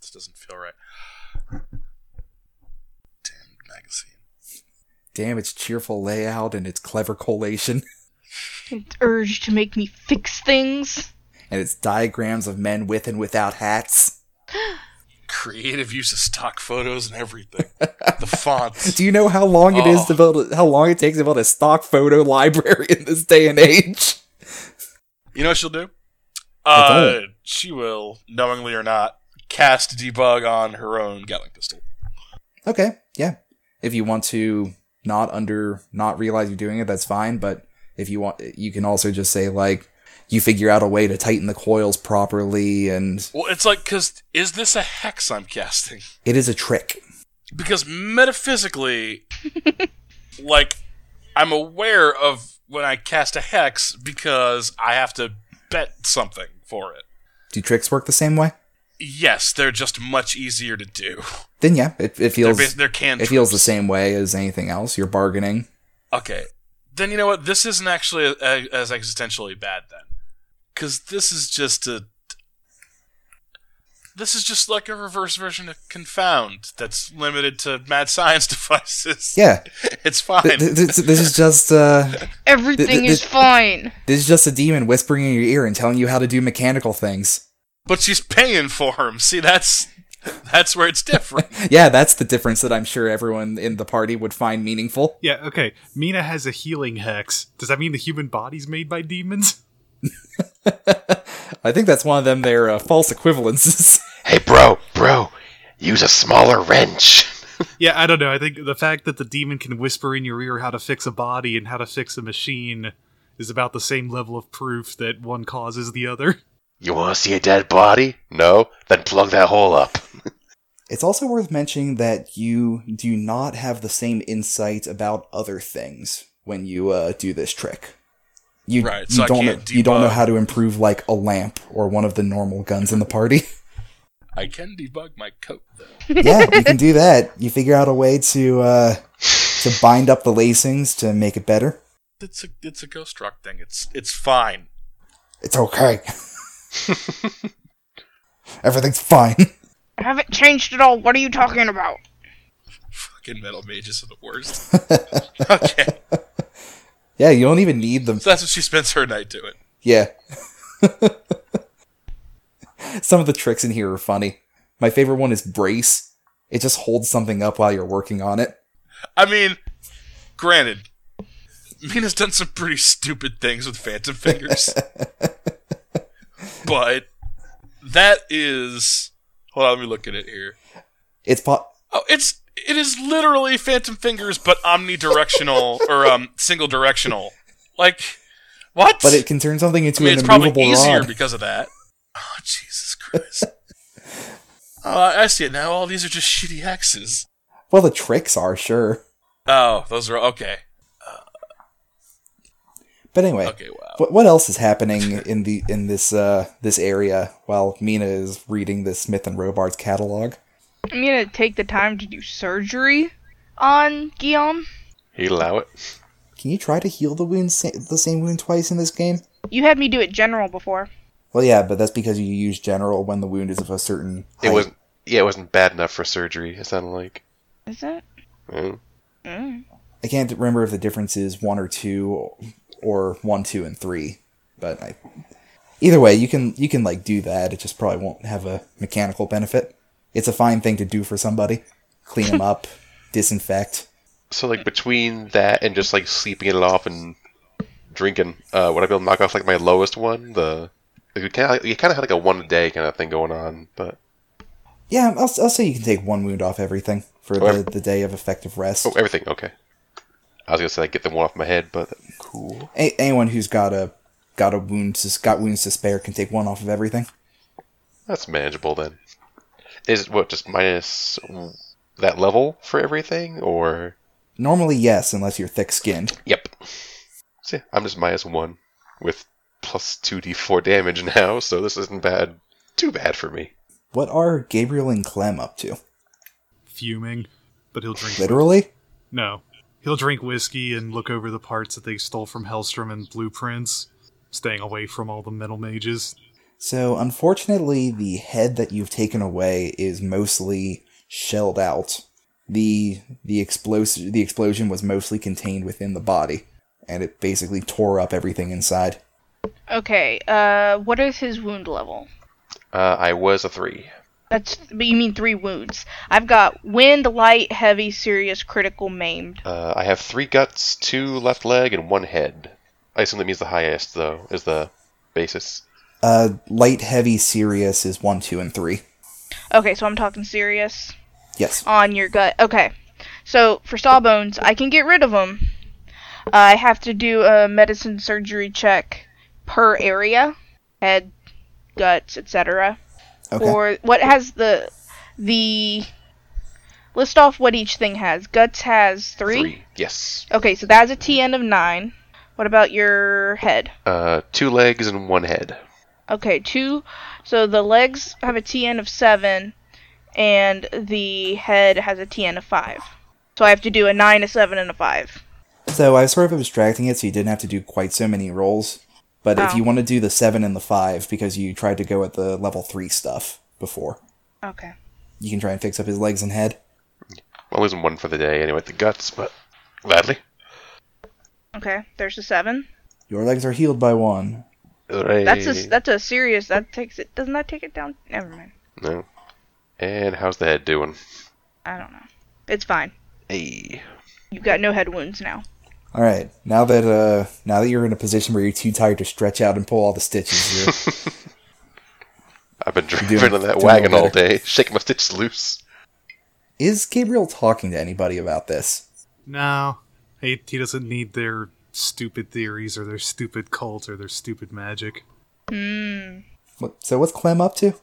Speaker 5: this doesn't feel right. Damn magazine.
Speaker 1: Damn its cheerful layout and its clever collation [laughs]
Speaker 4: Its urge to make me fix things.
Speaker 1: and its diagrams of men with and without hats.
Speaker 5: Creative use of stock photos and everything. [laughs] the fonts.
Speaker 1: Do you know how long it is
Speaker 5: Oh.
Speaker 1: to build? A, how long it takes to build a stock photo [laughs] library in this day and age?
Speaker 5: You know what she'll do?
Speaker 1: I
Speaker 5: Uh, she will, knowingly or not, cast debug on her own Gatling pistol.
Speaker 1: Okay, yeah. If you want to not under not realize you're doing it, that's fine. But if you want, you can also just say like you figure out a way to tighten the coils properly, and
Speaker 5: Well, it's like, because is this a hex I'm casting?
Speaker 1: it is a trick.
Speaker 5: because metaphysically like i'm aware of when i cast a hex because i have to bet something for it
Speaker 1: Do tricks work the same way?
Speaker 5: yes they're just much easier to do
Speaker 1: Then yeah, it, it
Speaker 5: they're,
Speaker 1: feels
Speaker 5: bas- they're canned
Speaker 1: it feels the same way as anything else. You're bargaining.
Speaker 5: okay then you know what this isn't actually a, a- as existentially bad then because this is just a this is just like a reverse version of confound that's limited to mad science [laughs] devices
Speaker 1: Yeah,
Speaker 5: it's [laughs] fine
Speaker 1: Th- th- th- this is just uh,
Speaker 4: Everything
Speaker 1: th-
Speaker 4: is
Speaker 1: th-
Speaker 4: fine.
Speaker 1: this is just a demon whispering in your ear and telling you how to do mechanical things.
Speaker 5: but she's paying for him. See, that's that's where it's different.
Speaker 1: Yeah, that's the difference that I'm sure everyone in the party would find meaningful. [laughs]
Speaker 6: Yeah, okay. Mina has a healing hex. Does that mean the human body's made by demons? [laughs]
Speaker 1: I think that's one of them. Their uh, false equivalences. [laughs]
Speaker 2: Hey, bro, bro, use a smaller wrench.
Speaker 6: yeah, I don't know. I think the fact that the demon can whisper in your ear how to fix a body and how to fix a machine is about the same level of proof that one causes the other. [laughs]
Speaker 2: You want to see a dead body? No? Then plug that hole up.
Speaker 1: It's also worth mentioning that you do not have the same insight about other things when you uh, do this trick. You,
Speaker 5: Right,
Speaker 1: you
Speaker 5: so I
Speaker 1: don't know,
Speaker 5: can't
Speaker 1: you don't know
Speaker 5: debug.
Speaker 1: how to improve like a lamp or one of the normal guns in the party. [laughs]
Speaker 5: I can debug my coat though.
Speaker 1: yeah, you can do that. You figure out a way to uh, to bind up the lacings to make it better.
Speaker 5: It's a it's a ghost rock thing. It's it's fine.
Speaker 1: It's okay. [laughs] Everything's fine.
Speaker 4: I haven't changed at all. What are you talking about?
Speaker 5: Fucking metal mages are the worst. okay,
Speaker 1: Yeah, you don't even need them.
Speaker 5: so that's what she spends her night doing.
Speaker 1: Yeah. [laughs] Some of the tricks in here are funny. My favorite one is brace. It just holds something up while you're working on it.
Speaker 5: I mean, granted, Mina's done some pretty stupid things with
Speaker 1: [laughs]
Speaker 5: phantom fingers, but that is. Hold on, let me look at it here.
Speaker 1: It's po-
Speaker 5: Oh, it's it is literally Phantom Fingers, but
Speaker 1: [laughs]
Speaker 5: omnidirectional or um single directional. Like what?
Speaker 1: but it can turn something into
Speaker 5: I mean,
Speaker 1: an
Speaker 5: it's probably
Speaker 1: immovable
Speaker 5: easier
Speaker 1: rod.
Speaker 5: because of that. Oh
Speaker 1: [laughs]
Speaker 5: Jesus Christ! oh, I I see it now. All these are just shitty hexes.
Speaker 1: well, the tricks are sure.
Speaker 5: Oh, those are okay.
Speaker 1: But anyway,
Speaker 5: Okay, wow.
Speaker 1: what, what else is happening in the in this uh this area while Mina is reading the Smith and Robards catalog?
Speaker 4: I'm gonna take the time to do surgery on Guillaume.
Speaker 2: He'd allow it.
Speaker 1: Can you try to heal the wound sa- the same wound twice in this game?
Speaker 4: You had me do it general before.
Speaker 1: Well, yeah, but that's because you use general when the wound is of a certain.
Speaker 2: It
Speaker 1: height.
Speaker 2: wasn't. Yeah, it wasn't bad enough for surgery. It sounded like.
Speaker 4: Is it?
Speaker 2: Mm.
Speaker 4: Mm.
Speaker 1: I can't remember if the difference is one or two, or one, two, and three. But I, either way, you can you can like do that. It just probably won't have a mechanical benefit. It's a fine thing to do for somebody. Clean
Speaker 2: [laughs]
Speaker 1: them up, disinfect.
Speaker 2: So like between that and just like sleeping it off and drinking, uh, would I be able to knock off like my lowest one? The you kind of you kind of had like a one a day kind of thing going on, but
Speaker 1: Yeah, I'll, I'll say you can take one wound off everything for
Speaker 2: However-
Speaker 1: the, the day of effective rest.
Speaker 2: Oh, everything. Okay. I was gonna say I get them one off my head, but cool.
Speaker 1: A- anyone who's got a got a wound to, got wounds to spare can take one off of everything.
Speaker 2: That's manageable then. Is it what just minus that level for everything, or
Speaker 1: Normally, yes, unless you're thick-skinned.
Speaker 2: yep? So yeah, I'm just minus one with plus two d4 damage [laughs] now, so this isn't bad. Too bad for me.
Speaker 1: What are Gabriel and Clem up to?
Speaker 6: Fuming, but he'll drink.
Speaker 1: Literally?
Speaker 6: No, he'll drink whiskey and look over the parts that they stole from Hellstrom and blueprints, staying away from all the metal mages.
Speaker 1: So, unfortunately, the head that you've taken away is mostly shelled out. the the explos- The explosion was mostly contained within the body, and it basically tore up everything inside.
Speaker 4: Okay, uh, what is his wound level?
Speaker 2: Uh, I was a three.
Speaker 4: That's, but you mean three wounds. I've got wind, light, heavy, serious, critical, maimed.
Speaker 2: Uh, I have three guts, two left leg, and one head. I assume that means the highest though is the basis.
Speaker 1: Uh, light, heavy, serious is one, two, and three.
Speaker 4: Okay, so I'm talking serious
Speaker 1: Yes.
Speaker 4: on your gut. Okay, so for sawbones, I can get rid of them. I have to do a medicine surgery check per area, head, guts, etc.
Speaker 1: Okay.
Speaker 4: Or what has the the list off what each thing has. Guts has three.
Speaker 2: Yes.
Speaker 4: Okay, so that's a TN of nine. What about your head?
Speaker 2: Uh, two legs and one head.
Speaker 4: Okay, two. So the legs have a TN of seven, and the head has a TN of five. So I have to do a nine, a seven, and a five.
Speaker 1: So I was sort of abstracting it, so you didn't have to do quite so many rolls. But if
Speaker 4: Oh.
Speaker 1: you want to do the seven and the five, because you tried to go at the level three stuff before,
Speaker 4: Okay.
Speaker 1: you can try and fix up his legs and head.
Speaker 2: I'm losing one for the day anyway. The guts, but gladly.
Speaker 4: Okay. There's a seven.
Speaker 1: Your legs are healed by one.
Speaker 2: Hooray.
Speaker 4: That's a that's a serious. That takes it. Doesn't that take it down? Never mind.
Speaker 2: no. And how's the head doing?
Speaker 4: I don't know. It's fine.
Speaker 2: Hey.
Speaker 4: You've got no head wounds now.
Speaker 1: All right, now that uh, now that you're in a position where you're too tired to stretch out and pull all the stitches, you're,
Speaker 2: I've been
Speaker 1: doing-
Speaker 2: driving on
Speaker 1: doing a
Speaker 2: that wagon
Speaker 1: little
Speaker 2: all day, [laughs] shaking my stitches loose.
Speaker 1: is Gabriel talking to anybody about this?
Speaker 6: No, he, he doesn't need their stupid theories or their stupid cult or their stupid magic.
Speaker 4: Hmm.
Speaker 1: What, so what's Clem up to?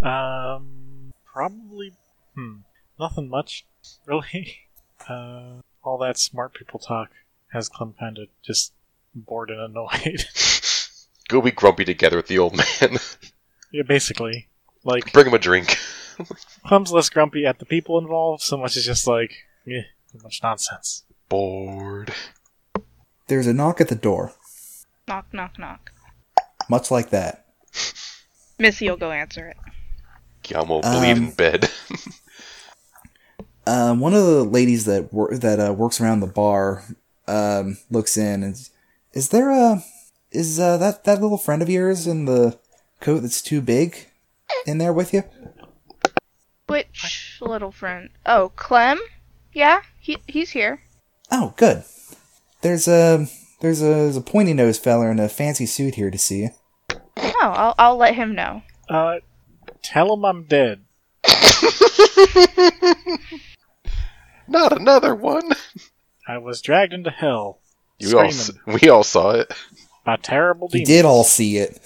Speaker 3: Um, probably. Hmm. Nothing much, [laughs] really. Uh, all that smart people talk has Clem kind of just bored and [laughs] annoyed.
Speaker 2: Go be grumpy together with the old [laughs] man.
Speaker 3: yeah, basically. Like,
Speaker 2: Bring him a drink.
Speaker 3: Clem's less grumpy at the people involved, so much as just like, eh, too much nonsense.
Speaker 2: Bored.
Speaker 1: There's a knock at the door,
Speaker 4: Knock, knock, knock.
Speaker 1: much like that.
Speaker 4: Missy will go answer it.
Speaker 2: Guillaume will bleed
Speaker 1: Um,
Speaker 2: in bed. [laughs]
Speaker 1: Um, one of the ladies that wor- that uh, works around the bar um, looks in and is, is there a is uh, that that little friend of yours in the coat that's too big in there with you?
Speaker 4: Which little friend? Oh, Clem. Yeah, he he's here.
Speaker 1: Oh, good. There's a there's a, there's a pointy nosed feller in a fancy suit here to see you.
Speaker 4: Oh, I'll I'll let him know.
Speaker 3: Uh, tell him I'm dead.
Speaker 2: Not another one.
Speaker 3: I was dragged into hell
Speaker 2: You all, s-
Speaker 3: Screaming.
Speaker 2: we all saw it.
Speaker 3: by terrible
Speaker 1: You
Speaker 3: demons.
Speaker 1: did all see it.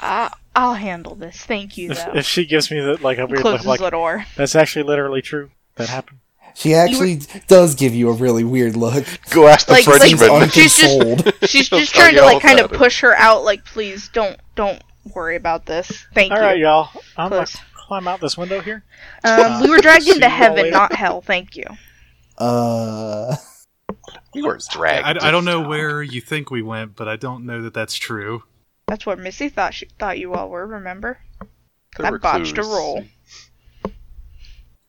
Speaker 4: I I'll handle this. Thank you
Speaker 3: If,
Speaker 4: though.
Speaker 3: if she gives me the, like a weird look,
Speaker 4: Closes
Speaker 3: like
Speaker 4: the door.
Speaker 3: that's actually literally true. That happened.
Speaker 1: She actually does give you a really weird look.
Speaker 2: Go ask the
Speaker 4: Like- like-
Speaker 1: Seems
Speaker 2: Frenchman.
Speaker 4: She's just-
Speaker 1: unconsoled.
Speaker 3: [laughs]
Speaker 4: She's
Speaker 2: I'll
Speaker 4: just trying to
Speaker 2: yell
Speaker 4: like kind
Speaker 2: at
Speaker 4: of
Speaker 2: her.
Speaker 4: push her out. Like, please don't don't worry about this. Thank
Speaker 3: All
Speaker 4: you.
Speaker 3: right, y'all. I'm gonna
Speaker 4: Close.
Speaker 3: climb out this window here. [laughs]
Speaker 4: Um, we were dragged
Speaker 3: See you
Speaker 4: into
Speaker 3: all
Speaker 4: heaven,
Speaker 3: later. [laughs]
Speaker 4: not hell. Thank you.
Speaker 1: uh,
Speaker 2: [laughs] we weren't
Speaker 6: I,
Speaker 2: dragged.
Speaker 6: I don't know where you think we went, but I don't know that that's true.
Speaker 4: That's what Missy thought she thought you all were. Remember?
Speaker 2: There
Speaker 4: I
Speaker 2: were
Speaker 4: botched
Speaker 2: clues.
Speaker 4: a roll.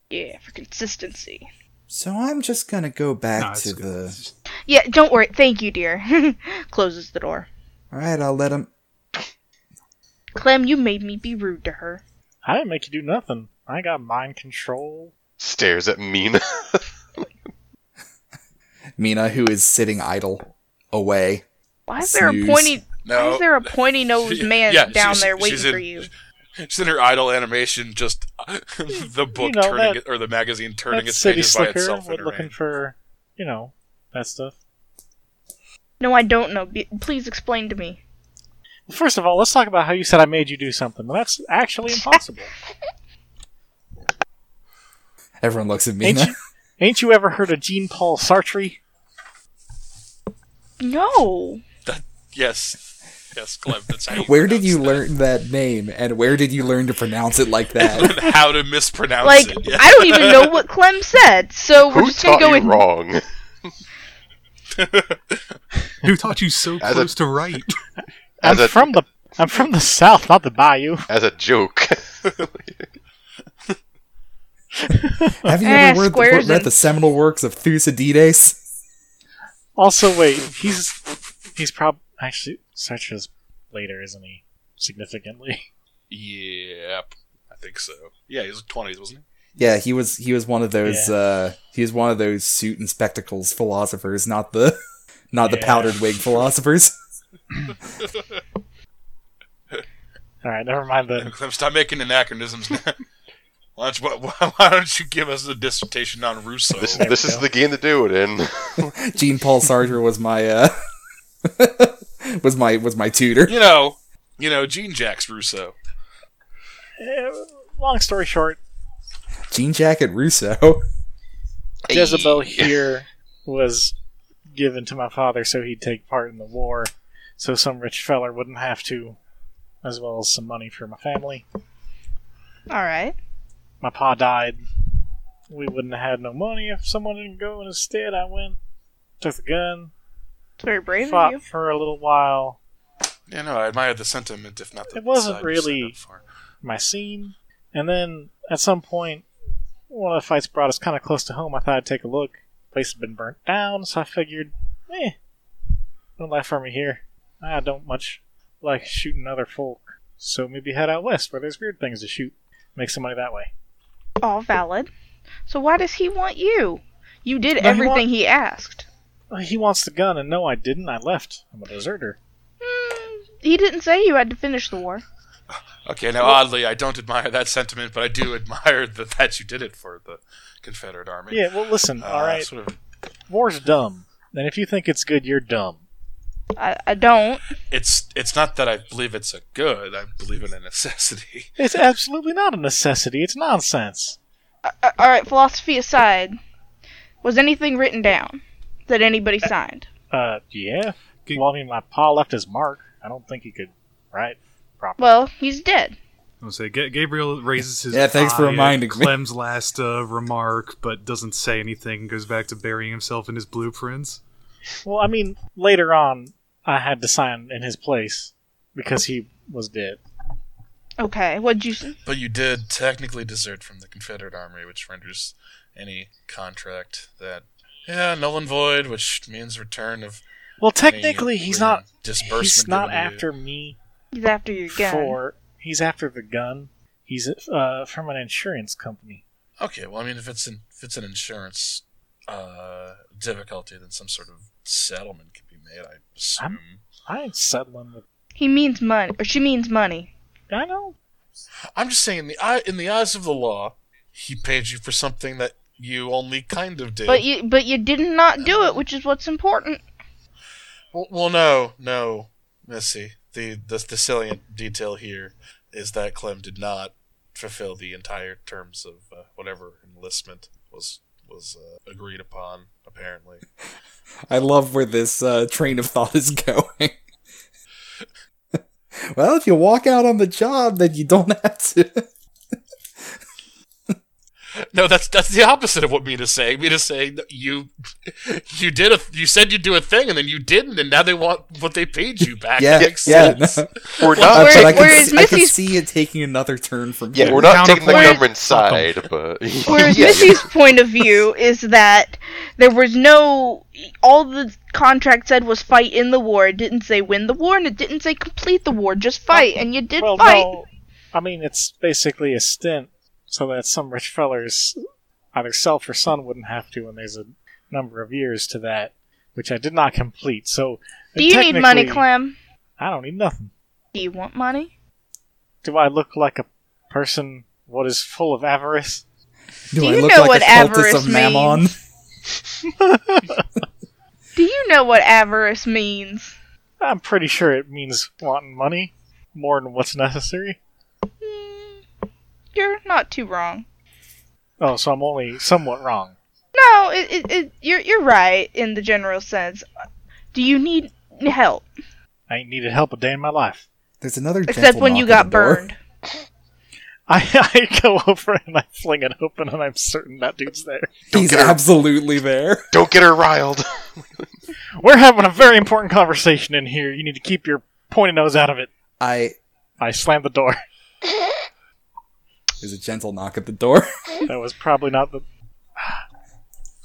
Speaker 4: Yeah, for consistency.
Speaker 1: so I'm just gonna go back
Speaker 6: No, it's
Speaker 1: to
Speaker 6: good.
Speaker 1: the.
Speaker 4: Yeah, don't worry. Thank you, dear. [laughs] Closes the door.
Speaker 1: All right, I'll let him.
Speaker 4: Clem, you made me be rude to her.
Speaker 3: I didn't make you do nothing. I got mind control.
Speaker 2: Stares at Mina.
Speaker 1: Mina, who is sitting idle, away.
Speaker 4: Why is there a
Speaker 1: Snooze.
Speaker 4: pointy? Why
Speaker 5: No. [laughs]
Speaker 4: is there a pointy nosed man
Speaker 5: Yeah,
Speaker 4: down
Speaker 5: she's-
Speaker 4: there waiting
Speaker 5: she's
Speaker 4: for
Speaker 5: in-
Speaker 4: you?
Speaker 5: She's in her idle animation, just [laughs] the book
Speaker 3: know,
Speaker 5: turning
Speaker 3: that-
Speaker 5: it, or the magazine turning
Speaker 3: That's
Speaker 5: its
Speaker 3: City
Speaker 5: pages by
Speaker 3: Slicker.
Speaker 5: itself
Speaker 3: We're
Speaker 5: in her
Speaker 3: looking
Speaker 5: hand.
Speaker 3: for, you know, that stuff.
Speaker 4: No, I don't know. Be- please explain to me.
Speaker 3: Well, first of all, let's talk about how you said I made you do something. Well, that's actually impossible.
Speaker 1: Everyone looks at
Speaker 3: ain't,
Speaker 1: Mina.
Speaker 3: you, ain't you ever heard of Jean Paul Sartre?
Speaker 4: No.
Speaker 5: That, yes, yes, Clem. That's how.
Speaker 1: [laughs]
Speaker 5: You
Speaker 1: Where did you
Speaker 5: pronounce
Speaker 1: learn that name, and where did you learn to pronounce it like that?
Speaker 6: [laughs]
Speaker 5: that. [laughs] How to mispronounce
Speaker 4: Like
Speaker 5: it? Yeah.
Speaker 4: I don't even know
Speaker 5: [laughs]
Speaker 4: what Clem said, so we're
Speaker 2: Who
Speaker 4: just gonna
Speaker 2: taught
Speaker 4: go
Speaker 2: you
Speaker 4: with
Speaker 2: wrong?
Speaker 6: Who taught you so
Speaker 2: [laughs] As a-
Speaker 6: close to right?
Speaker 2: As
Speaker 3: I'm
Speaker 2: a-
Speaker 3: from the I'm from the south, not the bayou.
Speaker 2: As a joke. [laughs]
Speaker 1: Have you
Speaker 4: Eh,
Speaker 1: ever read,
Speaker 4: squares
Speaker 1: read
Speaker 4: and-
Speaker 1: the seminal works of Thucydides?
Speaker 3: Also, wait, he's he's probably actually Sartre's later, isn't he? Significantly. [laughs]
Speaker 5: Yep, I think so. Yeah, he was twenties, wasn't he?
Speaker 1: Yeah, he was he was one of those
Speaker 3: Yeah.
Speaker 1: uh, he was one of those suit and spectacles philosophers, not the [laughs] not the
Speaker 3: Yeah.
Speaker 1: powdered wig philosophers. [laughs]
Speaker 3: All right, never mind then.
Speaker 5: [laughs] Clem, stop making anachronisms now. [laughs] Why don't, you, why, why don't you give us a dissertation on Rousseau?
Speaker 2: This,
Speaker 3: There we
Speaker 2: this is
Speaker 3: go.
Speaker 2: the game to do it in.
Speaker 1: Jean Paul Sartre was my uh, [laughs] was my was my tutor.
Speaker 5: you know, you know, Jean Jacques Rousseau.
Speaker 3: Eh, long story short,
Speaker 1: Jean Jacket Rousseau.
Speaker 2: [laughs]
Speaker 3: Jezebel here was given to my father so he'd take part in the war, so some rich feller wouldn't have to, as well as some money for my family.
Speaker 4: All right.
Speaker 3: My pa died. We wouldn't have had no money if someone didn't go, and instead I went, took the gun,
Speaker 4: It's very brave of
Speaker 3: fought
Speaker 4: you.
Speaker 3: for a little while,
Speaker 5: Yeah, no, I admire the sentiment, if not the.
Speaker 3: It wasn't
Speaker 5: side you set
Speaker 3: really-
Speaker 5: up for.
Speaker 3: my scene, and then at some point, one of the fights brought us kind of close to home. I thought I'd take a look. place had been burnt down, so I figured, eh, don't laugh for me here. I don't much like shooting other folk, so maybe head out west where there's weird things to shoot. Make some money that way.
Speaker 4: All valid. So why does he want you? You did
Speaker 3: he
Speaker 4: everything
Speaker 3: want-
Speaker 4: he asked.
Speaker 3: He wants the gun, and no, I didn't. I left. I'm a deserter.
Speaker 4: Mm, he didn't say you had to finish the war.
Speaker 5: Okay, now oddly, I don't admire that sentiment, but I do admire the that you did it for the Confederate Army.
Speaker 3: Yeah, well, listen,
Speaker 5: Uh,
Speaker 3: all right.
Speaker 5: Sort of,
Speaker 3: War's dumb, and if you think it's good, you're dumb.
Speaker 4: I, I don't.
Speaker 5: it's it's not that I believe it's a good; I believe in a necessity. [laughs]
Speaker 3: It's absolutely not a necessity. It's nonsense.
Speaker 4: Uh, all right. Philosophy aside, was anything written down that anybody signed?
Speaker 3: Uh, yeah.
Speaker 6: Can-
Speaker 3: Well, I mean, my pa left his mark. I don't think he could write properly.
Speaker 4: Well, he's dead.
Speaker 6: I'm gonna say Ga- Gabriel raises his
Speaker 1: Yeah, thanks for
Speaker 6: eye at
Speaker 1: reminding me.
Speaker 6: Clem's last uh, remark, but doesn't say anything. Goes back to burying himself in his blueprints.
Speaker 3: Well, I mean, later on, I had to sign in his place because he was dead.
Speaker 4: Okay. What'd you? s-
Speaker 5: But you did technically desert from the Confederate Army, which renders any contract that yeah null and void, which means return of
Speaker 3: Well,
Speaker 5: any
Speaker 3: technically, he's
Speaker 5: written
Speaker 3: not.
Speaker 5: disbursement.
Speaker 3: He's not
Speaker 5: of any-
Speaker 3: after me
Speaker 4: He's after your gun.
Speaker 3: for. He's after the gun. He's uh, from an insurance company.
Speaker 5: Okay, well, I mean, if it's an if it's an insurance uh, difficulty, then some sort of settlement can be made. I assume.
Speaker 3: I ain't settling with.
Speaker 4: He means money, or she means money.
Speaker 3: I know.
Speaker 5: I'm just saying, in the eye, in the eyes of the law, he paid you for something that you only kind of did.
Speaker 4: But you, but you did not do it, which is what's important.
Speaker 5: well, well, no, no, Missy. The, the the salient detail here is that Clem did not fulfill the entire terms of uh, whatever enlistment was was uh, agreed upon. Apparently,
Speaker 1: I love where this uh, train of thought is [laughs] going. well, if you walk out on the job, then you don't have to.
Speaker 5: [laughs] No, that's that's the opposite of what Mina's saying. Mina's saying that you [laughs] you did a you said you'd do a thing and then you didn't, and now they want what they paid you back.
Speaker 1: yeah,
Speaker 5: That makes
Speaker 1: yeah.
Speaker 5: sense.
Speaker 1: no.
Speaker 2: We're
Speaker 1: Uh,
Speaker 2: not.
Speaker 4: Where-
Speaker 1: but I can,
Speaker 4: where is
Speaker 1: see, I can
Speaker 4: Missy's-
Speaker 1: see it taking another turn from
Speaker 2: Yeah,
Speaker 1: here.
Speaker 2: we're not
Speaker 6: Counter-
Speaker 2: taking the
Speaker 4: Whereas-
Speaker 2: government side, but [laughs]
Speaker 4: Whereas
Speaker 2: Yeah,
Speaker 4: Missy's point of view is that there was no. All the contract said was fight in the war. It didn't say win the war, and it didn't say complete the war. Just fight, and you did
Speaker 3: well,
Speaker 4: fight.
Speaker 3: no. I mean, it's basically a stint so that some [laughs] rich feller's either self or son wouldn't have to, and there's a number of years to that, which I did not complete. So,
Speaker 4: do you need money,
Speaker 3: technically,
Speaker 4: Clem?
Speaker 3: I don't need nothing.
Speaker 4: Do you want money?
Speaker 3: Do I look like a person what is full of avarice?
Speaker 1: Do,
Speaker 4: you know what avarice means?
Speaker 1: Mammon?
Speaker 4: Do you know what avarice means?
Speaker 3: I'm pretty sure it means wanting money more than what's necessary.
Speaker 4: Hmm, you're not too wrong.
Speaker 3: Oh, so I'm only somewhat wrong.
Speaker 4: No, it, it, it, you're you're right in the general sense. Do you need help?
Speaker 3: I ain't needed help a day in my life. [laughs]
Speaker 1: There's another
Speaker 4: Except
Speaker 1: gentle
Speaker 4: when
Speaker 1: knock
Speaker 4: you
Speaker 1: at
Speaker 4: got
Speaker 1: the door.
Speaker 4: burned.
Speaker 3: I, I go over and I fling it open, and I'm certain that dude's there.
Speaker 2: Don't
Speaker 1: [laughs] He's
Speaker 2: get her-
Speaker 1: absolutely there.
Speaker 2: Don't get her
Speaker 4: [laughs]
Speaker 2: riled.
Speaker 3: We're having a very important conversation in here. You need to keep your pointy nose out of it.
Speaker 1: I
Speaker 3: I slammed the door. [laughs]
Speaker 1: there's a gentle knock at the door.
Speaker 3: That was probably not the.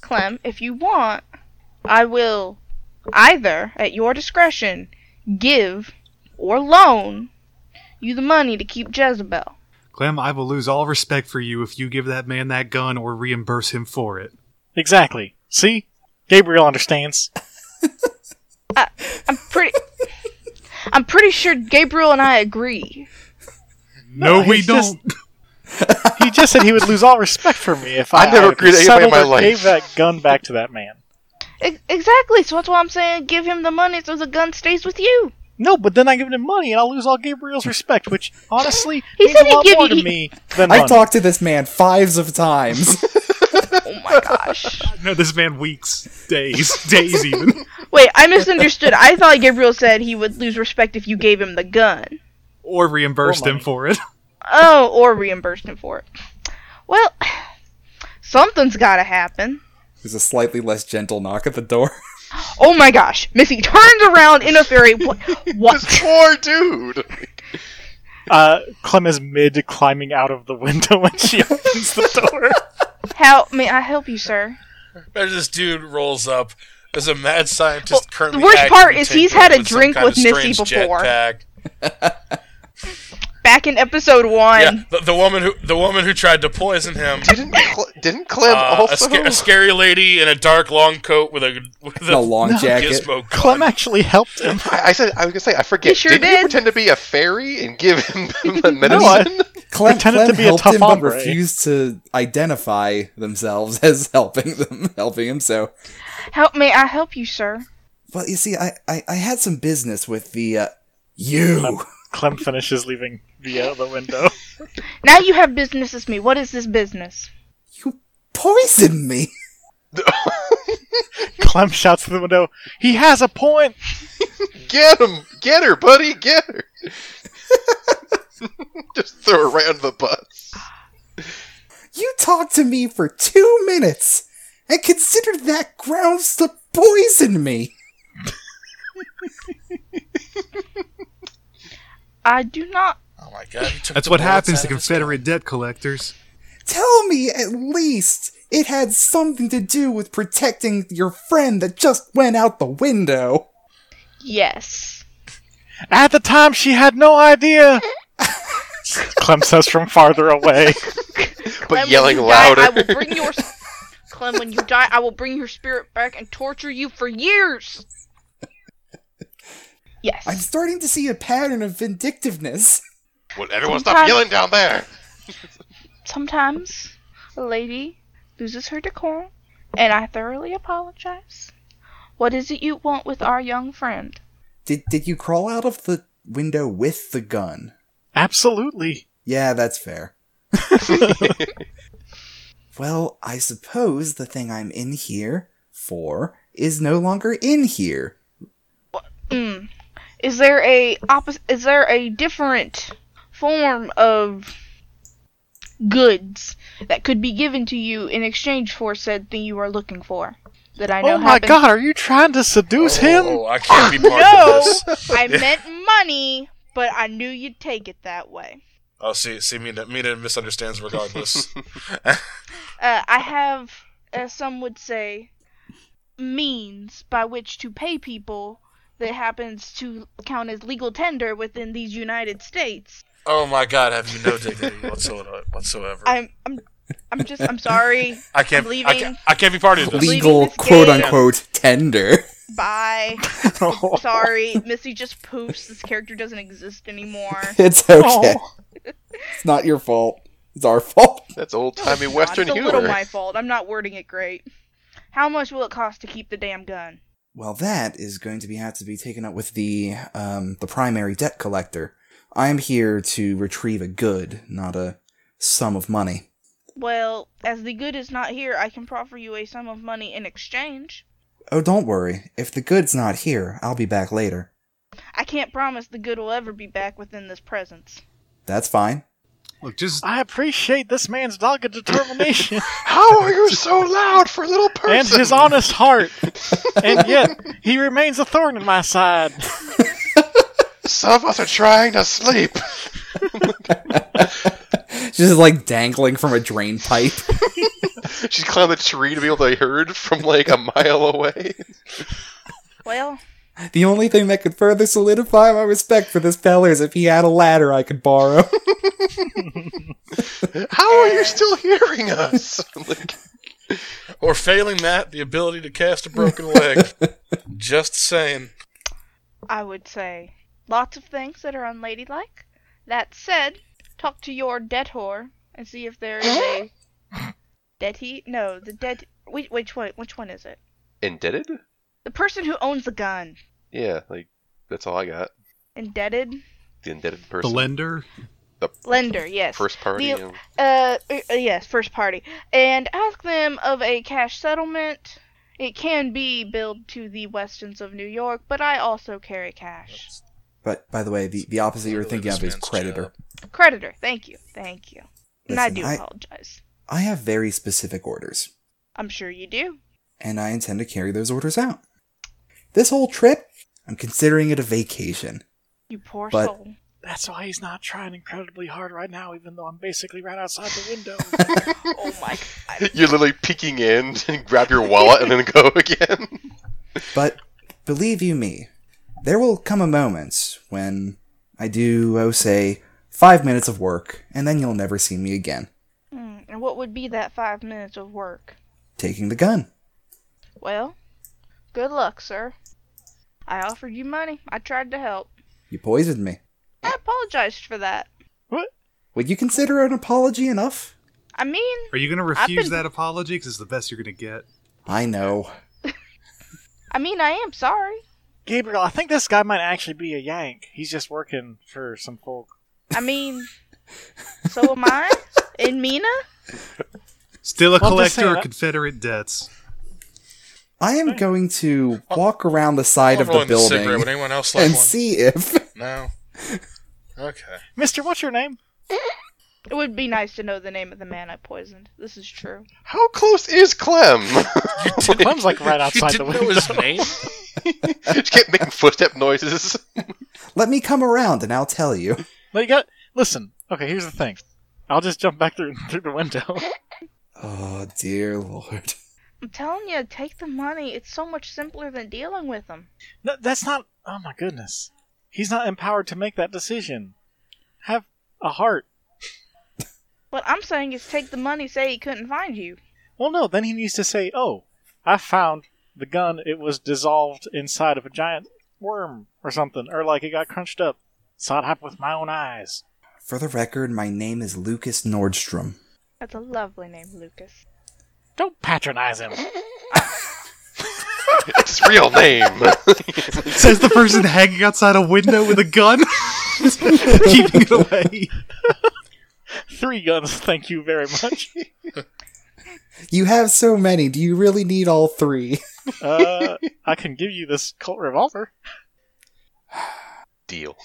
Speaker 4: Clem, if you want, I will either, at your discretion, give or loan you the money to keep Jezebel.
Speaker 6: Clem, I will lose all respect for you if you give that man that gun or reimburse him for it.
Speaker 3: Exactly. See? Gabriel understands.
Speaker 4: I'm pretty. [laughs] I'm pretty sure Gabriel and I agree.
Speaker 6: No, we
Speaker 3: he's just-
Speaker 6: don't. [laughs]
Speaker 3: He just said he would lose all respect for me if I,
Speaker 2: I've never
Speaker 3: either
Speaker 2: agreed to anybody in
Speaker 3: settled or
Speaker 2: my life.
Speaker 3: gave that gun back to that man.
Speaker 4: E- exactly, so that's why I'm saying give him the money so the gun stays with you.
Speaker 3: No, but then I give him money and I'll lose all Gabriel's respect, which honestly
Speaker 4: [laughs] He
Speaker 3: means
Speaker 4: said
Speaker 3: a
Speaker 4: he'd
Speaker 3: lot
Speaker 4: give
Speaker 3: more
Speaker 4: you-
Speaker 3: to
Speaker 4: [laughs]
Speaker 3: me than
Speaker 1: I
Speaker 3: money.
Speaker 1: talked to this man fives of times. [laughs]
Speaker 4: Oh my gosh.
Speaker 6: No, this man weeks, days,
Speaker 3: [laughs]
Speaker 6: days even.
Speaker 4: Wait, I misunderstood. I thought Gabriel said he would lose respect if you gave him the gun.
Speaker 6: Or reimbursed
Speaker 3: Or
Speaker 6: him
Speaker 3: money.
Speaker 6: for it.
Speaker 4: Oh, or reimbursed him for it. Well, [sighs] something's gotta happen.
Speaker 1: there's a slightly less gentle knock at the
Speaker 3: [laughs]
Speaker 1: door.
Speaker 4: Oh my gosh, Missy turns around in a fury. What?
Speaker 2: this
Speaker 4: what?
Speaker 2: poor dude.
Speaker 3: Uh, Clem is mid climbing out of the window when she [laughs] opens the
Speaker 2: [laughs]
Speaker 3: door.
Speaker 4: How may I [laughs] help you, sir?
Speaker 5: Imagine this dude rolls up as a mad scientist.
Speaker 4: Well,
Speaker 5: currently
Speaker 4: the worst
Speaker 5: actively
Speaker 4: part is he's
Speaker 5: tinkering
Speaker 4: had a
Speaker 5: some
Speaker 4: drink
Speaker 5: kind
Speaker 4: with
Speaker 5: of
Speaker 4: Missy
Speaker 5: strange
Speaker 4: before.
Speaker 5: jetpack.
Speaker 4: Back in episode one.
Speaker 5: Yeah, the, the woman who the woman who tried to poison him.
Speaker 4: [laughs]
Speaker 2: Didn't Cle- didn't Clem
Speaker 5: Uh, a,
Speaker 2: also?
Speaker 5: sca- a scary lady in a dark long coat with a with
Speaker 1: In a long jacket.
Speaker 5: gizmo gun.
Speaker 3: Clem actually helped him.
Speaker 2: I, I said I was gonna say I forget.
Speaker 4: sure
Speaker 2: didn't
Speaker 4: did.
Speaker 2: you pretend to be a fairy and give
Speaker 4: [laughs]
Speaker 2: him [laughs] the
Speaker 3: No, I-
Speaker 2: medicine?
Speaker 1: Clem,
Speaker 3: Pretended
Speaker 1: Clem
Speaker 3: to be a
Speaker 1: helped
Speaker 3: tough
Speaker 1: him,
Speaker 3: hombre.
Speaker 1: but refused to identify themselves [laughs] as helping them, helping him. So,
Speaker 4: Help may I help you, sir?
Speaker 1: well, you see, I, I, I had some business with the uh, you.
Speaker 3: Clem finishes leaving via the window.
Speaker 4: Now you have business with me. What is this business?
Speaker 1: You poisoned me.
Speaker 3: Clem shouts through the window, He has a point!
Speaker 2: Get him! Get her, buddy! Get her! [laughs] Just throw her right under the bus.
Speaker 1: You talked to me for two minutes and considered that grounds to poison me.
Speaker 4: I do not.
Speaker 5: Oh my god! he took
Speaker 6: That's
Speaker 5: the
Speaker 6: what
Speaker 5: bullets
Speaker 6: happens
Speaker 5: out
Speaker 6: to
Speaker 5: of his
Speaker 6: Confederate debt collectors.
Speaker 1: Tell me at least it had something to do with protecting your friend that just went out the window.
Speaker 4: Yes.
Speaker 3: At the time, she had no idea! Clem says from farther away.
Speaker 4: Clem,
Speaker 2: But
Speaker 4: when
Speaker 2: yelling
Speaker 4: you
Speaker 2: louder.
Speaker 4: Die, I will bring
Speaker 2: [laughs]
Speaker 4: your. Clem, when you die, I will bring your spirit back and torture you for years. Yes.
Speaker 1: I'm starting to see a pattern of vindictiveness.
Speaker 2: Well, everyone stop
Speaker 4: Sometimes-
Speaker 2: yelling down there!
Speaker 4: Sometimes a lady loses her decorum, and I thoroughly apologize. What is it you want with our young friend?
Speaker 1: Did did you crawl out of the window with the gun?
Speaker 3: Absolutely.
Speaker 1: Yeah, that's
Speaker 4: [laughs]
Speaker 1: fair. well, I suppose the thing I'm in here for is no longer in here.
Speaker 4: Mm. Is there a opposite? Is there a different form of goods that could be given to you in exchange for said thing you are looking for? That I know.
Speaker 3: Oh my
Speaker 4: happens-
Speaker 3: god, are you trying to seduce
Speaker 5: door.
Speaker 3: him?
Speaker 5: Oh, I can't be part
Speaker 4: No,
Speaker 5: of this.
Speaker 3: [laughs]
Speaker 4: I meant money, but I knew you'd take it that way.
Speaker 5: Oh, see, see, Mina, Mina misunderstands
Speaker 4: [laughs]
Speaker 5: regardless.
Speaker 4: Uh, I have, as some would say, means by which to pay people that happens to count as legal tender within these United States.
Speaker 5: oh my god! Have you no dignity whatsoever? Whatsoever.
Speaker 4: I'm, I'm, I'm just, I'm sorry.
Speaker 5: [laughs] I can't.
Speaker 4: I'm
Speaker 5: I
Speaker 4: leaving.
Speaker 5: can't, I can't be part of this.
Speaker 4: Leave-
Speaker 1: Legal
Speaker 4: this
Speaker 1: quote
Speaker 4: game.
Speaker 1: unquote
Speaker 4: [laughs]
Speaker 1: tender.
Speaker 4: Bye.
Speaker 5: [laughs]
Speaker 4: Sorry, Missy just poofs. This character doesn't exist anymore.
Speaker 1: It's okay.
Speaker 3: Oh.
Speaker 1: It's not your fault. It's our fault.
Speaker 2: That's old timey
Speaker 4: God,
Speaker 2: Western
Speaker 4: it's a little
Speaker 2: humor.
Speaker 4: my fault. I'm not wording it great. How much will it cost to keep the damn gun?
Speaker 1: Well, that is going to be have to be taken up with the um the primary debt collector. I am here to retrieve a good, not a sum of money.
Speaker 4: Well, as the good is not here, I can proffer you a sum of money in exchange.
Speaker 1: Oh, don't worry. If the good's not here, I'll be back later.
Speaker 4: I can't promise the good will ever be back within this presence.
Speaker 1: That's fine. [laughs]
Speaker 6: Look, just
Speaker 3: I appreciate this man's dogged determination
Speaker 2: How are you so loud for a little person?
Speaker 3: and his honest heart, and yet he remains a thorn in my side.
Speaker 2: Some of us are trying to sleep. [laughs]
Speaker 1: Just like dangling from a drain pipe. [laughs]
Speaker 2: She climbed a tree to be able to be heard from like a mile away.
Speaker 4: Well,
Speaker 1: the only thing that could further solidify my respect for this feller is if he had a ladder I could borrow. [laughs]
Speaker 2: How are you still hearing us? [laughs] Like,
Speaker 5: Or failing that, the ability to cast a broken
Speaker 1: [laughs]
Speaker 5: leg. Just saying.
Speaker 4: I would say lots of things that are unladylike. That said, talk to your debtor and see if there is a debtee. No, the debt. Which, which one? Which one is it?
Speaker 2: indebted?
Speaker 4: The person who owns the gun.
Speaker 2: Yeah, like that's all I got.
Speaker 4: Indebted
Speaker 2: The indebted
Speaker 6: the
Speaker 2: person.
Speaker 6: lender.
Speaker 4: lender. Yes.
Speaker 2: First party.
Speaker 4: The-
Speaker 2: um,
Speaker 4: uh, uh, yes, first party, and ask them of a cash settlement. It can be billed to the Westons of New York, but I also carry cash.
Speaker 1: but by the way, the, the opposite you're
Speaker 5: Really
Speaker 1: thinking of is
Speaker 5: this man's
Speaker 1: creditor.
Speaker 5: job.
Speaker 4: Creditor, thank you, thank you. and I
Speaker 1: Listen,
Speaker 4: do
Speaker 1: I-
Speaker 4: apologize.
Speaker 1: I have very specific orders,
Speaker 4: I'm sure you do.
Speaker 1: and I intend to carry those orders out. This whole trip, I'm considering it a vacation.
Speaker 4: You poor
Speaker 1: But-
Speaker 4: soul.
Speaker 3: That's why he's not trying incredibly hard right now, even though I'm basically right outside the window.
Speaker 4: Oh my god.
Speaker 2: [laughs] You're literally peeking in [laughs] and grab your wallet and then go [laughs] again.
Speaker 1: But believe you me, there will come a moment when I do, oh, say, five minutes of work, and then you'll never see me again.
Speaker 4: Hmm, and what would be that five minutes of work?
Speaker 1: Taking the gun.
Speaker 4: Well, good luck, sir. I offered you money. I tried to help.
Speaker 1: You poisoned me.
Speaker 4: I apologized for that.
Speaker 1: Would you consider an apology enough?
Speaker 4: I mean,
Speaker 6: Are you going to refuse
Speaker 4: been-
Speaker 6: that apology? Because it's the best you're going to get.
Speaker 1: I know.
Speaker 4: I mean, I am sorry.
Speaker 3: Gabriel, I think this guy might actually be a Yank. He's just working for some folk.
Speaker 4: I mean,
Speaker 1: [laughs]
Speaker 4: so am I. And Mina?
Speaker 6: Still a
Speaker 3: Well, I'm just
Speaker 6: collector
Speaker 3: saying,
Speaker 6: of
Speaker 3: I-
Speaker 6: Confederate debts.
Speaker 1: I am going to walk around the side
Speaker 5: I'm
Speaker 1: of the
Speaker 5: rolling this cigarette. Would
Speaker 1: building
Speaker 5: anyone else like
Speaker 1: and
Speaker 5: one?
Speaker 1: see if. [laughs]
Speaker 5: No. Okay.
Speaker 3: Mister, what's your name?
Speaker 4: It would be nice to know the name of the man I poisoned. This is true.
Speaker 2: How close is Clem? [laughs]
Speaker 3: Clem's Oh, like right outside the
Speaker 5: you didn't
Speaker 3: window.
Speaker 5: know
Speaker 3: [laughs]
Speaker 5: his name?
Speaker 2: she kept making footstep noises. [laughs]
Speaker 1: Let me come around and I'll tell you.
Speaker 3: No, you got. Listen. Okay, here's the thing. I'll just jump back through through the window. [laughs]
Speaker 1: Oh, dear lord.
Speaker 4: I'm telling you, take the money. It's so much simpler than dealing with them.
Speaker 3: No, that's not. Oh my goodness. He's not empowered to make that decision. Have a heart.
Speaker 4: What I'm saying is take the money, say he couldn't find you.
Speaker 3: Well, no. Then he needs to say, "Oh, I found the gun. It was dissolved inside of a giant worm or something, or like it got crunched up. Saw it happen with my own eyes."
Speaker 1: For the record, my name is Lucas Nordstrom.
Speaker 4: That's a lovely name, Lucas.
Speaker 3: Don't patronize him.
Speaker 2: It's real name. [laughs]
Speaker 6: Says the
Speaker 3: [laughs]
Speaker 6: person hanging outside a window with a gun, [laughs] keeping it away.
Speaker 3: Three guns. [laughs] Thank you very much.
Speaker 1: You have so many. Do you really need all three? [laughs]
Speaker 3: Uh, I can give you this Colt revolver.
Speaker 2: Deal.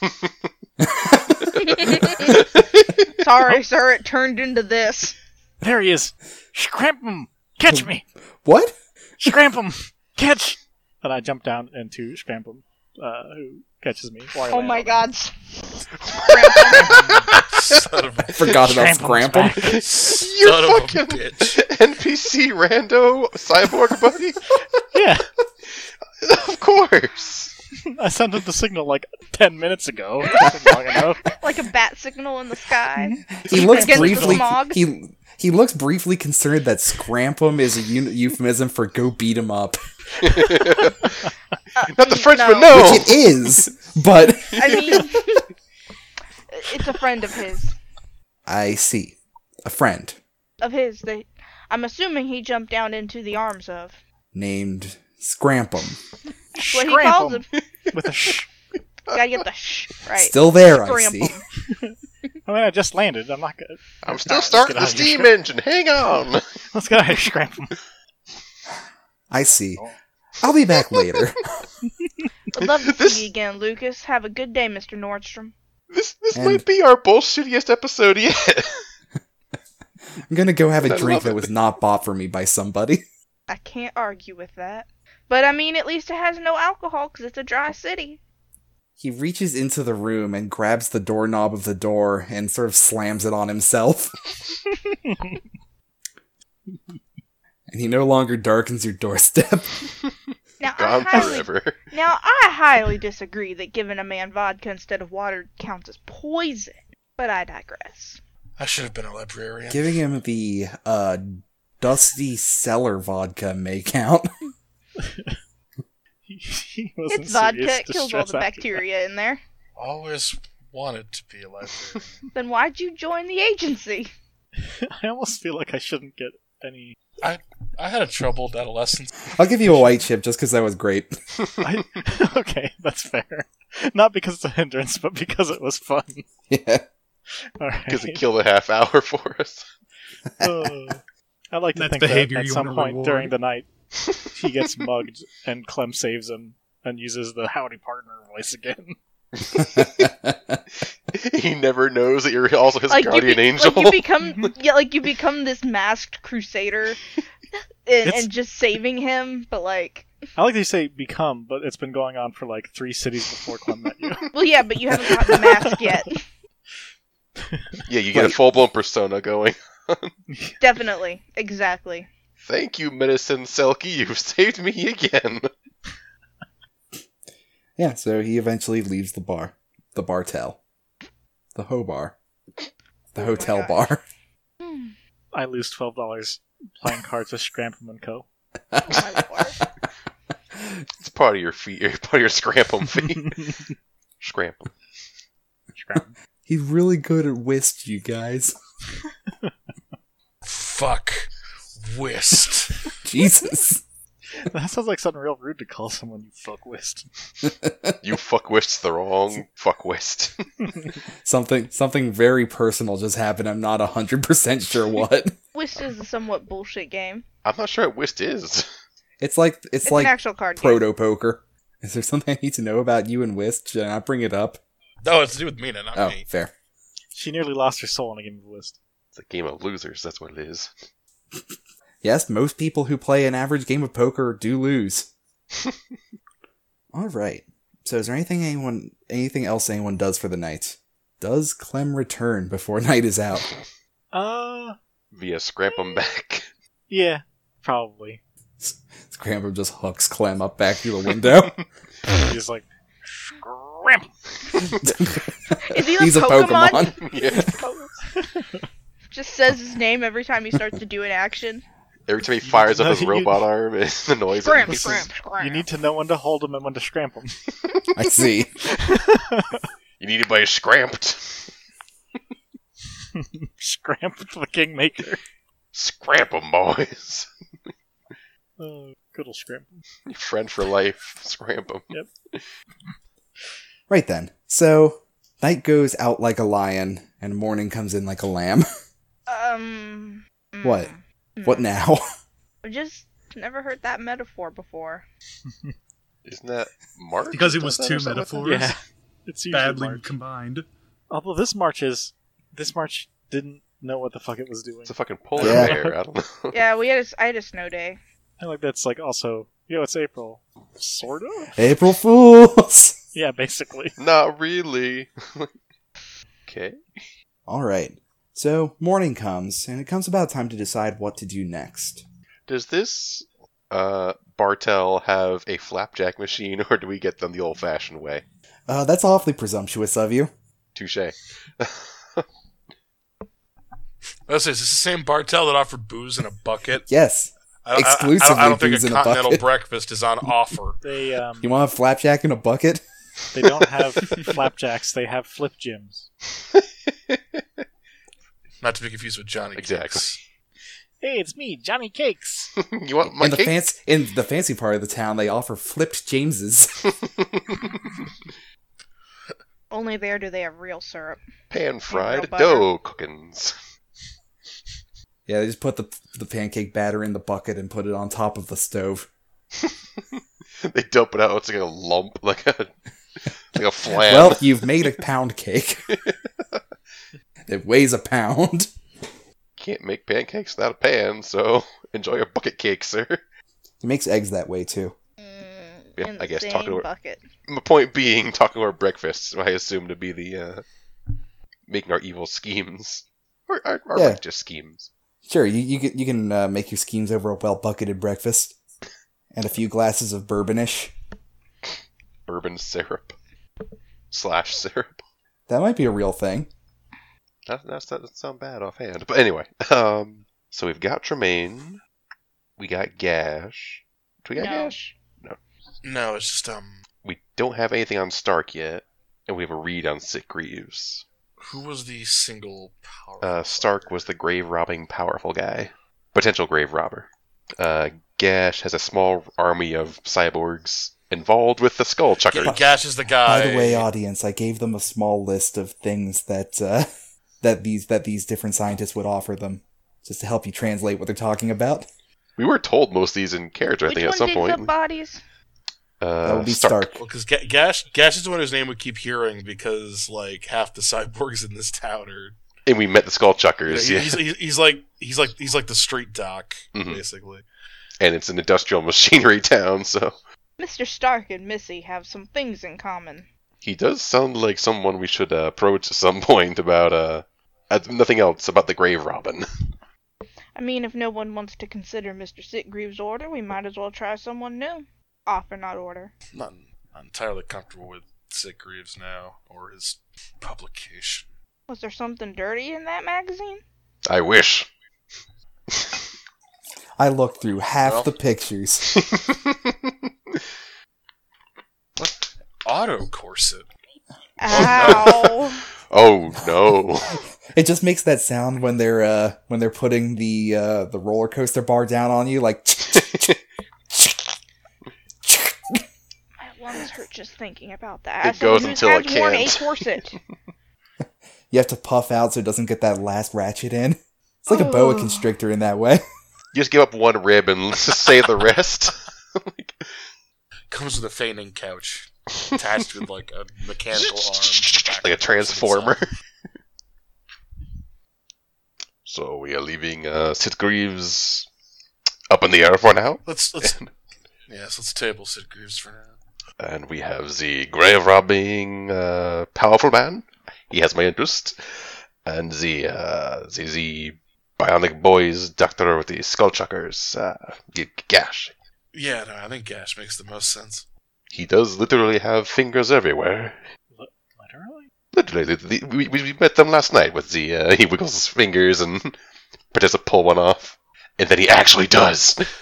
Speaker 4: Sorry, sir, it turned into this.
Speaker 3: There he is. Scramp him. Catch me.
Speaker 1: What?
Speaker 3: Scramp him. Catch. And I jump down into Scramp him, uh, who catches me. while I
Speaker 4: Oh
Speaker 3: land
Speaker 4: my
Speaker 3: on
Speaker 4: god.
Speaker 5: Son of a,
Speaker 1: Forgot about
Speaker 3: Scramp 'em.
Speaker 1: Scrample.
Speaker 5: son of a
Speaker 2: fucking-
Speaker 5: bitch.
Speaker 2: [laughs] NPC rando cyborg buddy? [laughs]
Speaker 3: him. Yeah.
Speaker 2: of course.
Speaker 3: I sent him the signal like 10 minutes ago. It took
Speaker 4: [laughs]
Speaker 3: long enough.
Speaker 4: Like a bat signal in the sky.
Speaker 1: [laughs] He looks
Speaker 4: Against the
Speaker 1: briefly.
Speaker 4: smog.
Speaker 1: He he looks briefly concerned that scramplem is a eu- euphemism for go beat him
Speaker 2: [laughs]
Speaker 1: up,
Speaker 2: Not the Frenchman,
Speaker 4: no.
Speaker 2: no.
Speaker 1: which it is. But
Speaker 4: I mean, it's a friend of his.
Speaker 1: I see. A friend
Speaker 4: of his that I'm assuming he jumped down into the arms of.
Speaker 1: named Scrampum.
Speaker 4: That's what he calls him.
Speaker 3: with a sh.
Speaker 4: Gotta get the shh right.
Speaker 1: Still there, I
Speaker 4: Scramble.
Speaker 1: see.
Speaker 3: I mean, I just landed. I'm not good.
Speaker 2: I'm still starting the
Speaker 3: let's get out of
Speaker 2: steam engine. Hang on. [laughs]
Speaker 3: [laughs] Let's go ahead and scramble.
Speaker 1: I see. I'll be back
Speaker 4: [laughs]
Speaker 1: later.
Speaker 4: Would love to
Speaker 2: This-
Speaker 4: see you again, Lucas. Have a good day, Mr. Nordstrom.
Speaker 2: This this
Speaker 1: And-
Speaker 2: might be our bullshittiest episode yet.
Speaker 1: I'm gonna go have
Speaker 2: I
Speaker 1: a drink
Speaker 2: love
Speaker 1: that
Speaker 2: it.
Speaker 1: was not bought for me by somebody.
Speaker 4: I can't argue with that. But I mean, at least it has no alcohol because it's a dry city.
Speaker 1: He reaches into the room and grabs the doorknob of the door and sort of slams it on himself. [laughs] and he no longer darkens your
Speaker 4: [laughs]
Speaker 1: doorstep.
Speaker 4: Now I
Speaker 2: Gone
Speaker 4: highly
Speaker 2: forever. [laughs]
Speaker 4: now I highly disagree that giving a man vodka instead of water counts as poison. But I digress.
Speaker 5: I should have been a librarian.
Speaker 1: Giving him the uh, dusty cellar vodka may count.
Speaker 3: [laughs] He wasn't
Speaker 4: it's vodka.
Speaker 3: serious
Speaker 4: It kills all
Speaker 3: distress
Speaker 4: the
Speaker 3: after that.
Speaker 4: bacteria in there.
Speaker 5: Always wanted to be a librarian.
Speaker 4: Then why'd you join the agency?
Speaker 3: [laughs] I almost feel like I shouldn't get any.
Speaker 5: I I had a troubled adolescence.
Speaker 1: [laughs] I'll give you a white chip just because that was great. [laughs]
Speaker 3: I... [laughs] okay, that's fair. Not because it's a hindrance, but because it was fun. [laughs]
Speaker 1: yeah.
Speaker 3: All right.
Speaker 2: Because it killed a half hour [laughs] for us.
Speaker 3: Oh. [laughs] I like to
Speaker 6: That's
Speaker 3: think that
Speaker 6: behavior
Speaker 3: at
Speaker 6: you
Speaker 3: some
Speaker 6: wanna
Speaker 3: point
Speaker 6: reward.
Speaker 3: during
Speaker 2: [laughs]
Speaker 3: the night, he gets mugged and Clem saves him and uses the howdy partner voice again.
Speaker 2: He never knows that you're also his guardian
Speaker 4: you be-
Speaker 2: angel.
Speaker 4: Like
Speaker 2: [laughs]
Speaker 4: you become yeah, like you become this masked crusader and,
Speaker 3: It's-
Speaker 4: and just saving him, but like
Speaker 3: I like that you say become, but it's been going on for like three cities before Clem met
Speaker 2: [laughs]
Speaker 3: you.
Speaker 4: well yeah, but you haven't gotten the mask
Speaker 3: [laughs]
Speaker 4: yet.
Speaker 2: yeah, you get a full blown persona going.
Speaker 4: Definitely. Exactly.
Speaker 2: Thank you, medicine Selkie. You've [laughs] saved me again.
Speaker 1: Yeah, so he eventually leaves the bar. The bartel. The ho bar. The
Speaker 4: Oh my
Speaker 1: hotel
Speaker 4: gosh.
Speaker 1: bar. [laughs]
Speaker 4: Hmm.
Speaker 3: I lose twelve dollars playing cards with Scrampham and Co.
Speaker 4: Oh my lord.
Speaker 2: It's part of your feet. [laughs] Part of your scramble
Speaker 6: [laughs]
Speaker 2: feet. scramble.
Speaker 3: Scram.
Speaker 1: He's really good at whist, you guys. [laughs]
Speaker 5: Fuck. Whist.
Speaker 1: Jesus.
Speaker 3: that sounds like something real rude to call someone you fuck whist.
Speaker 2: You fuck whist's the wrong fuck whist. [laughs]
Speaker 1: something something very personal just happened. I'm not 100%
Speaker 4: [laughs]
Speaker 1: sure what.
Speaker 4: Whist is a somewhat bullshit game.
Speaker 2: I'm not sure what whist is.
Speaker 1: It's like it's,
Speaker 4: It's,
Speaker 1: like
Speaker 4: an actual card game.
Speaker 1: proto poker. Is there something I need to know about you and whist? Should I not bring it up?
Speaker 5: No, it's to do with Mina, not
Speaker 1: Oh,
Speaker 5: me.
Speaker 1: fair.
Speaker 3: She nearly lost her soul in a game of whist.
Speaker 2: It's a game of losers. That's what it is.
Speaker 1: Yes, most people who play an average game of poker do
Speaker 4: [laughs]
Speaker 1: lose. All right. So is there anything anyone anything else anyone does for the night? Does Clem return before [laughs] night is out?
Speaker 3: Uh
Speaker 2: Via scramp
Speaker 6: Hmm.
Speaker 2: 'em back.
Speaker 3: yeah, probably.
Speaker 1: Scramble just hooks Clem up back through the window.
Speaker 3: He's like Scram
Speaker 4: [laughs] Is he
Speaker 1: [laughs]
Speaker 4: like
Speaker 1: He's a
Speaker 4: Pokemon?
Speaker 1: Pokemon.
Speaker 2: [laughs] yeah.
Speaker 4: Just says his name every time he starts to do an action.
Speaker 2: [laughs] Every time he fires up
Speaker 3: No,
Speaker 2: his
Speaker 3: you-
Speaker 2: robot arm, [laughs] it's the noise.
Speaker 4: Scram,
Speaker 2: it
Speaker 4: scram,
Speaker 2: makes.
Speaker 4: scram.
Speaker 3: You need to know when to hold him and when to scramp him.
Speaker 1: I see.
Speaker 2: [laughs] You need to buy a scramped.
Speaker 3: [laughs] scramp the kingmaker.
Speaker 2: Scramp 'em, boys. [laughs]
Speaker 3: Oh, good old scramp.
Speaker 2: Your friend for life. Scramp 'em.
Speaker 1: Right then. So night goes out like a lion and morning comes in like a lamb. [laughs]
Speaker 4: Um mm,
Speaker 1: What?
Speaker 4: mm.
Speaker 1: what now? [laughs]
Speaker 4: I just never heard that metaphor before.
Speaker 2: Isn't that March?
Speaker 6: Because it
Speaker 2: Does
Speaker 6: was
Speaker 2: that
Speaker 6: two
Speaker 2: or something like that?
Speaker 6: metaphors
Speaker 3: Yeah. It's usually
Speaker 6: badly
Speaker 3: March.
Speaker 6: combined.
Speaker 3: Although this March is this March didn't know what the fuck it was doing.
Speaker 2: It's a fucking polar
Speaker 1: Yeah.
Speaker 2: bear. I don't know.
Speaker 4: Yeah, we had a s I had a snow day.
Speaker 3: I like that's like also you know it's April. Sorta?
Speaker 1: April Fools. [laughs]
Speaker 3: Yeah, basically.
Speaker 2: [laughs] Not really. okay.
Speaker 1: All right. So morning comes and it comes about time to decide what to do next.
Speaker 2: Does this uh, Bartel have a flapjack machine, or do we get them the old-fashioned way?
Speaker 1: Uh, that's awfully presumptuous of you.
Speaker 2: Touche. [laughs]
Speaker 5: Let's say it's the same Bartel that offered booze in a bucket.
Speaker 1: Yes.
Speaker 5: I, I- I- I,
Speaker 1: Exclusively
Speaker 5: don't, I don't think
Speaker 1: booze
Speaker 5: a
Speaker 1: in a
Speaker 5: continental
Speaker 1: bucket.
Speaker 5: breakfast is on offer.
Speaker 1: [laughs]
Speaker 3: They um
Speaker 1: You want a flapjack in a bucket? [laughs]
Speaker 3: They don't have flapjacks. They have flip gyms.
Speaker 5: Not to be confused with Johnny.
Speaker 2: Exactly.
Speaker 5: Cakes.
Speaker 7: Hey, it's me, Johnny Cakes.
Speaker 2: you want [laughs] my
Speaker 1: in the
Speaker 2: cake?
Speaker 1: fancy in the fancy part of the town, they offer flipped Jameses. [laughs]
Speaker 4: Only there do they have real syrup.
Speaker 2: [laughs] Pan fried
Speaker 4: butter.
Speaker 2: dough cookins. [laughs]
Speaker 1: yeah, they just put the the pancake batter in the bucket and put it on top of the stove.
Speaker 2: they dope it out. It's like a lump, [laughs] like a
Speaker 1: [laughs]
Speaker 2: like a flan.
Speaker 1: Well, you've made a
Speaker 2: [laughs]
Speaker 1: pound cake. it weighs a pound.
Speaker 2: Can't make pancakes without a pan, so [laughs] enjoy your bucket cake, sir.
Speaker 1: He makes eggs that way too.
Speaker 4: Mm,
Speaker 2: Yeah,
Speaker 4: in
Speaker 2: I
Speaker 4: the
Speaker 2: guess
Speaker 4: same
Speaker 2: talking about-
Speaker 4: bucket.
Speaker 2: My point being, [laughs] talking over breakfast, I assume to be the uh, making our evil schemes or our, our
Speaker 1: Yeah.
Speaker 2: righteous schemes.
Speaker 1: Sure, you you can, you can uh, make your schemes over a well bucketed breakfast and a few glasses of bourbonish.
Speaker 2: Bourbon syrup slash syrup. [laughs]
Speaker 1: That might be a real thing.
Speaker 2: That, that's, that doesn't sound bad offhand. But anyway, um, so we've got Tremaine. We got Gash. Do we got
Speaker 4: No.
Speaker 2: Gash?
Speaker 5: No, it's just um,
Speaker 2: We don't have anything on Stark yet, and we have a read on Sick Reeves.
Speaker 5: who was the single power?
Speaker 2: Uh, Stark was the grave robbing powerful guy, potential grave robber. Uh, Gash has a small army of cyborgs involved with the skull chucker.
Speaker 5: G- Gash is the guy.
Speaker 1: By the way, uh, audience, I gave them a small list of things that uh, [laughs] that these that these different scientists would offer them, just to help you translate what they're talking about.
Speaker 2: We were told most of these in character, I
Speaker 4: Which
Speaker 2: think, at
Speaker 4: one
Speaker 2: some
Speaker 4: digs
Speaker 2: point.
Speaker 4: up bodies?
Speaker 2: Uh,
Speaker 1: that would be
Speaker 2: Stark.
Speaker 1: Stark.
Speaker 5: Well, because Gash, Gash is the one whose name we keep hearing because like half the [laughs] cyborgs in this town are.
Speaker 2: And we met the skull chuckers,
Speaker 5: Yeah,
Speaker 2: yeah.
Speaker 5: he's, he's, he's like he's like he's like the street doc
Speaker 2: Mhm.
Speaker 5: basically.
Speaker 2: And it's an industrial [laughs] machinery town, so
Speaker 4: Mr. Stark and Missy have some things in common.
Speaker 2: he does sound like someone we should uh, approach at some [laughs] point about, uh, uh, nothing else, about the grave robin.
Speaker 4: I mean, if no one wants to consider Mr. Sitgreaves' order, we might as well try someone new. Offer, not order.
Speaker 5: Not, not entirely comfortable with Sick Reeves now or his publication.
Speaker 4: Was there something dirty in
Speaker 2: [laughs]
Speaker 4: that magazine?
Speaker 2: I wish. [laughs]
Speaker 1: I looked through half
Speaker 5: Well.
Speaker 1: the pictures.
Speaker 5: Auto corset.
Speaker 4: Ow!
Speaker 2: [laughs] oh no.
Speaker 1: It just makes that sound when they're uh, when they're putting the uh, the roller coaster bar down on you, like
Speaker 4: My lungs hurt just thinking about that.
Speaker 2: It
Speaker 4: As someone
Speaker 2: goes
Speaker 4: who's
Speaker 2: until
Speaker 4: had
Speaker 2: I
Speaker 4: worn a
Speaker 2: can't. [laughs]
Speaker 4: corset.
Speaker 1: you have to puff out so it doesn't get that last ratchet in. It's like a boa
Speaker 4: Oh.
Speaker 1: constrictor in that way. [laughs]
Speaker 2: You just give up one rib and [laughs] let's just save the rest. Like,
Speaker 5: Comes with a fainting couch attached with like
Speaker 2: [laughs]
Speaker 5: a mechanical arm.
Speaker 2: like a transformer. [laughs] so we are leaving uh, Sid Greaves up in the air for now,
Speaker 5: Let's
Speaker 2: [laughs]
Speaker 5: let's yes, let's table Sid Greaves for now.
Speaker 2: and we have the grave robbing uh, powerful man. He has my interest, and the uh, the, the bionic boys doctor with the skull chuckers, uh, G- Gash.
Speaker 5: Yeah, no, I think Gash makes the most sense.
Speaker 2: He does literally have fingers everywhere.
Speaker 7: Literally?
Speaker 2: Literally, the, the, we, we met them last night with the uh, [laughs] he wiggles his fingers and [laughs] pretends to pull one off, and then he actually does. [laughs]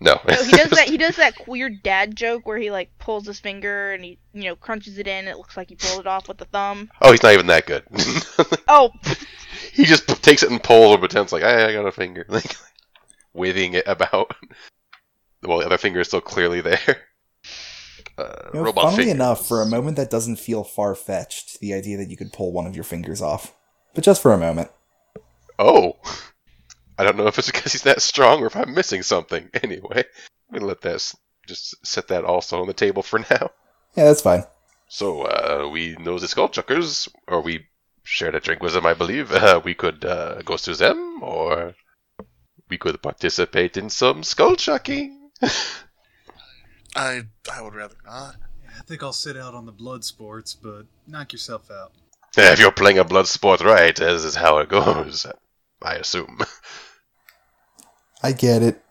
Speaker 2: No,
Speaker 4: No, Oh, he
Speaker 2: [laughs]
Speaker 4: does that. He does that weird dad joke where he like pulls his finger and he, you know, crunches it in. It looks like he pulled it off with the thumb.
Speaker 2: oh, he's not even that good. [laughs]
Speaker 4: Oh,
Speaker 2: he just p- takes it and pulls and pretends like hey, I got a finger, [laughs] like waving it about. [laughs] Well, the other finger is still clearly there. [laughs] Uh,
Speaker 1: You know,
Speaker 2: robot
Speaker 1: funnily
Speaker 2: finger.
Speaker 1: enough, for a moment that doesn't feel far fetched. The idea that you could pull one of your fingers off, but just for a moment.
Speaker 2: Oh, [laughs] I don't know if it's because he's that strong or if I'm missing something. [laughs] Anyway, I'm gonna let that s- just set that also on the table for now.
Speaker 1: Yeah, that's fine.
Speaker 2: So, uh, we know the skull chuckers, or we shared a drink with them, I believe. Uh, we could uh, go to them, or we could participate in some skull chucking. [laughs]
Speaker 5: I I would rather not.
Speaker 6: I think I'll sit out on the blood sports, but knock yourself out.
Speaker 2: if you're playing a blood sport right, this is how it goes, I assume. [laughs]
Speaker 1: I get it.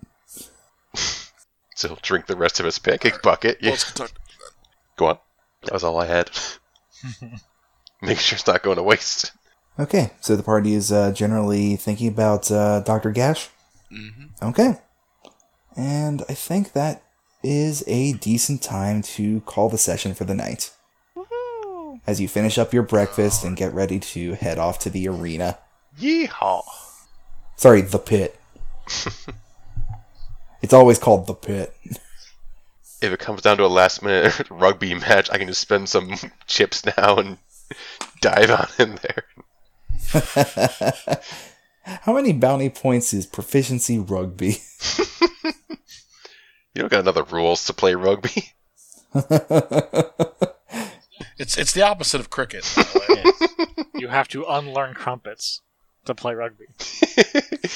Speaker 2: So, he'll drink the rest of his pancake bucket.
Speaker 5: Well,
Speaker 2: Yeah.
Speaker 5: let's talk-
Speaker 2: [laughs] Go on. That was all I had. [laughs] Make sure it's not going to waste.
Speaker 1: Okay, so the party is uh, generally thinking about uh, Doctor Gash.
Speaker 5: Mhm.
Speaker 1: Okay, and I think that is a decent time to call the session for the night.
Speaker 4: woohoo!
Speaker 1: As you finish up your breakfast and get ready to head off to the arena,
Speaker 2: Yeehaw!
Speaker 1: Sorry, the pit. it's always called the pit. [laughs]
Speaker 2: If it comes down to a last minute [laughs] rugby match, I can just spend some [laughs] chips now and [laughs] dive on in there.
Speaker 1: How many bounty points is proficiency rugby? [laughs]
Speaker 2: You don't got another rules to play rugby. [laughs]
Speaker 5: It's it's the opposite of cricket.
Speaker 7: You have to unlearn crumpets to play rugby.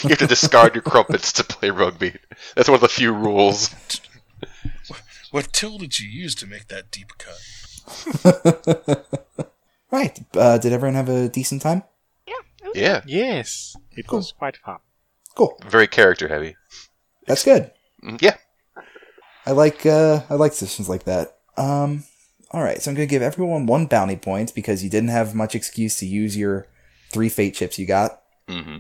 Speaker 2: you have to discard your crumpets to play rugby. That's one of the few rules.
Speaker 5: what tool did you use to make that deep cut?
Speaker 1: right. Uh, did everyone have a decent time?
Speaker 4: Yeah, it was
Speaker 2: Yeah,
Speaker 7: Yes, it was quite fun.
Speaker 1: Cool.
Speaker 2: very character heavy.
Speaker 1: That's good.
Speaker 2: Mm, Yeah,
Speaker 1: I like uh, I like sessions like that. Um, all right. So I'm gonna give everyone one bounty point because you didn't have much excuse to use your three fate chips you got.
Speaker 2: hmm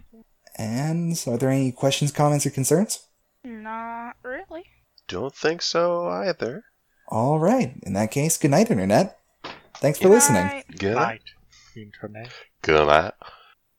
Speaker 1: And so, are there any questions, comments, or concerns?
Speaker 4: not really.
Speaker 2: don't think so either.
Speaker 1: All right. In that case, good night, internet. Thanks for listening.
Speaker 4: Bye.
Speaker 2: Good,
Speaker 7: Night, internet.
Speaker 2: good night.